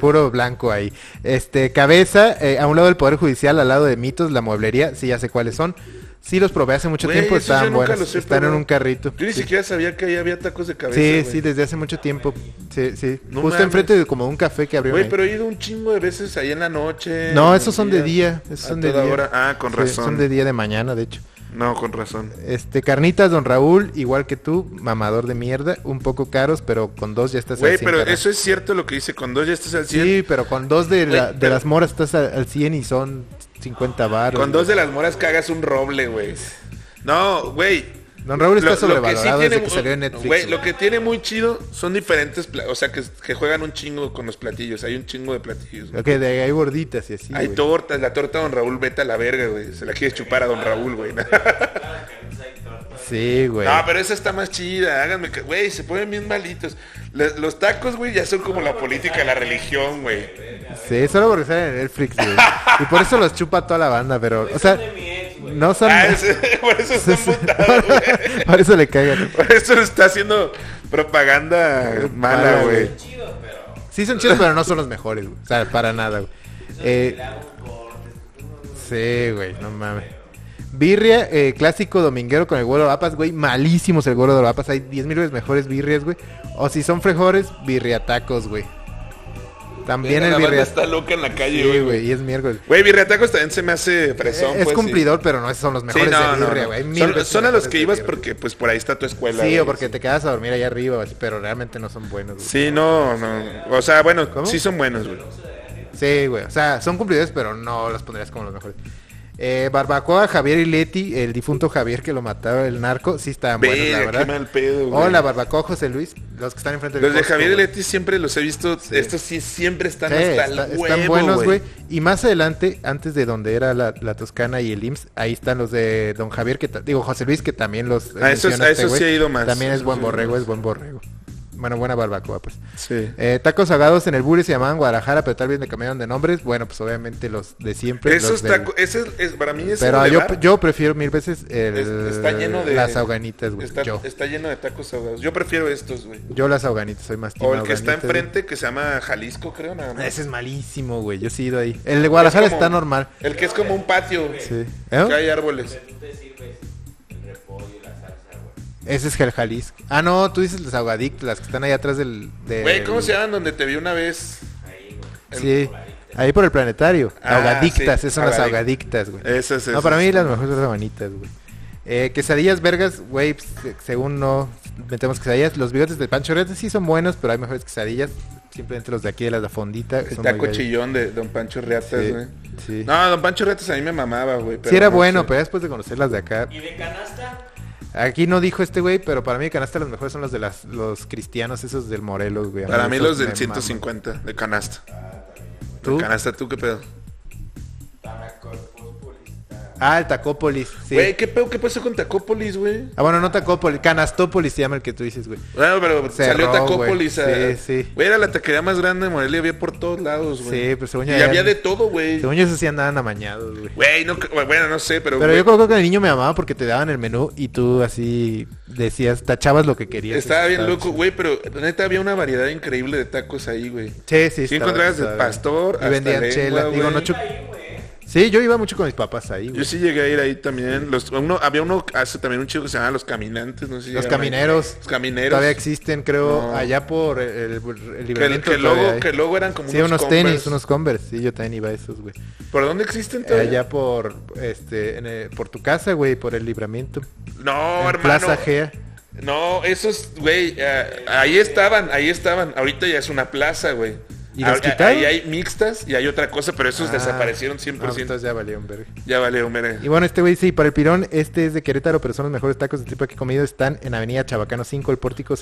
Puro blanco ahí. Este, cabeza, eh, a un lado del Poder Judicial, al lado de Mitos, la mueblería, sí, ya sé cuáles son. Sí, los probé hace mucho Güey, tiempo, esos yo estaban nunca buenos. los he Están en probado. un carrito. Yo ni Sí. siquiera sabía que ahí había tacos de cabeza. Sí, güey. sí, desde hace mucho tiempo. Sí, sí. No Justo mames. enfrente de como un café que abrieron. Güey, ahí. pero he ido un chingo de veces ahí en la noche. No, en esos el son de día. Esos A son de toda día. hora. Ah, con Sí, razón. Son de día de mañana, de hecho. No, con razón. Este, carnitas, don Raúl, igual que tú, mamador de mierda, un poco caros, pero con dos ya estás al Güey, 100, pero carajo. eso es cierto lo que dice. Con dos ya estás al 100. Sí, pero con dos de, la- Güey, de pero- las moras estás al, al 100 y son 50 baros. Con dos de las moras cagas un roble, güey. No, güey. Don Raúl está Lo- lo que sí sobrevalorado tiene desde que mu- salió en Netflix. Güey, güey. lo que tiene muy chido son diferentes, pla- o sea, que, que juegan un chingo con los platillos. Hay un chingo de platillos. güey. Ok, de hay gorditas y así. Hay güey. tortas, la torta de Don Raúl, vete a la verga, güey. Se la quieres chupar a Don Raúl, güey. Claro que no hay torta. Sí, güey. No, pero esa está más chida, háganme que... Güey, se ponen bien malitos. La- los tacos, güey, ya son como la política, la religión, güey. Sí, solo porque salen en Netflix, güey. y por eso los chupa toda la banda, pero, o sea, Son de mi ex, güey. no son... Ah, ese- por eso están putados, güey. Por eso le cagan. Por eso está haciendo propaganda mala, Mala, güey. Chido, pero Sí son chidos, pero no son los mejores, güey. O sea, para nada, güey. Eh, le hago un corte. sí, güey, no mames. Birria, eh, clásico dominguero con el güero de papas, güey. Malísimos el güero de papas. Hay 10.000 veces mejores birrias, güey. O si son frijoles, birriatacos, güey. También La el banda birriataco. está loca en la calle, Sí, güey. güey, y es miércoles. Güey, Birriatacos también se me hace presón. Eh, es pues, cumplidor, pero no esos son los Sí, Sí, mejores no, de no, birria, no. güey. Hay mil Son, veces son a los mejores que de ibas birria. porque pues por ahí está tu escuela. Sí, güey. o porque te quedas a dormir allá arriba, güey, pero realmente no son buenos, güey. Sí, no, no. O sea, bueno, ¿Cómo? sí son buenos, güey. Sí, güey. O sea, son cumplidores, pero no los pondrías como los mejores. Eh, Barbacoa, Javier y Leti, el difunto Javier que lo mataba el narco, sí estaban buenos, la Verga, qué verdad. mal pedo, güey. Hola, Barbacoa, José Luis, los que están enfrente del Los de Costco, Javier y güey. Leti siempre los he visto. Estos sí siempre están Sí, hasta está- el están huevo, buenos, güey. Y más adelante, antes de donde era la, la Toscana y el IMSS, ahí están los de Don Javier, que ta- digo, José Luis, que también los. A esos- menciona Ah, a este esos güey. sí he ido más. También es Esos buen sí he ido borrego, más. es buen borrego. Bueno, buena barbacoa, pues. Sí. Eh, tacos ahogados en el Buri se llamaban Guadalajara, pero tal vez le cambiaron de nombres. Bueno, pues obviamente los de siempre. Esos Pues, los del- tacos, ese es, es- para mí es Pero el de yo, bar. yo prefiero mil veces el- Es- está lleno de las ahoganitas, güey. Está, Yo. está lleno de tacos ahogados. Yo prefiero estos, güey. Yo las ahoganitas, soy más team O el que está ahoganitas, güey. enfrente que se llama Jalisco, creo, nada más. Ese es malísimo, güey. Yo sí he ido ahí. El de Guadalajara Es como- está normal. El que es como un patio. Sí. Que ¿Eh? hay árboles. Tú te sirves el repollo y la salsa, güey. Ese es el Jalisco. Ah, no, tú dices las ahogaditas, las que están ahí atrás del... del- Güey, ¿cómo se llaman donde te vi una vez? Ahí, güey. Sí, ahí por el planetario. Ah, ahogadictas, sí, esas son las ahogadic- ahogadictas, güey. Esas, No, esas. para mí las mejores son las bonitas, güey. Eh, quesadillas vergas, güey, pues, se- según no metemos quesadillas. Los bigotes de Pancho Rete sí son buenos, pero hay mejores quesadillas. Simplemente los de aquí de las de la fondita. El son taco muy bellos. chillón de Don Pancho Reatas, Sí, güey. sí. No, Don Pancho Reatas a mí me mamaba, güey. Sí era no bueno, sé. pero después de conocer las de acá. ¿Y de canasta? Aquí no dijo este güey, pero para mí de canasta las mejores son las de las, los cristianos, esos del Morelos, güey. A Para mí esos los me del maman. 150, de canasta. ¿Tú? ¿Canasta tú qué pedo? Para corpus purista. Ah, el Tacópolis, sí. Güey, ¿qué, pedo, ¿qué pasó con Tacópolis, güey? Ah, bueno, no Tacópolis, Canastópolis se llama el que tú dices, güey. Bueno, pero Cerró, salió Tacópolis. güey. a- Sí, sí. Güey, era la taquería más grande de Morelia, había por todos lados, güey. Sí, pero según Y yo ya- había de todo, güey. Según yo, esos sí andaban amañados, güey. Güey, no, cre- bueno, no sé, pero, Pero güey, yo creo que el niño me amaba porque te daban el menú y tú así decías, tachabas lo que querías. estaba bien loco, güey, pero neta había una variedad increíble de tacos ahí, güey. Sí, sí, Sí estaba- encontrabas estaba el bien. pastor, Y hasta vendían lengua, chela. Digo, güey. no chup- Ahí, güey. Sí, yo iba mucho con mis papás ahí, güey. Yo sí llegué a ir ahí también. Los, uno, había uno, hace también un chico que se llamaba Los Caminantes, no sé si Los llegaron ahí. camineros. Los Camineros. Todavía existen, creo, No. allá por el, el, el que, libramiento que, todavía luego, hay. que luego eran como Sí, unos Converse. tenis, unos Converse. Sí, yo también iba a esos, güey. ¿Por dónde existen Eh, todavía? allá por, este, en el- por tu casa, güey, por el libramiento. No, En hermano. Plaza Gea. No, esos, güey, eh, ahí estaban, ahí estaban. Ahorita ya es una plaza, güey. ¿Y las Ah, ah, quitaron? Ahí hay mixtas y hay otra cosa, pero esos Ah. desaparecieron Ah, 100%. entonces ya valió un verga. Ya valieron, mire. Y bueno, este güey, sí, para el pirón, este es de Querétaro, pero son los mejores tacos de tripa que he comido. Están en Avenida Chabacano 5, el pórtico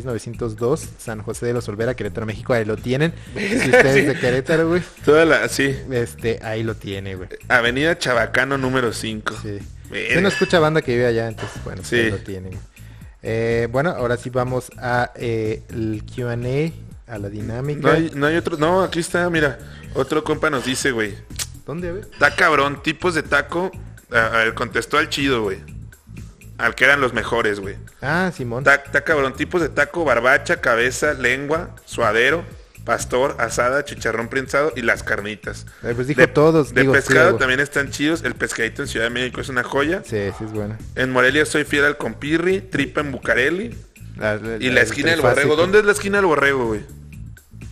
76902, San José de los Olvera, Querétaro, México. Ahí lo tienen. Si ustedes de Querétaro, güey, Toda la, sí. este, ahí lo tiene, güey. Avenida Chabacano número 5. Sí. Verga. Se no escucha banda que vive allá, entonces, bueno, Eh. Sí. ahí lo tienen. Eh, bueno, ahora sí vamos a eh, el QA, a la dinámica. No hay, no hay otro, no, aquí está, mira. Otro compa nos dice, güey. ¿Dónde, a ver? Está cabrón, tipos de taco. A, a ver, contestó al chido, güey. Al que eran los mejores, güey. Ah, Simón. Está, está cabrón, tipos de taco, barbacha, cabeza, lengua, suadero, pastor, asada, chicharrón prensado y las carnitas. Eh, pues dijo todos, De digo, sí, pescado güey. también están chidos. El pescadito en Ciudad de México es una joya. Sí, sí es buena. En Morelia soy fiel al compirri, tripa en Bucareli. La- Y el la esquina del trifásico. borrego. ¿Dónde es la esquina del borrego, güey?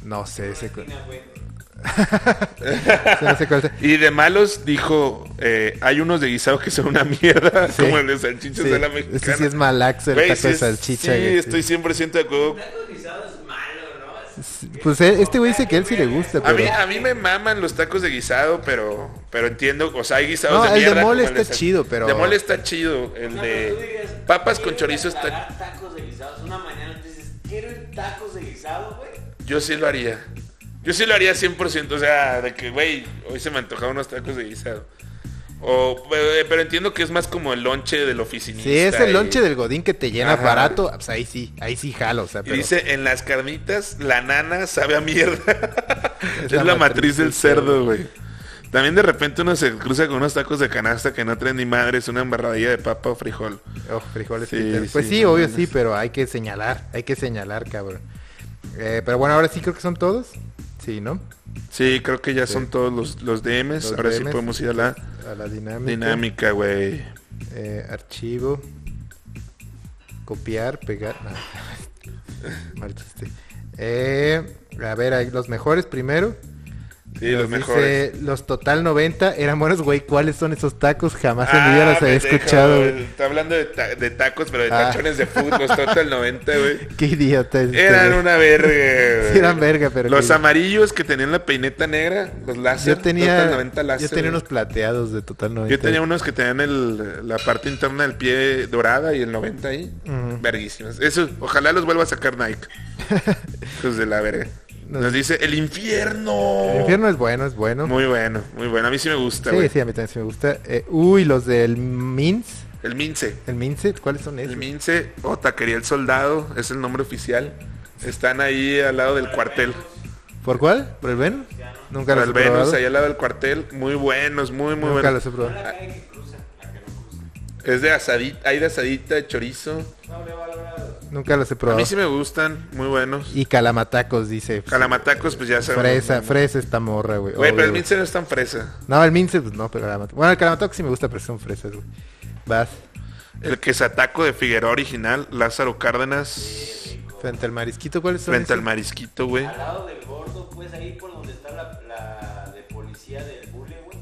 No sé, ese cu- Mira, güey. ese no sé cuál es. Y de malos dijo, eh, hay unos de guisado que son una mierda, Sí. como el de salchichas Sí, de la ese mexicana. sí es malaxo, el Güey, taco sí de es- salchicha. Sí, güey, sí. estoy 100% de acuerdo. Taco guisado es malo, ¿no? Es- Pues eh, este güey dice que él sí le gusta, A mí, pero... a mí me maman los tacos de guisado, pero pero entiendo, o sea, hay guisados No, de el de mierda. como mole está sal- chido, pero- De mole está chido, O el sea, pero tú digas, de papas con ¿quieres chorizo está... agarrar tacos de guisados. Una mañana te dices, quiero ir tacos de guisado, güey. Yo sí lo haría. Yo sí lo haría 100%, o sea, de que, güey, hoy se me antojaron unos tacos de guisado. O, eh, pero entiendo que es más como el lonche del oficinista. Si es el y- lonche del godín que te llena Ajá. barato, pues ahí sí, ahí sí jalo, o sea, Y pero- dice, en las carnitas, la nana sabe a mierda. es, la, la matriz matriz del del cerdo, güey. También de repente uno se cruza con unos tacos de canasta que no traen ni madre, es una embarradilla de papa o frijol. Oh, frijoles Sí, fritas. Pues sí, sí, no obvio mames. sí, pero hay que señalar, hay que señalar, cabrón. Eh, pero bueno, ahora sí creo que son todos. Sí, ¿no? Sí, creo que ya son todos los, los DMs. Los Ahora sí DMs. podemos ir a la A la dinámica. dinámica, güey. Eh, archivo. Copiar, pegar. no. Mal chiste. Eh, a ver, ahí los mejores primero. Sí, los Nos dice, mejores. los total 90 eran buenos, güey. ¿Cuáles son esos tacos? Jamás en mi vida Ah, los había pendejo, escuchado, güey. güey. Está hablando de, ta- de tacos, pero de Ah. tachones de fútbol, los total 90, güey. Qué idiota es este, Eran güey. una verga, güey. Sí, eran verga, pero Los que- amarillos que tenían la peineta negra, los láser. Yo tenía, Total 90 láser, yo tenía güey. unos plateados de total 90. Yo tenía unos que tenían el- la parte interna del pie dorada y el 90 ahí. Ujú. Verguísimos. Eso, ojalá los vuelva a sacar Nike. Hijos de la verga. Nos dice el infierno. El infierno es bueno, es bueno. Muy bueno, muy bueno. A mí sí me gusta, sí, güey. sí, a mí también sí me gusta. Eh, uy, los del Mince. El mince. ¿El Mince? ¿Cuáles son esos? El mince o taquería el soldado. Es el nombre oficial. Están ahí al lado del cuartel. ¿Por cuál? ¿Por el Venus? Nunca los he Al Venus, Pues probado. ahí al lado del cuartel. Muy buenos, muy, muy Nunca buenos. los he No probado. la calle que cruza, la que no cruza. Es de asadita, hay de asadita, de chorizo. No, le va a lograr. Nunca los he A probado. mí sí me gustan, muy buenos. Y calamatacos, dice. Calamatacos, pues ya sabemos. Fresa, fresa esta morra, güey. Güey, pero el obvio, mince no es tan fresa. güey. No, el Mince, pues no, pero calamatacos. Bueno, el calamatacos sí me gusta, pero son fresas, güey. Vas. El quesataco de Figueroa original, Lázaro Cárdenas, Frente al marisquito, ¿cuáles son? frente al esos? marisquito, güey. Al lado del gordo, pues ahí por donde está la, la de policía del bule, güey.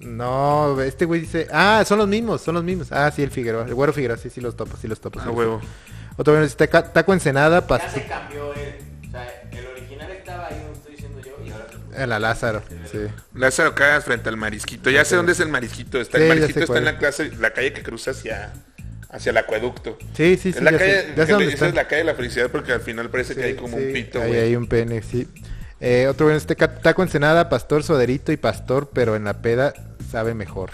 No, este güey dice. Ah, son los mismos, son los mismos. Ah, sí, el Figueroa. El güero Figueroa, sí, sí los topo, sí los topo. sí A los Ah, huevo. topo. Otro bueno, dice taca- taco ensenada, Ya pas se cambió él. O sea, el original estaba ahí, lo estoy diciendo yo, y ahora. En la Lázaro, sí. Lázaro Cárdenas frente al marisquito. Ya sé dónde es el marisquito. Está el Sí, ya sé marisquito está cuál en es. la clase, la calle que cruza hacia, hacia el acueducto. Sí, sí, sí. es la ya sé- calle, ya sé que dónde le- esa están. es la calle de la felicidad porque al final parece que Sí, hay como sí, un pito, ahí güey. hay un pene, sí. Eh, otro bueno, este ca- taco ensenada, pastor soderito y pastor, pero en la peda sabe mejor.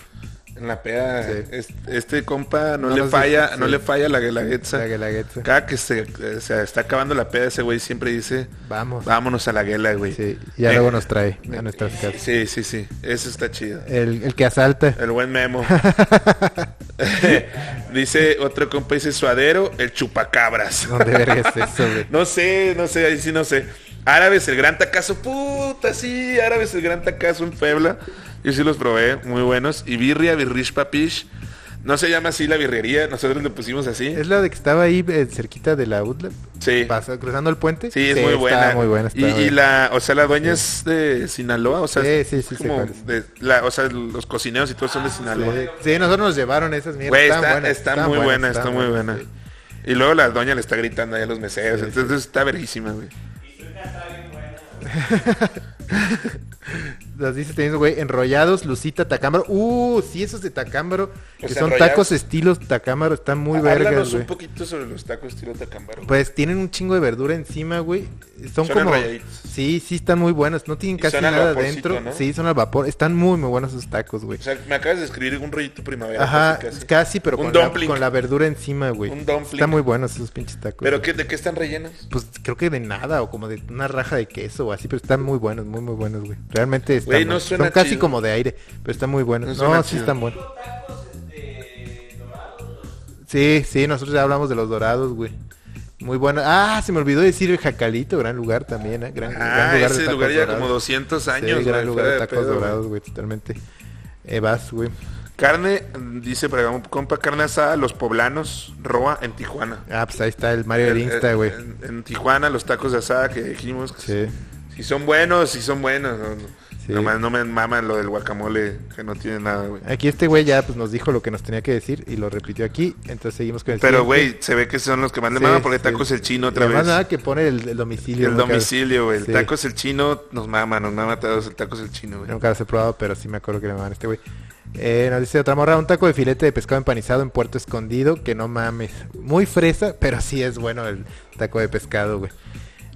En la peda, Sí. este, este compa no, No le nos- falla, no sí. le falla la guelaguetza. La Guelaguetza. Cada que se, eh, se está acabando la peda, ese güey siempre dice, Vamos. vámonos a la guela, güey. Sí, ya Eh, luego nos trae a eh, nuestras casas. Sí, Eh. sí, sí. Eso está chido. El, el que asalta. El buen memo. dice otro compa, dice suadero, el chupacabras. ¿Dónde verga es eso, güey? No sé, no sé, ahí sí no sé. Árabes, el gran tacazo, puta, sí, árabes, el gran tacazo en Puebla. Yo sí los probé, muy buenos. Y birria, birrish papish. No se llama así la birrería, nosotros le pusimos así. ¿Es la de que estaba ahí eh, cerquita de la UTLAP? Sí. Pasa- cruzando el puente. Sí, es muy está buena. muy buena. y, está buena. y la, o sea, la dueña es de Sinaloa, o sea, Sí, sí, sí, sé como cuál es. de- la, o sea, los cocineros y todos son de Sinaloa. Sí, sí, nosotros nos llevaron esas mierdas. Güey, estaban está, buenas, está estaban muy buenas, buena, está estaban muy buenas, buena. sí. Y luego la doña le está gritando ahí a los meseros, Sí, sí. entonces está verguísima, güey. Las dice teniendo, güey, enrollados, Lucita, Tacámbaro. Uh, sí, esos de Tacámbaro, que Los son enrollados. tacos estilos Tacámbaro, están muy vergas, Ah, Háblanos güey. un poquito sobre los tacos estilo tacámbaro. Pues tienen un chingo de verdura encima, güey. Son, Son como... enrolladitos. Sí, sí, están muy buenos. No tienen Y casi son al nada vaporcito, adentro. ¿no? Sí, son al vapor. Están muy, muy buenos esos tacos, güey. O sea, me acabas de escribir un rollito primavera. Ajá, casi, casi, casi. pero Un con la, dumpling. con la verdura encima, güey. Un dumpling. Están muy buenos esos pinches tacos. ¿Pero güey. qué, de qué están rellenos? Pues creo que de nada, o como de una raja de queso o así, pero están muy buenos, muy, muy buenos, güey. Realmente están Güey, no buenos. suena Son casi chido. como de aire, pero están muy buenos. No No, suena sí chido. están buenos. tacos este, dorados? Sí, sí, nosotros ya hablamos de los dorados, güey. Muy bueno. Ah, se me olvidó decir el Jacalito, gran lugar también, ¿eh? gran, gran Ah, lugar de ese tacos lugar ya dorados. como 200 años, Sí, gran lugar güey, fuera de de tacos pedo, güey. dorados, güey, totalmente. Eh, vas, güey. Carne, mm, dice para compa, carne asada, los poblanos, roa en Tijuana. Ah, pues ahí está el Mario del En- Insta, en- güey. En, en Tijuana, los tacos de asada que dijimos. que Sí. Si son buenos, si son buenos. No, no. Sí. Nomás no me maman lo del guacamole, que no tiene nada, güey. Aquí este güey ya pues nos dijo lo que nos tenía que decir y lo repitió aquí, entonces seguimos con el Pero, siguiente. güey, se ve que son los que más le Pues Sí, maman porque sí. tacos el chino otra Y además vez. nada que pone el, el domicilio. El nunca- domicilio, güey. El Sí. tacos el chino nos mama, nos mama a todos el tacos el chino, güey. Nunca los he probado, pero sí me acuerdo que le mandaban a este güey. Eh, nos dice otra morra, un taco de filete de pescado empanizado en Puerto Escondido, que no mames. Muy fresa, pero sí es bueno el taco de pescado, güey.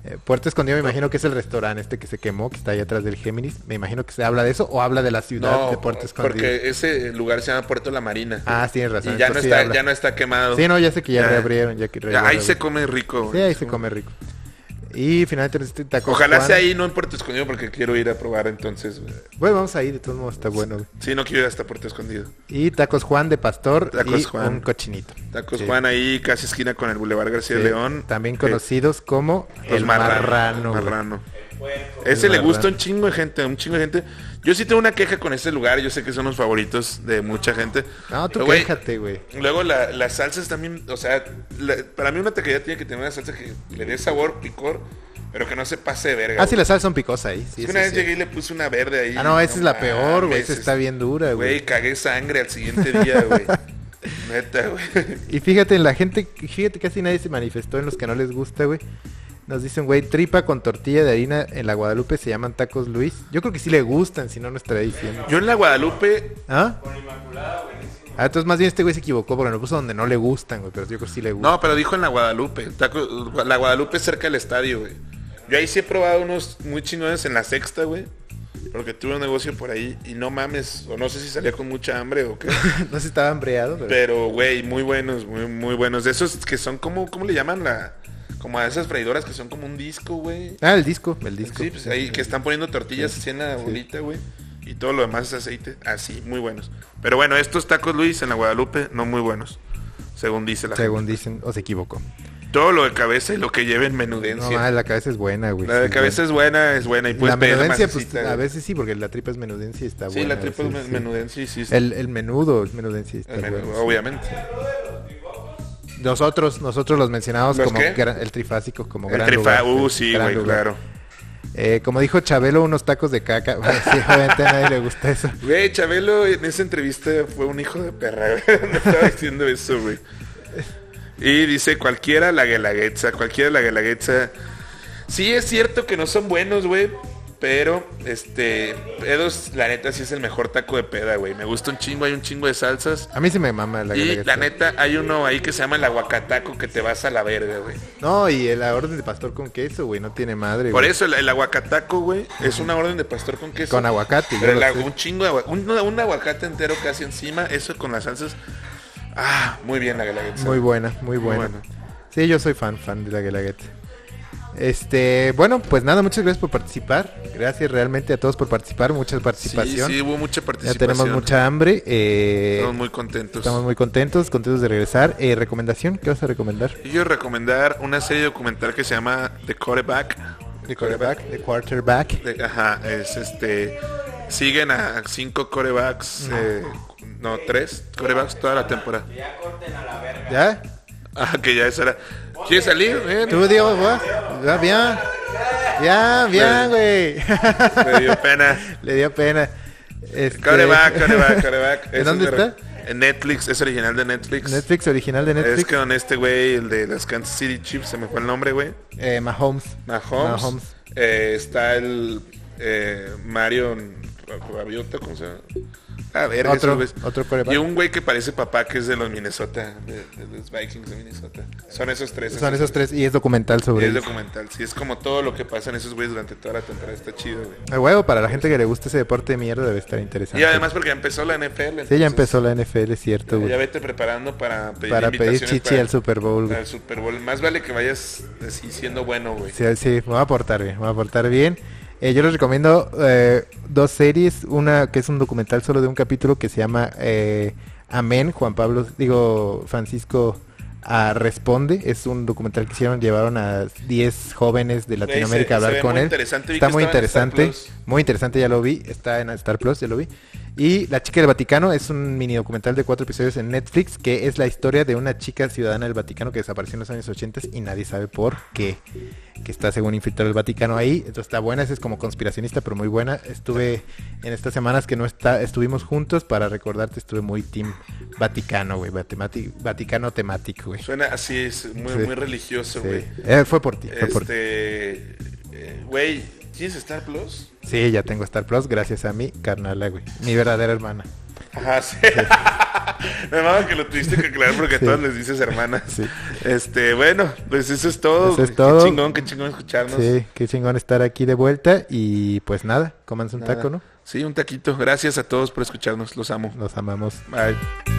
Eh, Puerto Escondido me imagino que es el restaurante este que se quemó, que está ahí atrás del Géminis. Me imagino que se habla de eso o habla de la ciudad de No, Puerto Escondido. porque ese lugar se llama Puerto La Marina. Ah, tienes razón. Y ya no, entonces sí está, habla. ya no está quemado. Sí, no, ya sé que ya Ya. reabrieron. Ya que reabrieron, ahí güey. se come rico, Sí, güey. ahí se come rico. Y finalmente nos dice taco Ojalá Juan. sea ahí, no en Puerto Escondido, porque quiero ir a probar entonces, güey. Güey, vamos ahí, de todos modos está bueno. güey. Sí, no quiero ir hasta Puerto Escondido. Y tacos Juan de pastor Tacos y Juan. un cochinito. Tacos Sí. Juan ahí, casi esquina con el Boulevard García Sí, León. También Eh, conocidos como los el marranos, marrano. el güey. marrano. Puerco. Ese El le marrano. gusta un chingo de gente, un chingo de gente. Yo sí tengo una queja con ese lugar, yo sé que son los favoritos de mucha gente. No, tú Pero, güey, quéjate, güey. Luego la- las salsas también, o sea, la- para mí una taquería tiene que tener una salsa que le dé sabor, picor, pero que no se pase de verga. Ah, sí, güey. la salsa son picosa ahí. sí, Es que eso una vez sí. llegué y le puse una verde ahí. Ah, no, esa es la mames, peor, güey. Esa está es- bien dura, güey. Güey, cagué sangre al siguiente día, güey. Neta, güey. Y fíjate, la gente, fíjate, casi nadie se manifestó en los que no les gusta, güey. Nos dicen, güey, tripa con tortilla de harina en la Guadalupe se llaman tacos Luis. Yo creo que sí le gustan, si no, no estaría diciendo. Yo en la Guadalupe ¿Ah? Ah, entonces más bien este güey se equivocó porque nos puso donde no le gustan, güey, pero yo creo que sí le gustan. No, pero dijo en la Guadalupe. Taco- la Guadalupe es cerca del estadio, güey. Yo ahí sí he probado unos muy chingones en la sexta, güey. Porque tuve un negocio por ahí y no mames, o no sé si salía con mucha hambre o qué. No, se estaba hambreado, pero... Pero, güey, muy buenos, muy, muy buenos. De esos que son como, ¿cómo le llaman? la Como a esas freidoras que son como un disco, güey. Ah, el disco, el disco. Sí, pues ahí que están poniendo tortillas así en la bolita, güey. Y todo lo demás es aceite. Así, muy buenos. Pero bueno, estos tacos, Luis, en la Guadalupe, no muy buenos. Según dice la Según dicen, o se equivocó. Todo lo de cabeza y lo que lleve en No, menudencia. mames, la cabeza es buena, güey. la de sí, cabeza es buena, es buena. Y güey. puedes La menudencia, pues masita, a güey. veces sí, porque la tripa es menudencia y está Sí, buena. la triple sí, sí. menudencia y sí. está- El, el menudo es menudencia y está el menú, bueno, sí. obviamente. Nosotros, nosotros los mencionamos ¿Los como qué? gran- el trifásico, como el gran trifa, lugar, uh, gran sí, güey, lugar. claro. Eh, como dijo Chabelo, unos tacos de caca. Bueno, sí, obviamente a nadie le gusta eso. Güey, Chabelo en esa entrevista fue un hijo de perra, güey. No estaba diciendo eso, güey. Y dice, cualquiera la guelaguetza, cualquiera la guelaguetza. Sí, es cierto que no son buenos, güey. Pero, este, pedos, la neta sí es el mejor taco de peda, güey. Me gusta un chingo, hay un chingo de salsas. A mí se me mama la Y gallega. la neta, hay uno ahí que se llama el aguacataco que te vas a la verga, güey. No, y la orden de pastor con queso, güey, no tiene madre. Por güey. eso el, el aguacataco, güey, es una orden de pastor con queso. Con aguacate, yo Pero el lo agu- sé. un chingo de agua- un, un aguacate entero casi encima, eso con las salsas. Ah, muy bien la galaguetza. Muy buena, muy Muy buena. buena. Sí, yo soy fan, fan de la Guelaguete. Este, bueno, pues nada, muchas gracias por participar. Gracias realmente a todos por participar, mucha Sí, participación. sí, hubo mucha ya participación. tenemos mucha hambre. eh, Estamos muy contentos. estamos muy contentos, contentos de regresar. Eh, ¿Recomendación? ¿Qué vas a recomendar? Y Yo recomendar una serie documental que se llama The Quarterback. De quarterback. De quarterback. De- ajá, es este. Siguen a cinco corebacks, eh, no, tres corebacks toda la temporada. Ya corten a la verga. ¿Ya? Ah, que ya es hora. ¿Quieres salir? Eh, ¿Tú, Diego? ¿va? ¿Va bien? Bien, bien, güey. Me dio pena. Le dio pena. Este- Coreback, coreback, coreback. ¿En dónde está? En Netflix, es original de Netflix. Netflix, original de Netflix. Es con este güey, el de las Kansas City Chiefs, se me fue el nombre, güey. Eh, Mahomes. Mahomes. Mahomes. Eh, está el eh, Mario Rabiota, ¿cómo se llama? Ah, A ver, Otro- otro otro quarterback. Y un güey que parece papá que es de los Minnesota, de, de los Vikings de Minnesota. Son esos tres. Son esos tres y es documental Y sobre es ellos. documental. Sí, es como todo lo que pasa en esos güeyes durante toda la temporada. Está chido, güey. A huevo, para la gente que le gusta ese deporte de mierda debe estar interesante. Y además porque ya empezó la NFL. Sí, ya entonces, empezó la NFL, es cierto, Ya güey. vete preparando para pedir Para pedir invitaciones chichi para- al Super Bowl, güey. para el Super Bowl. Más vale que vayas así siendo bueno, güey. Sí, sí, me va a portar bien, me va a portar bien. Eh, yo les recomiendo eh, dos series, una que es un documental solo de un capítulo que se llama eh, Amén, Juan Pablo, digo, Francisco ah, Responde, es un documental que hicieron, llevaron a 10 jóvenes de Güey, se- Latinoamérica a se hablar ve con muy él. interesante, vi Está que muy estaba en Star interesante, Plus. muy interesante, ya lo vi, está en Star Plus, ya lo vi. Y La chica del Vaticano es un mini documental de cuatro episodios en Netflix que es la historia de una chica ciudadana del Vaticano que desapareció en los años 80 y nadie sabe por qué que está según infiltrado el Vaticano ahí. Entonces está buena, esa es como conspiracionista, pero muy buena. Estuve en estas semanas que no está, estuvimos juntos para recordarte, estuve muy team Vaticano, güey, vatemati- Vaticano temático, güey. Suena así, es muy, Sí. muy religioso, güey. Sí. Eh, fue por ti, fue por ti. Este, eh, güey, ¿tienes Star Plus? Sí, ya tengo Star Plus gracias a mi carnala, güey. Mi verdadera hermana. Ajá, sí. Me mama que lo tuviste que aclarar porque a Sí. todas les dices hermanas. Sí. Este, bueno, pues eso es todo. Eso es Qué todo. chingón, qué chingón escucharnos. Sí, qué chingón estar aquí de vuelta y pues nada, cómanse un Nada. taco, ¿no? Sí, un taquito. Gracias a todos por escucharnos. Los amo. Nos amamos. Bye.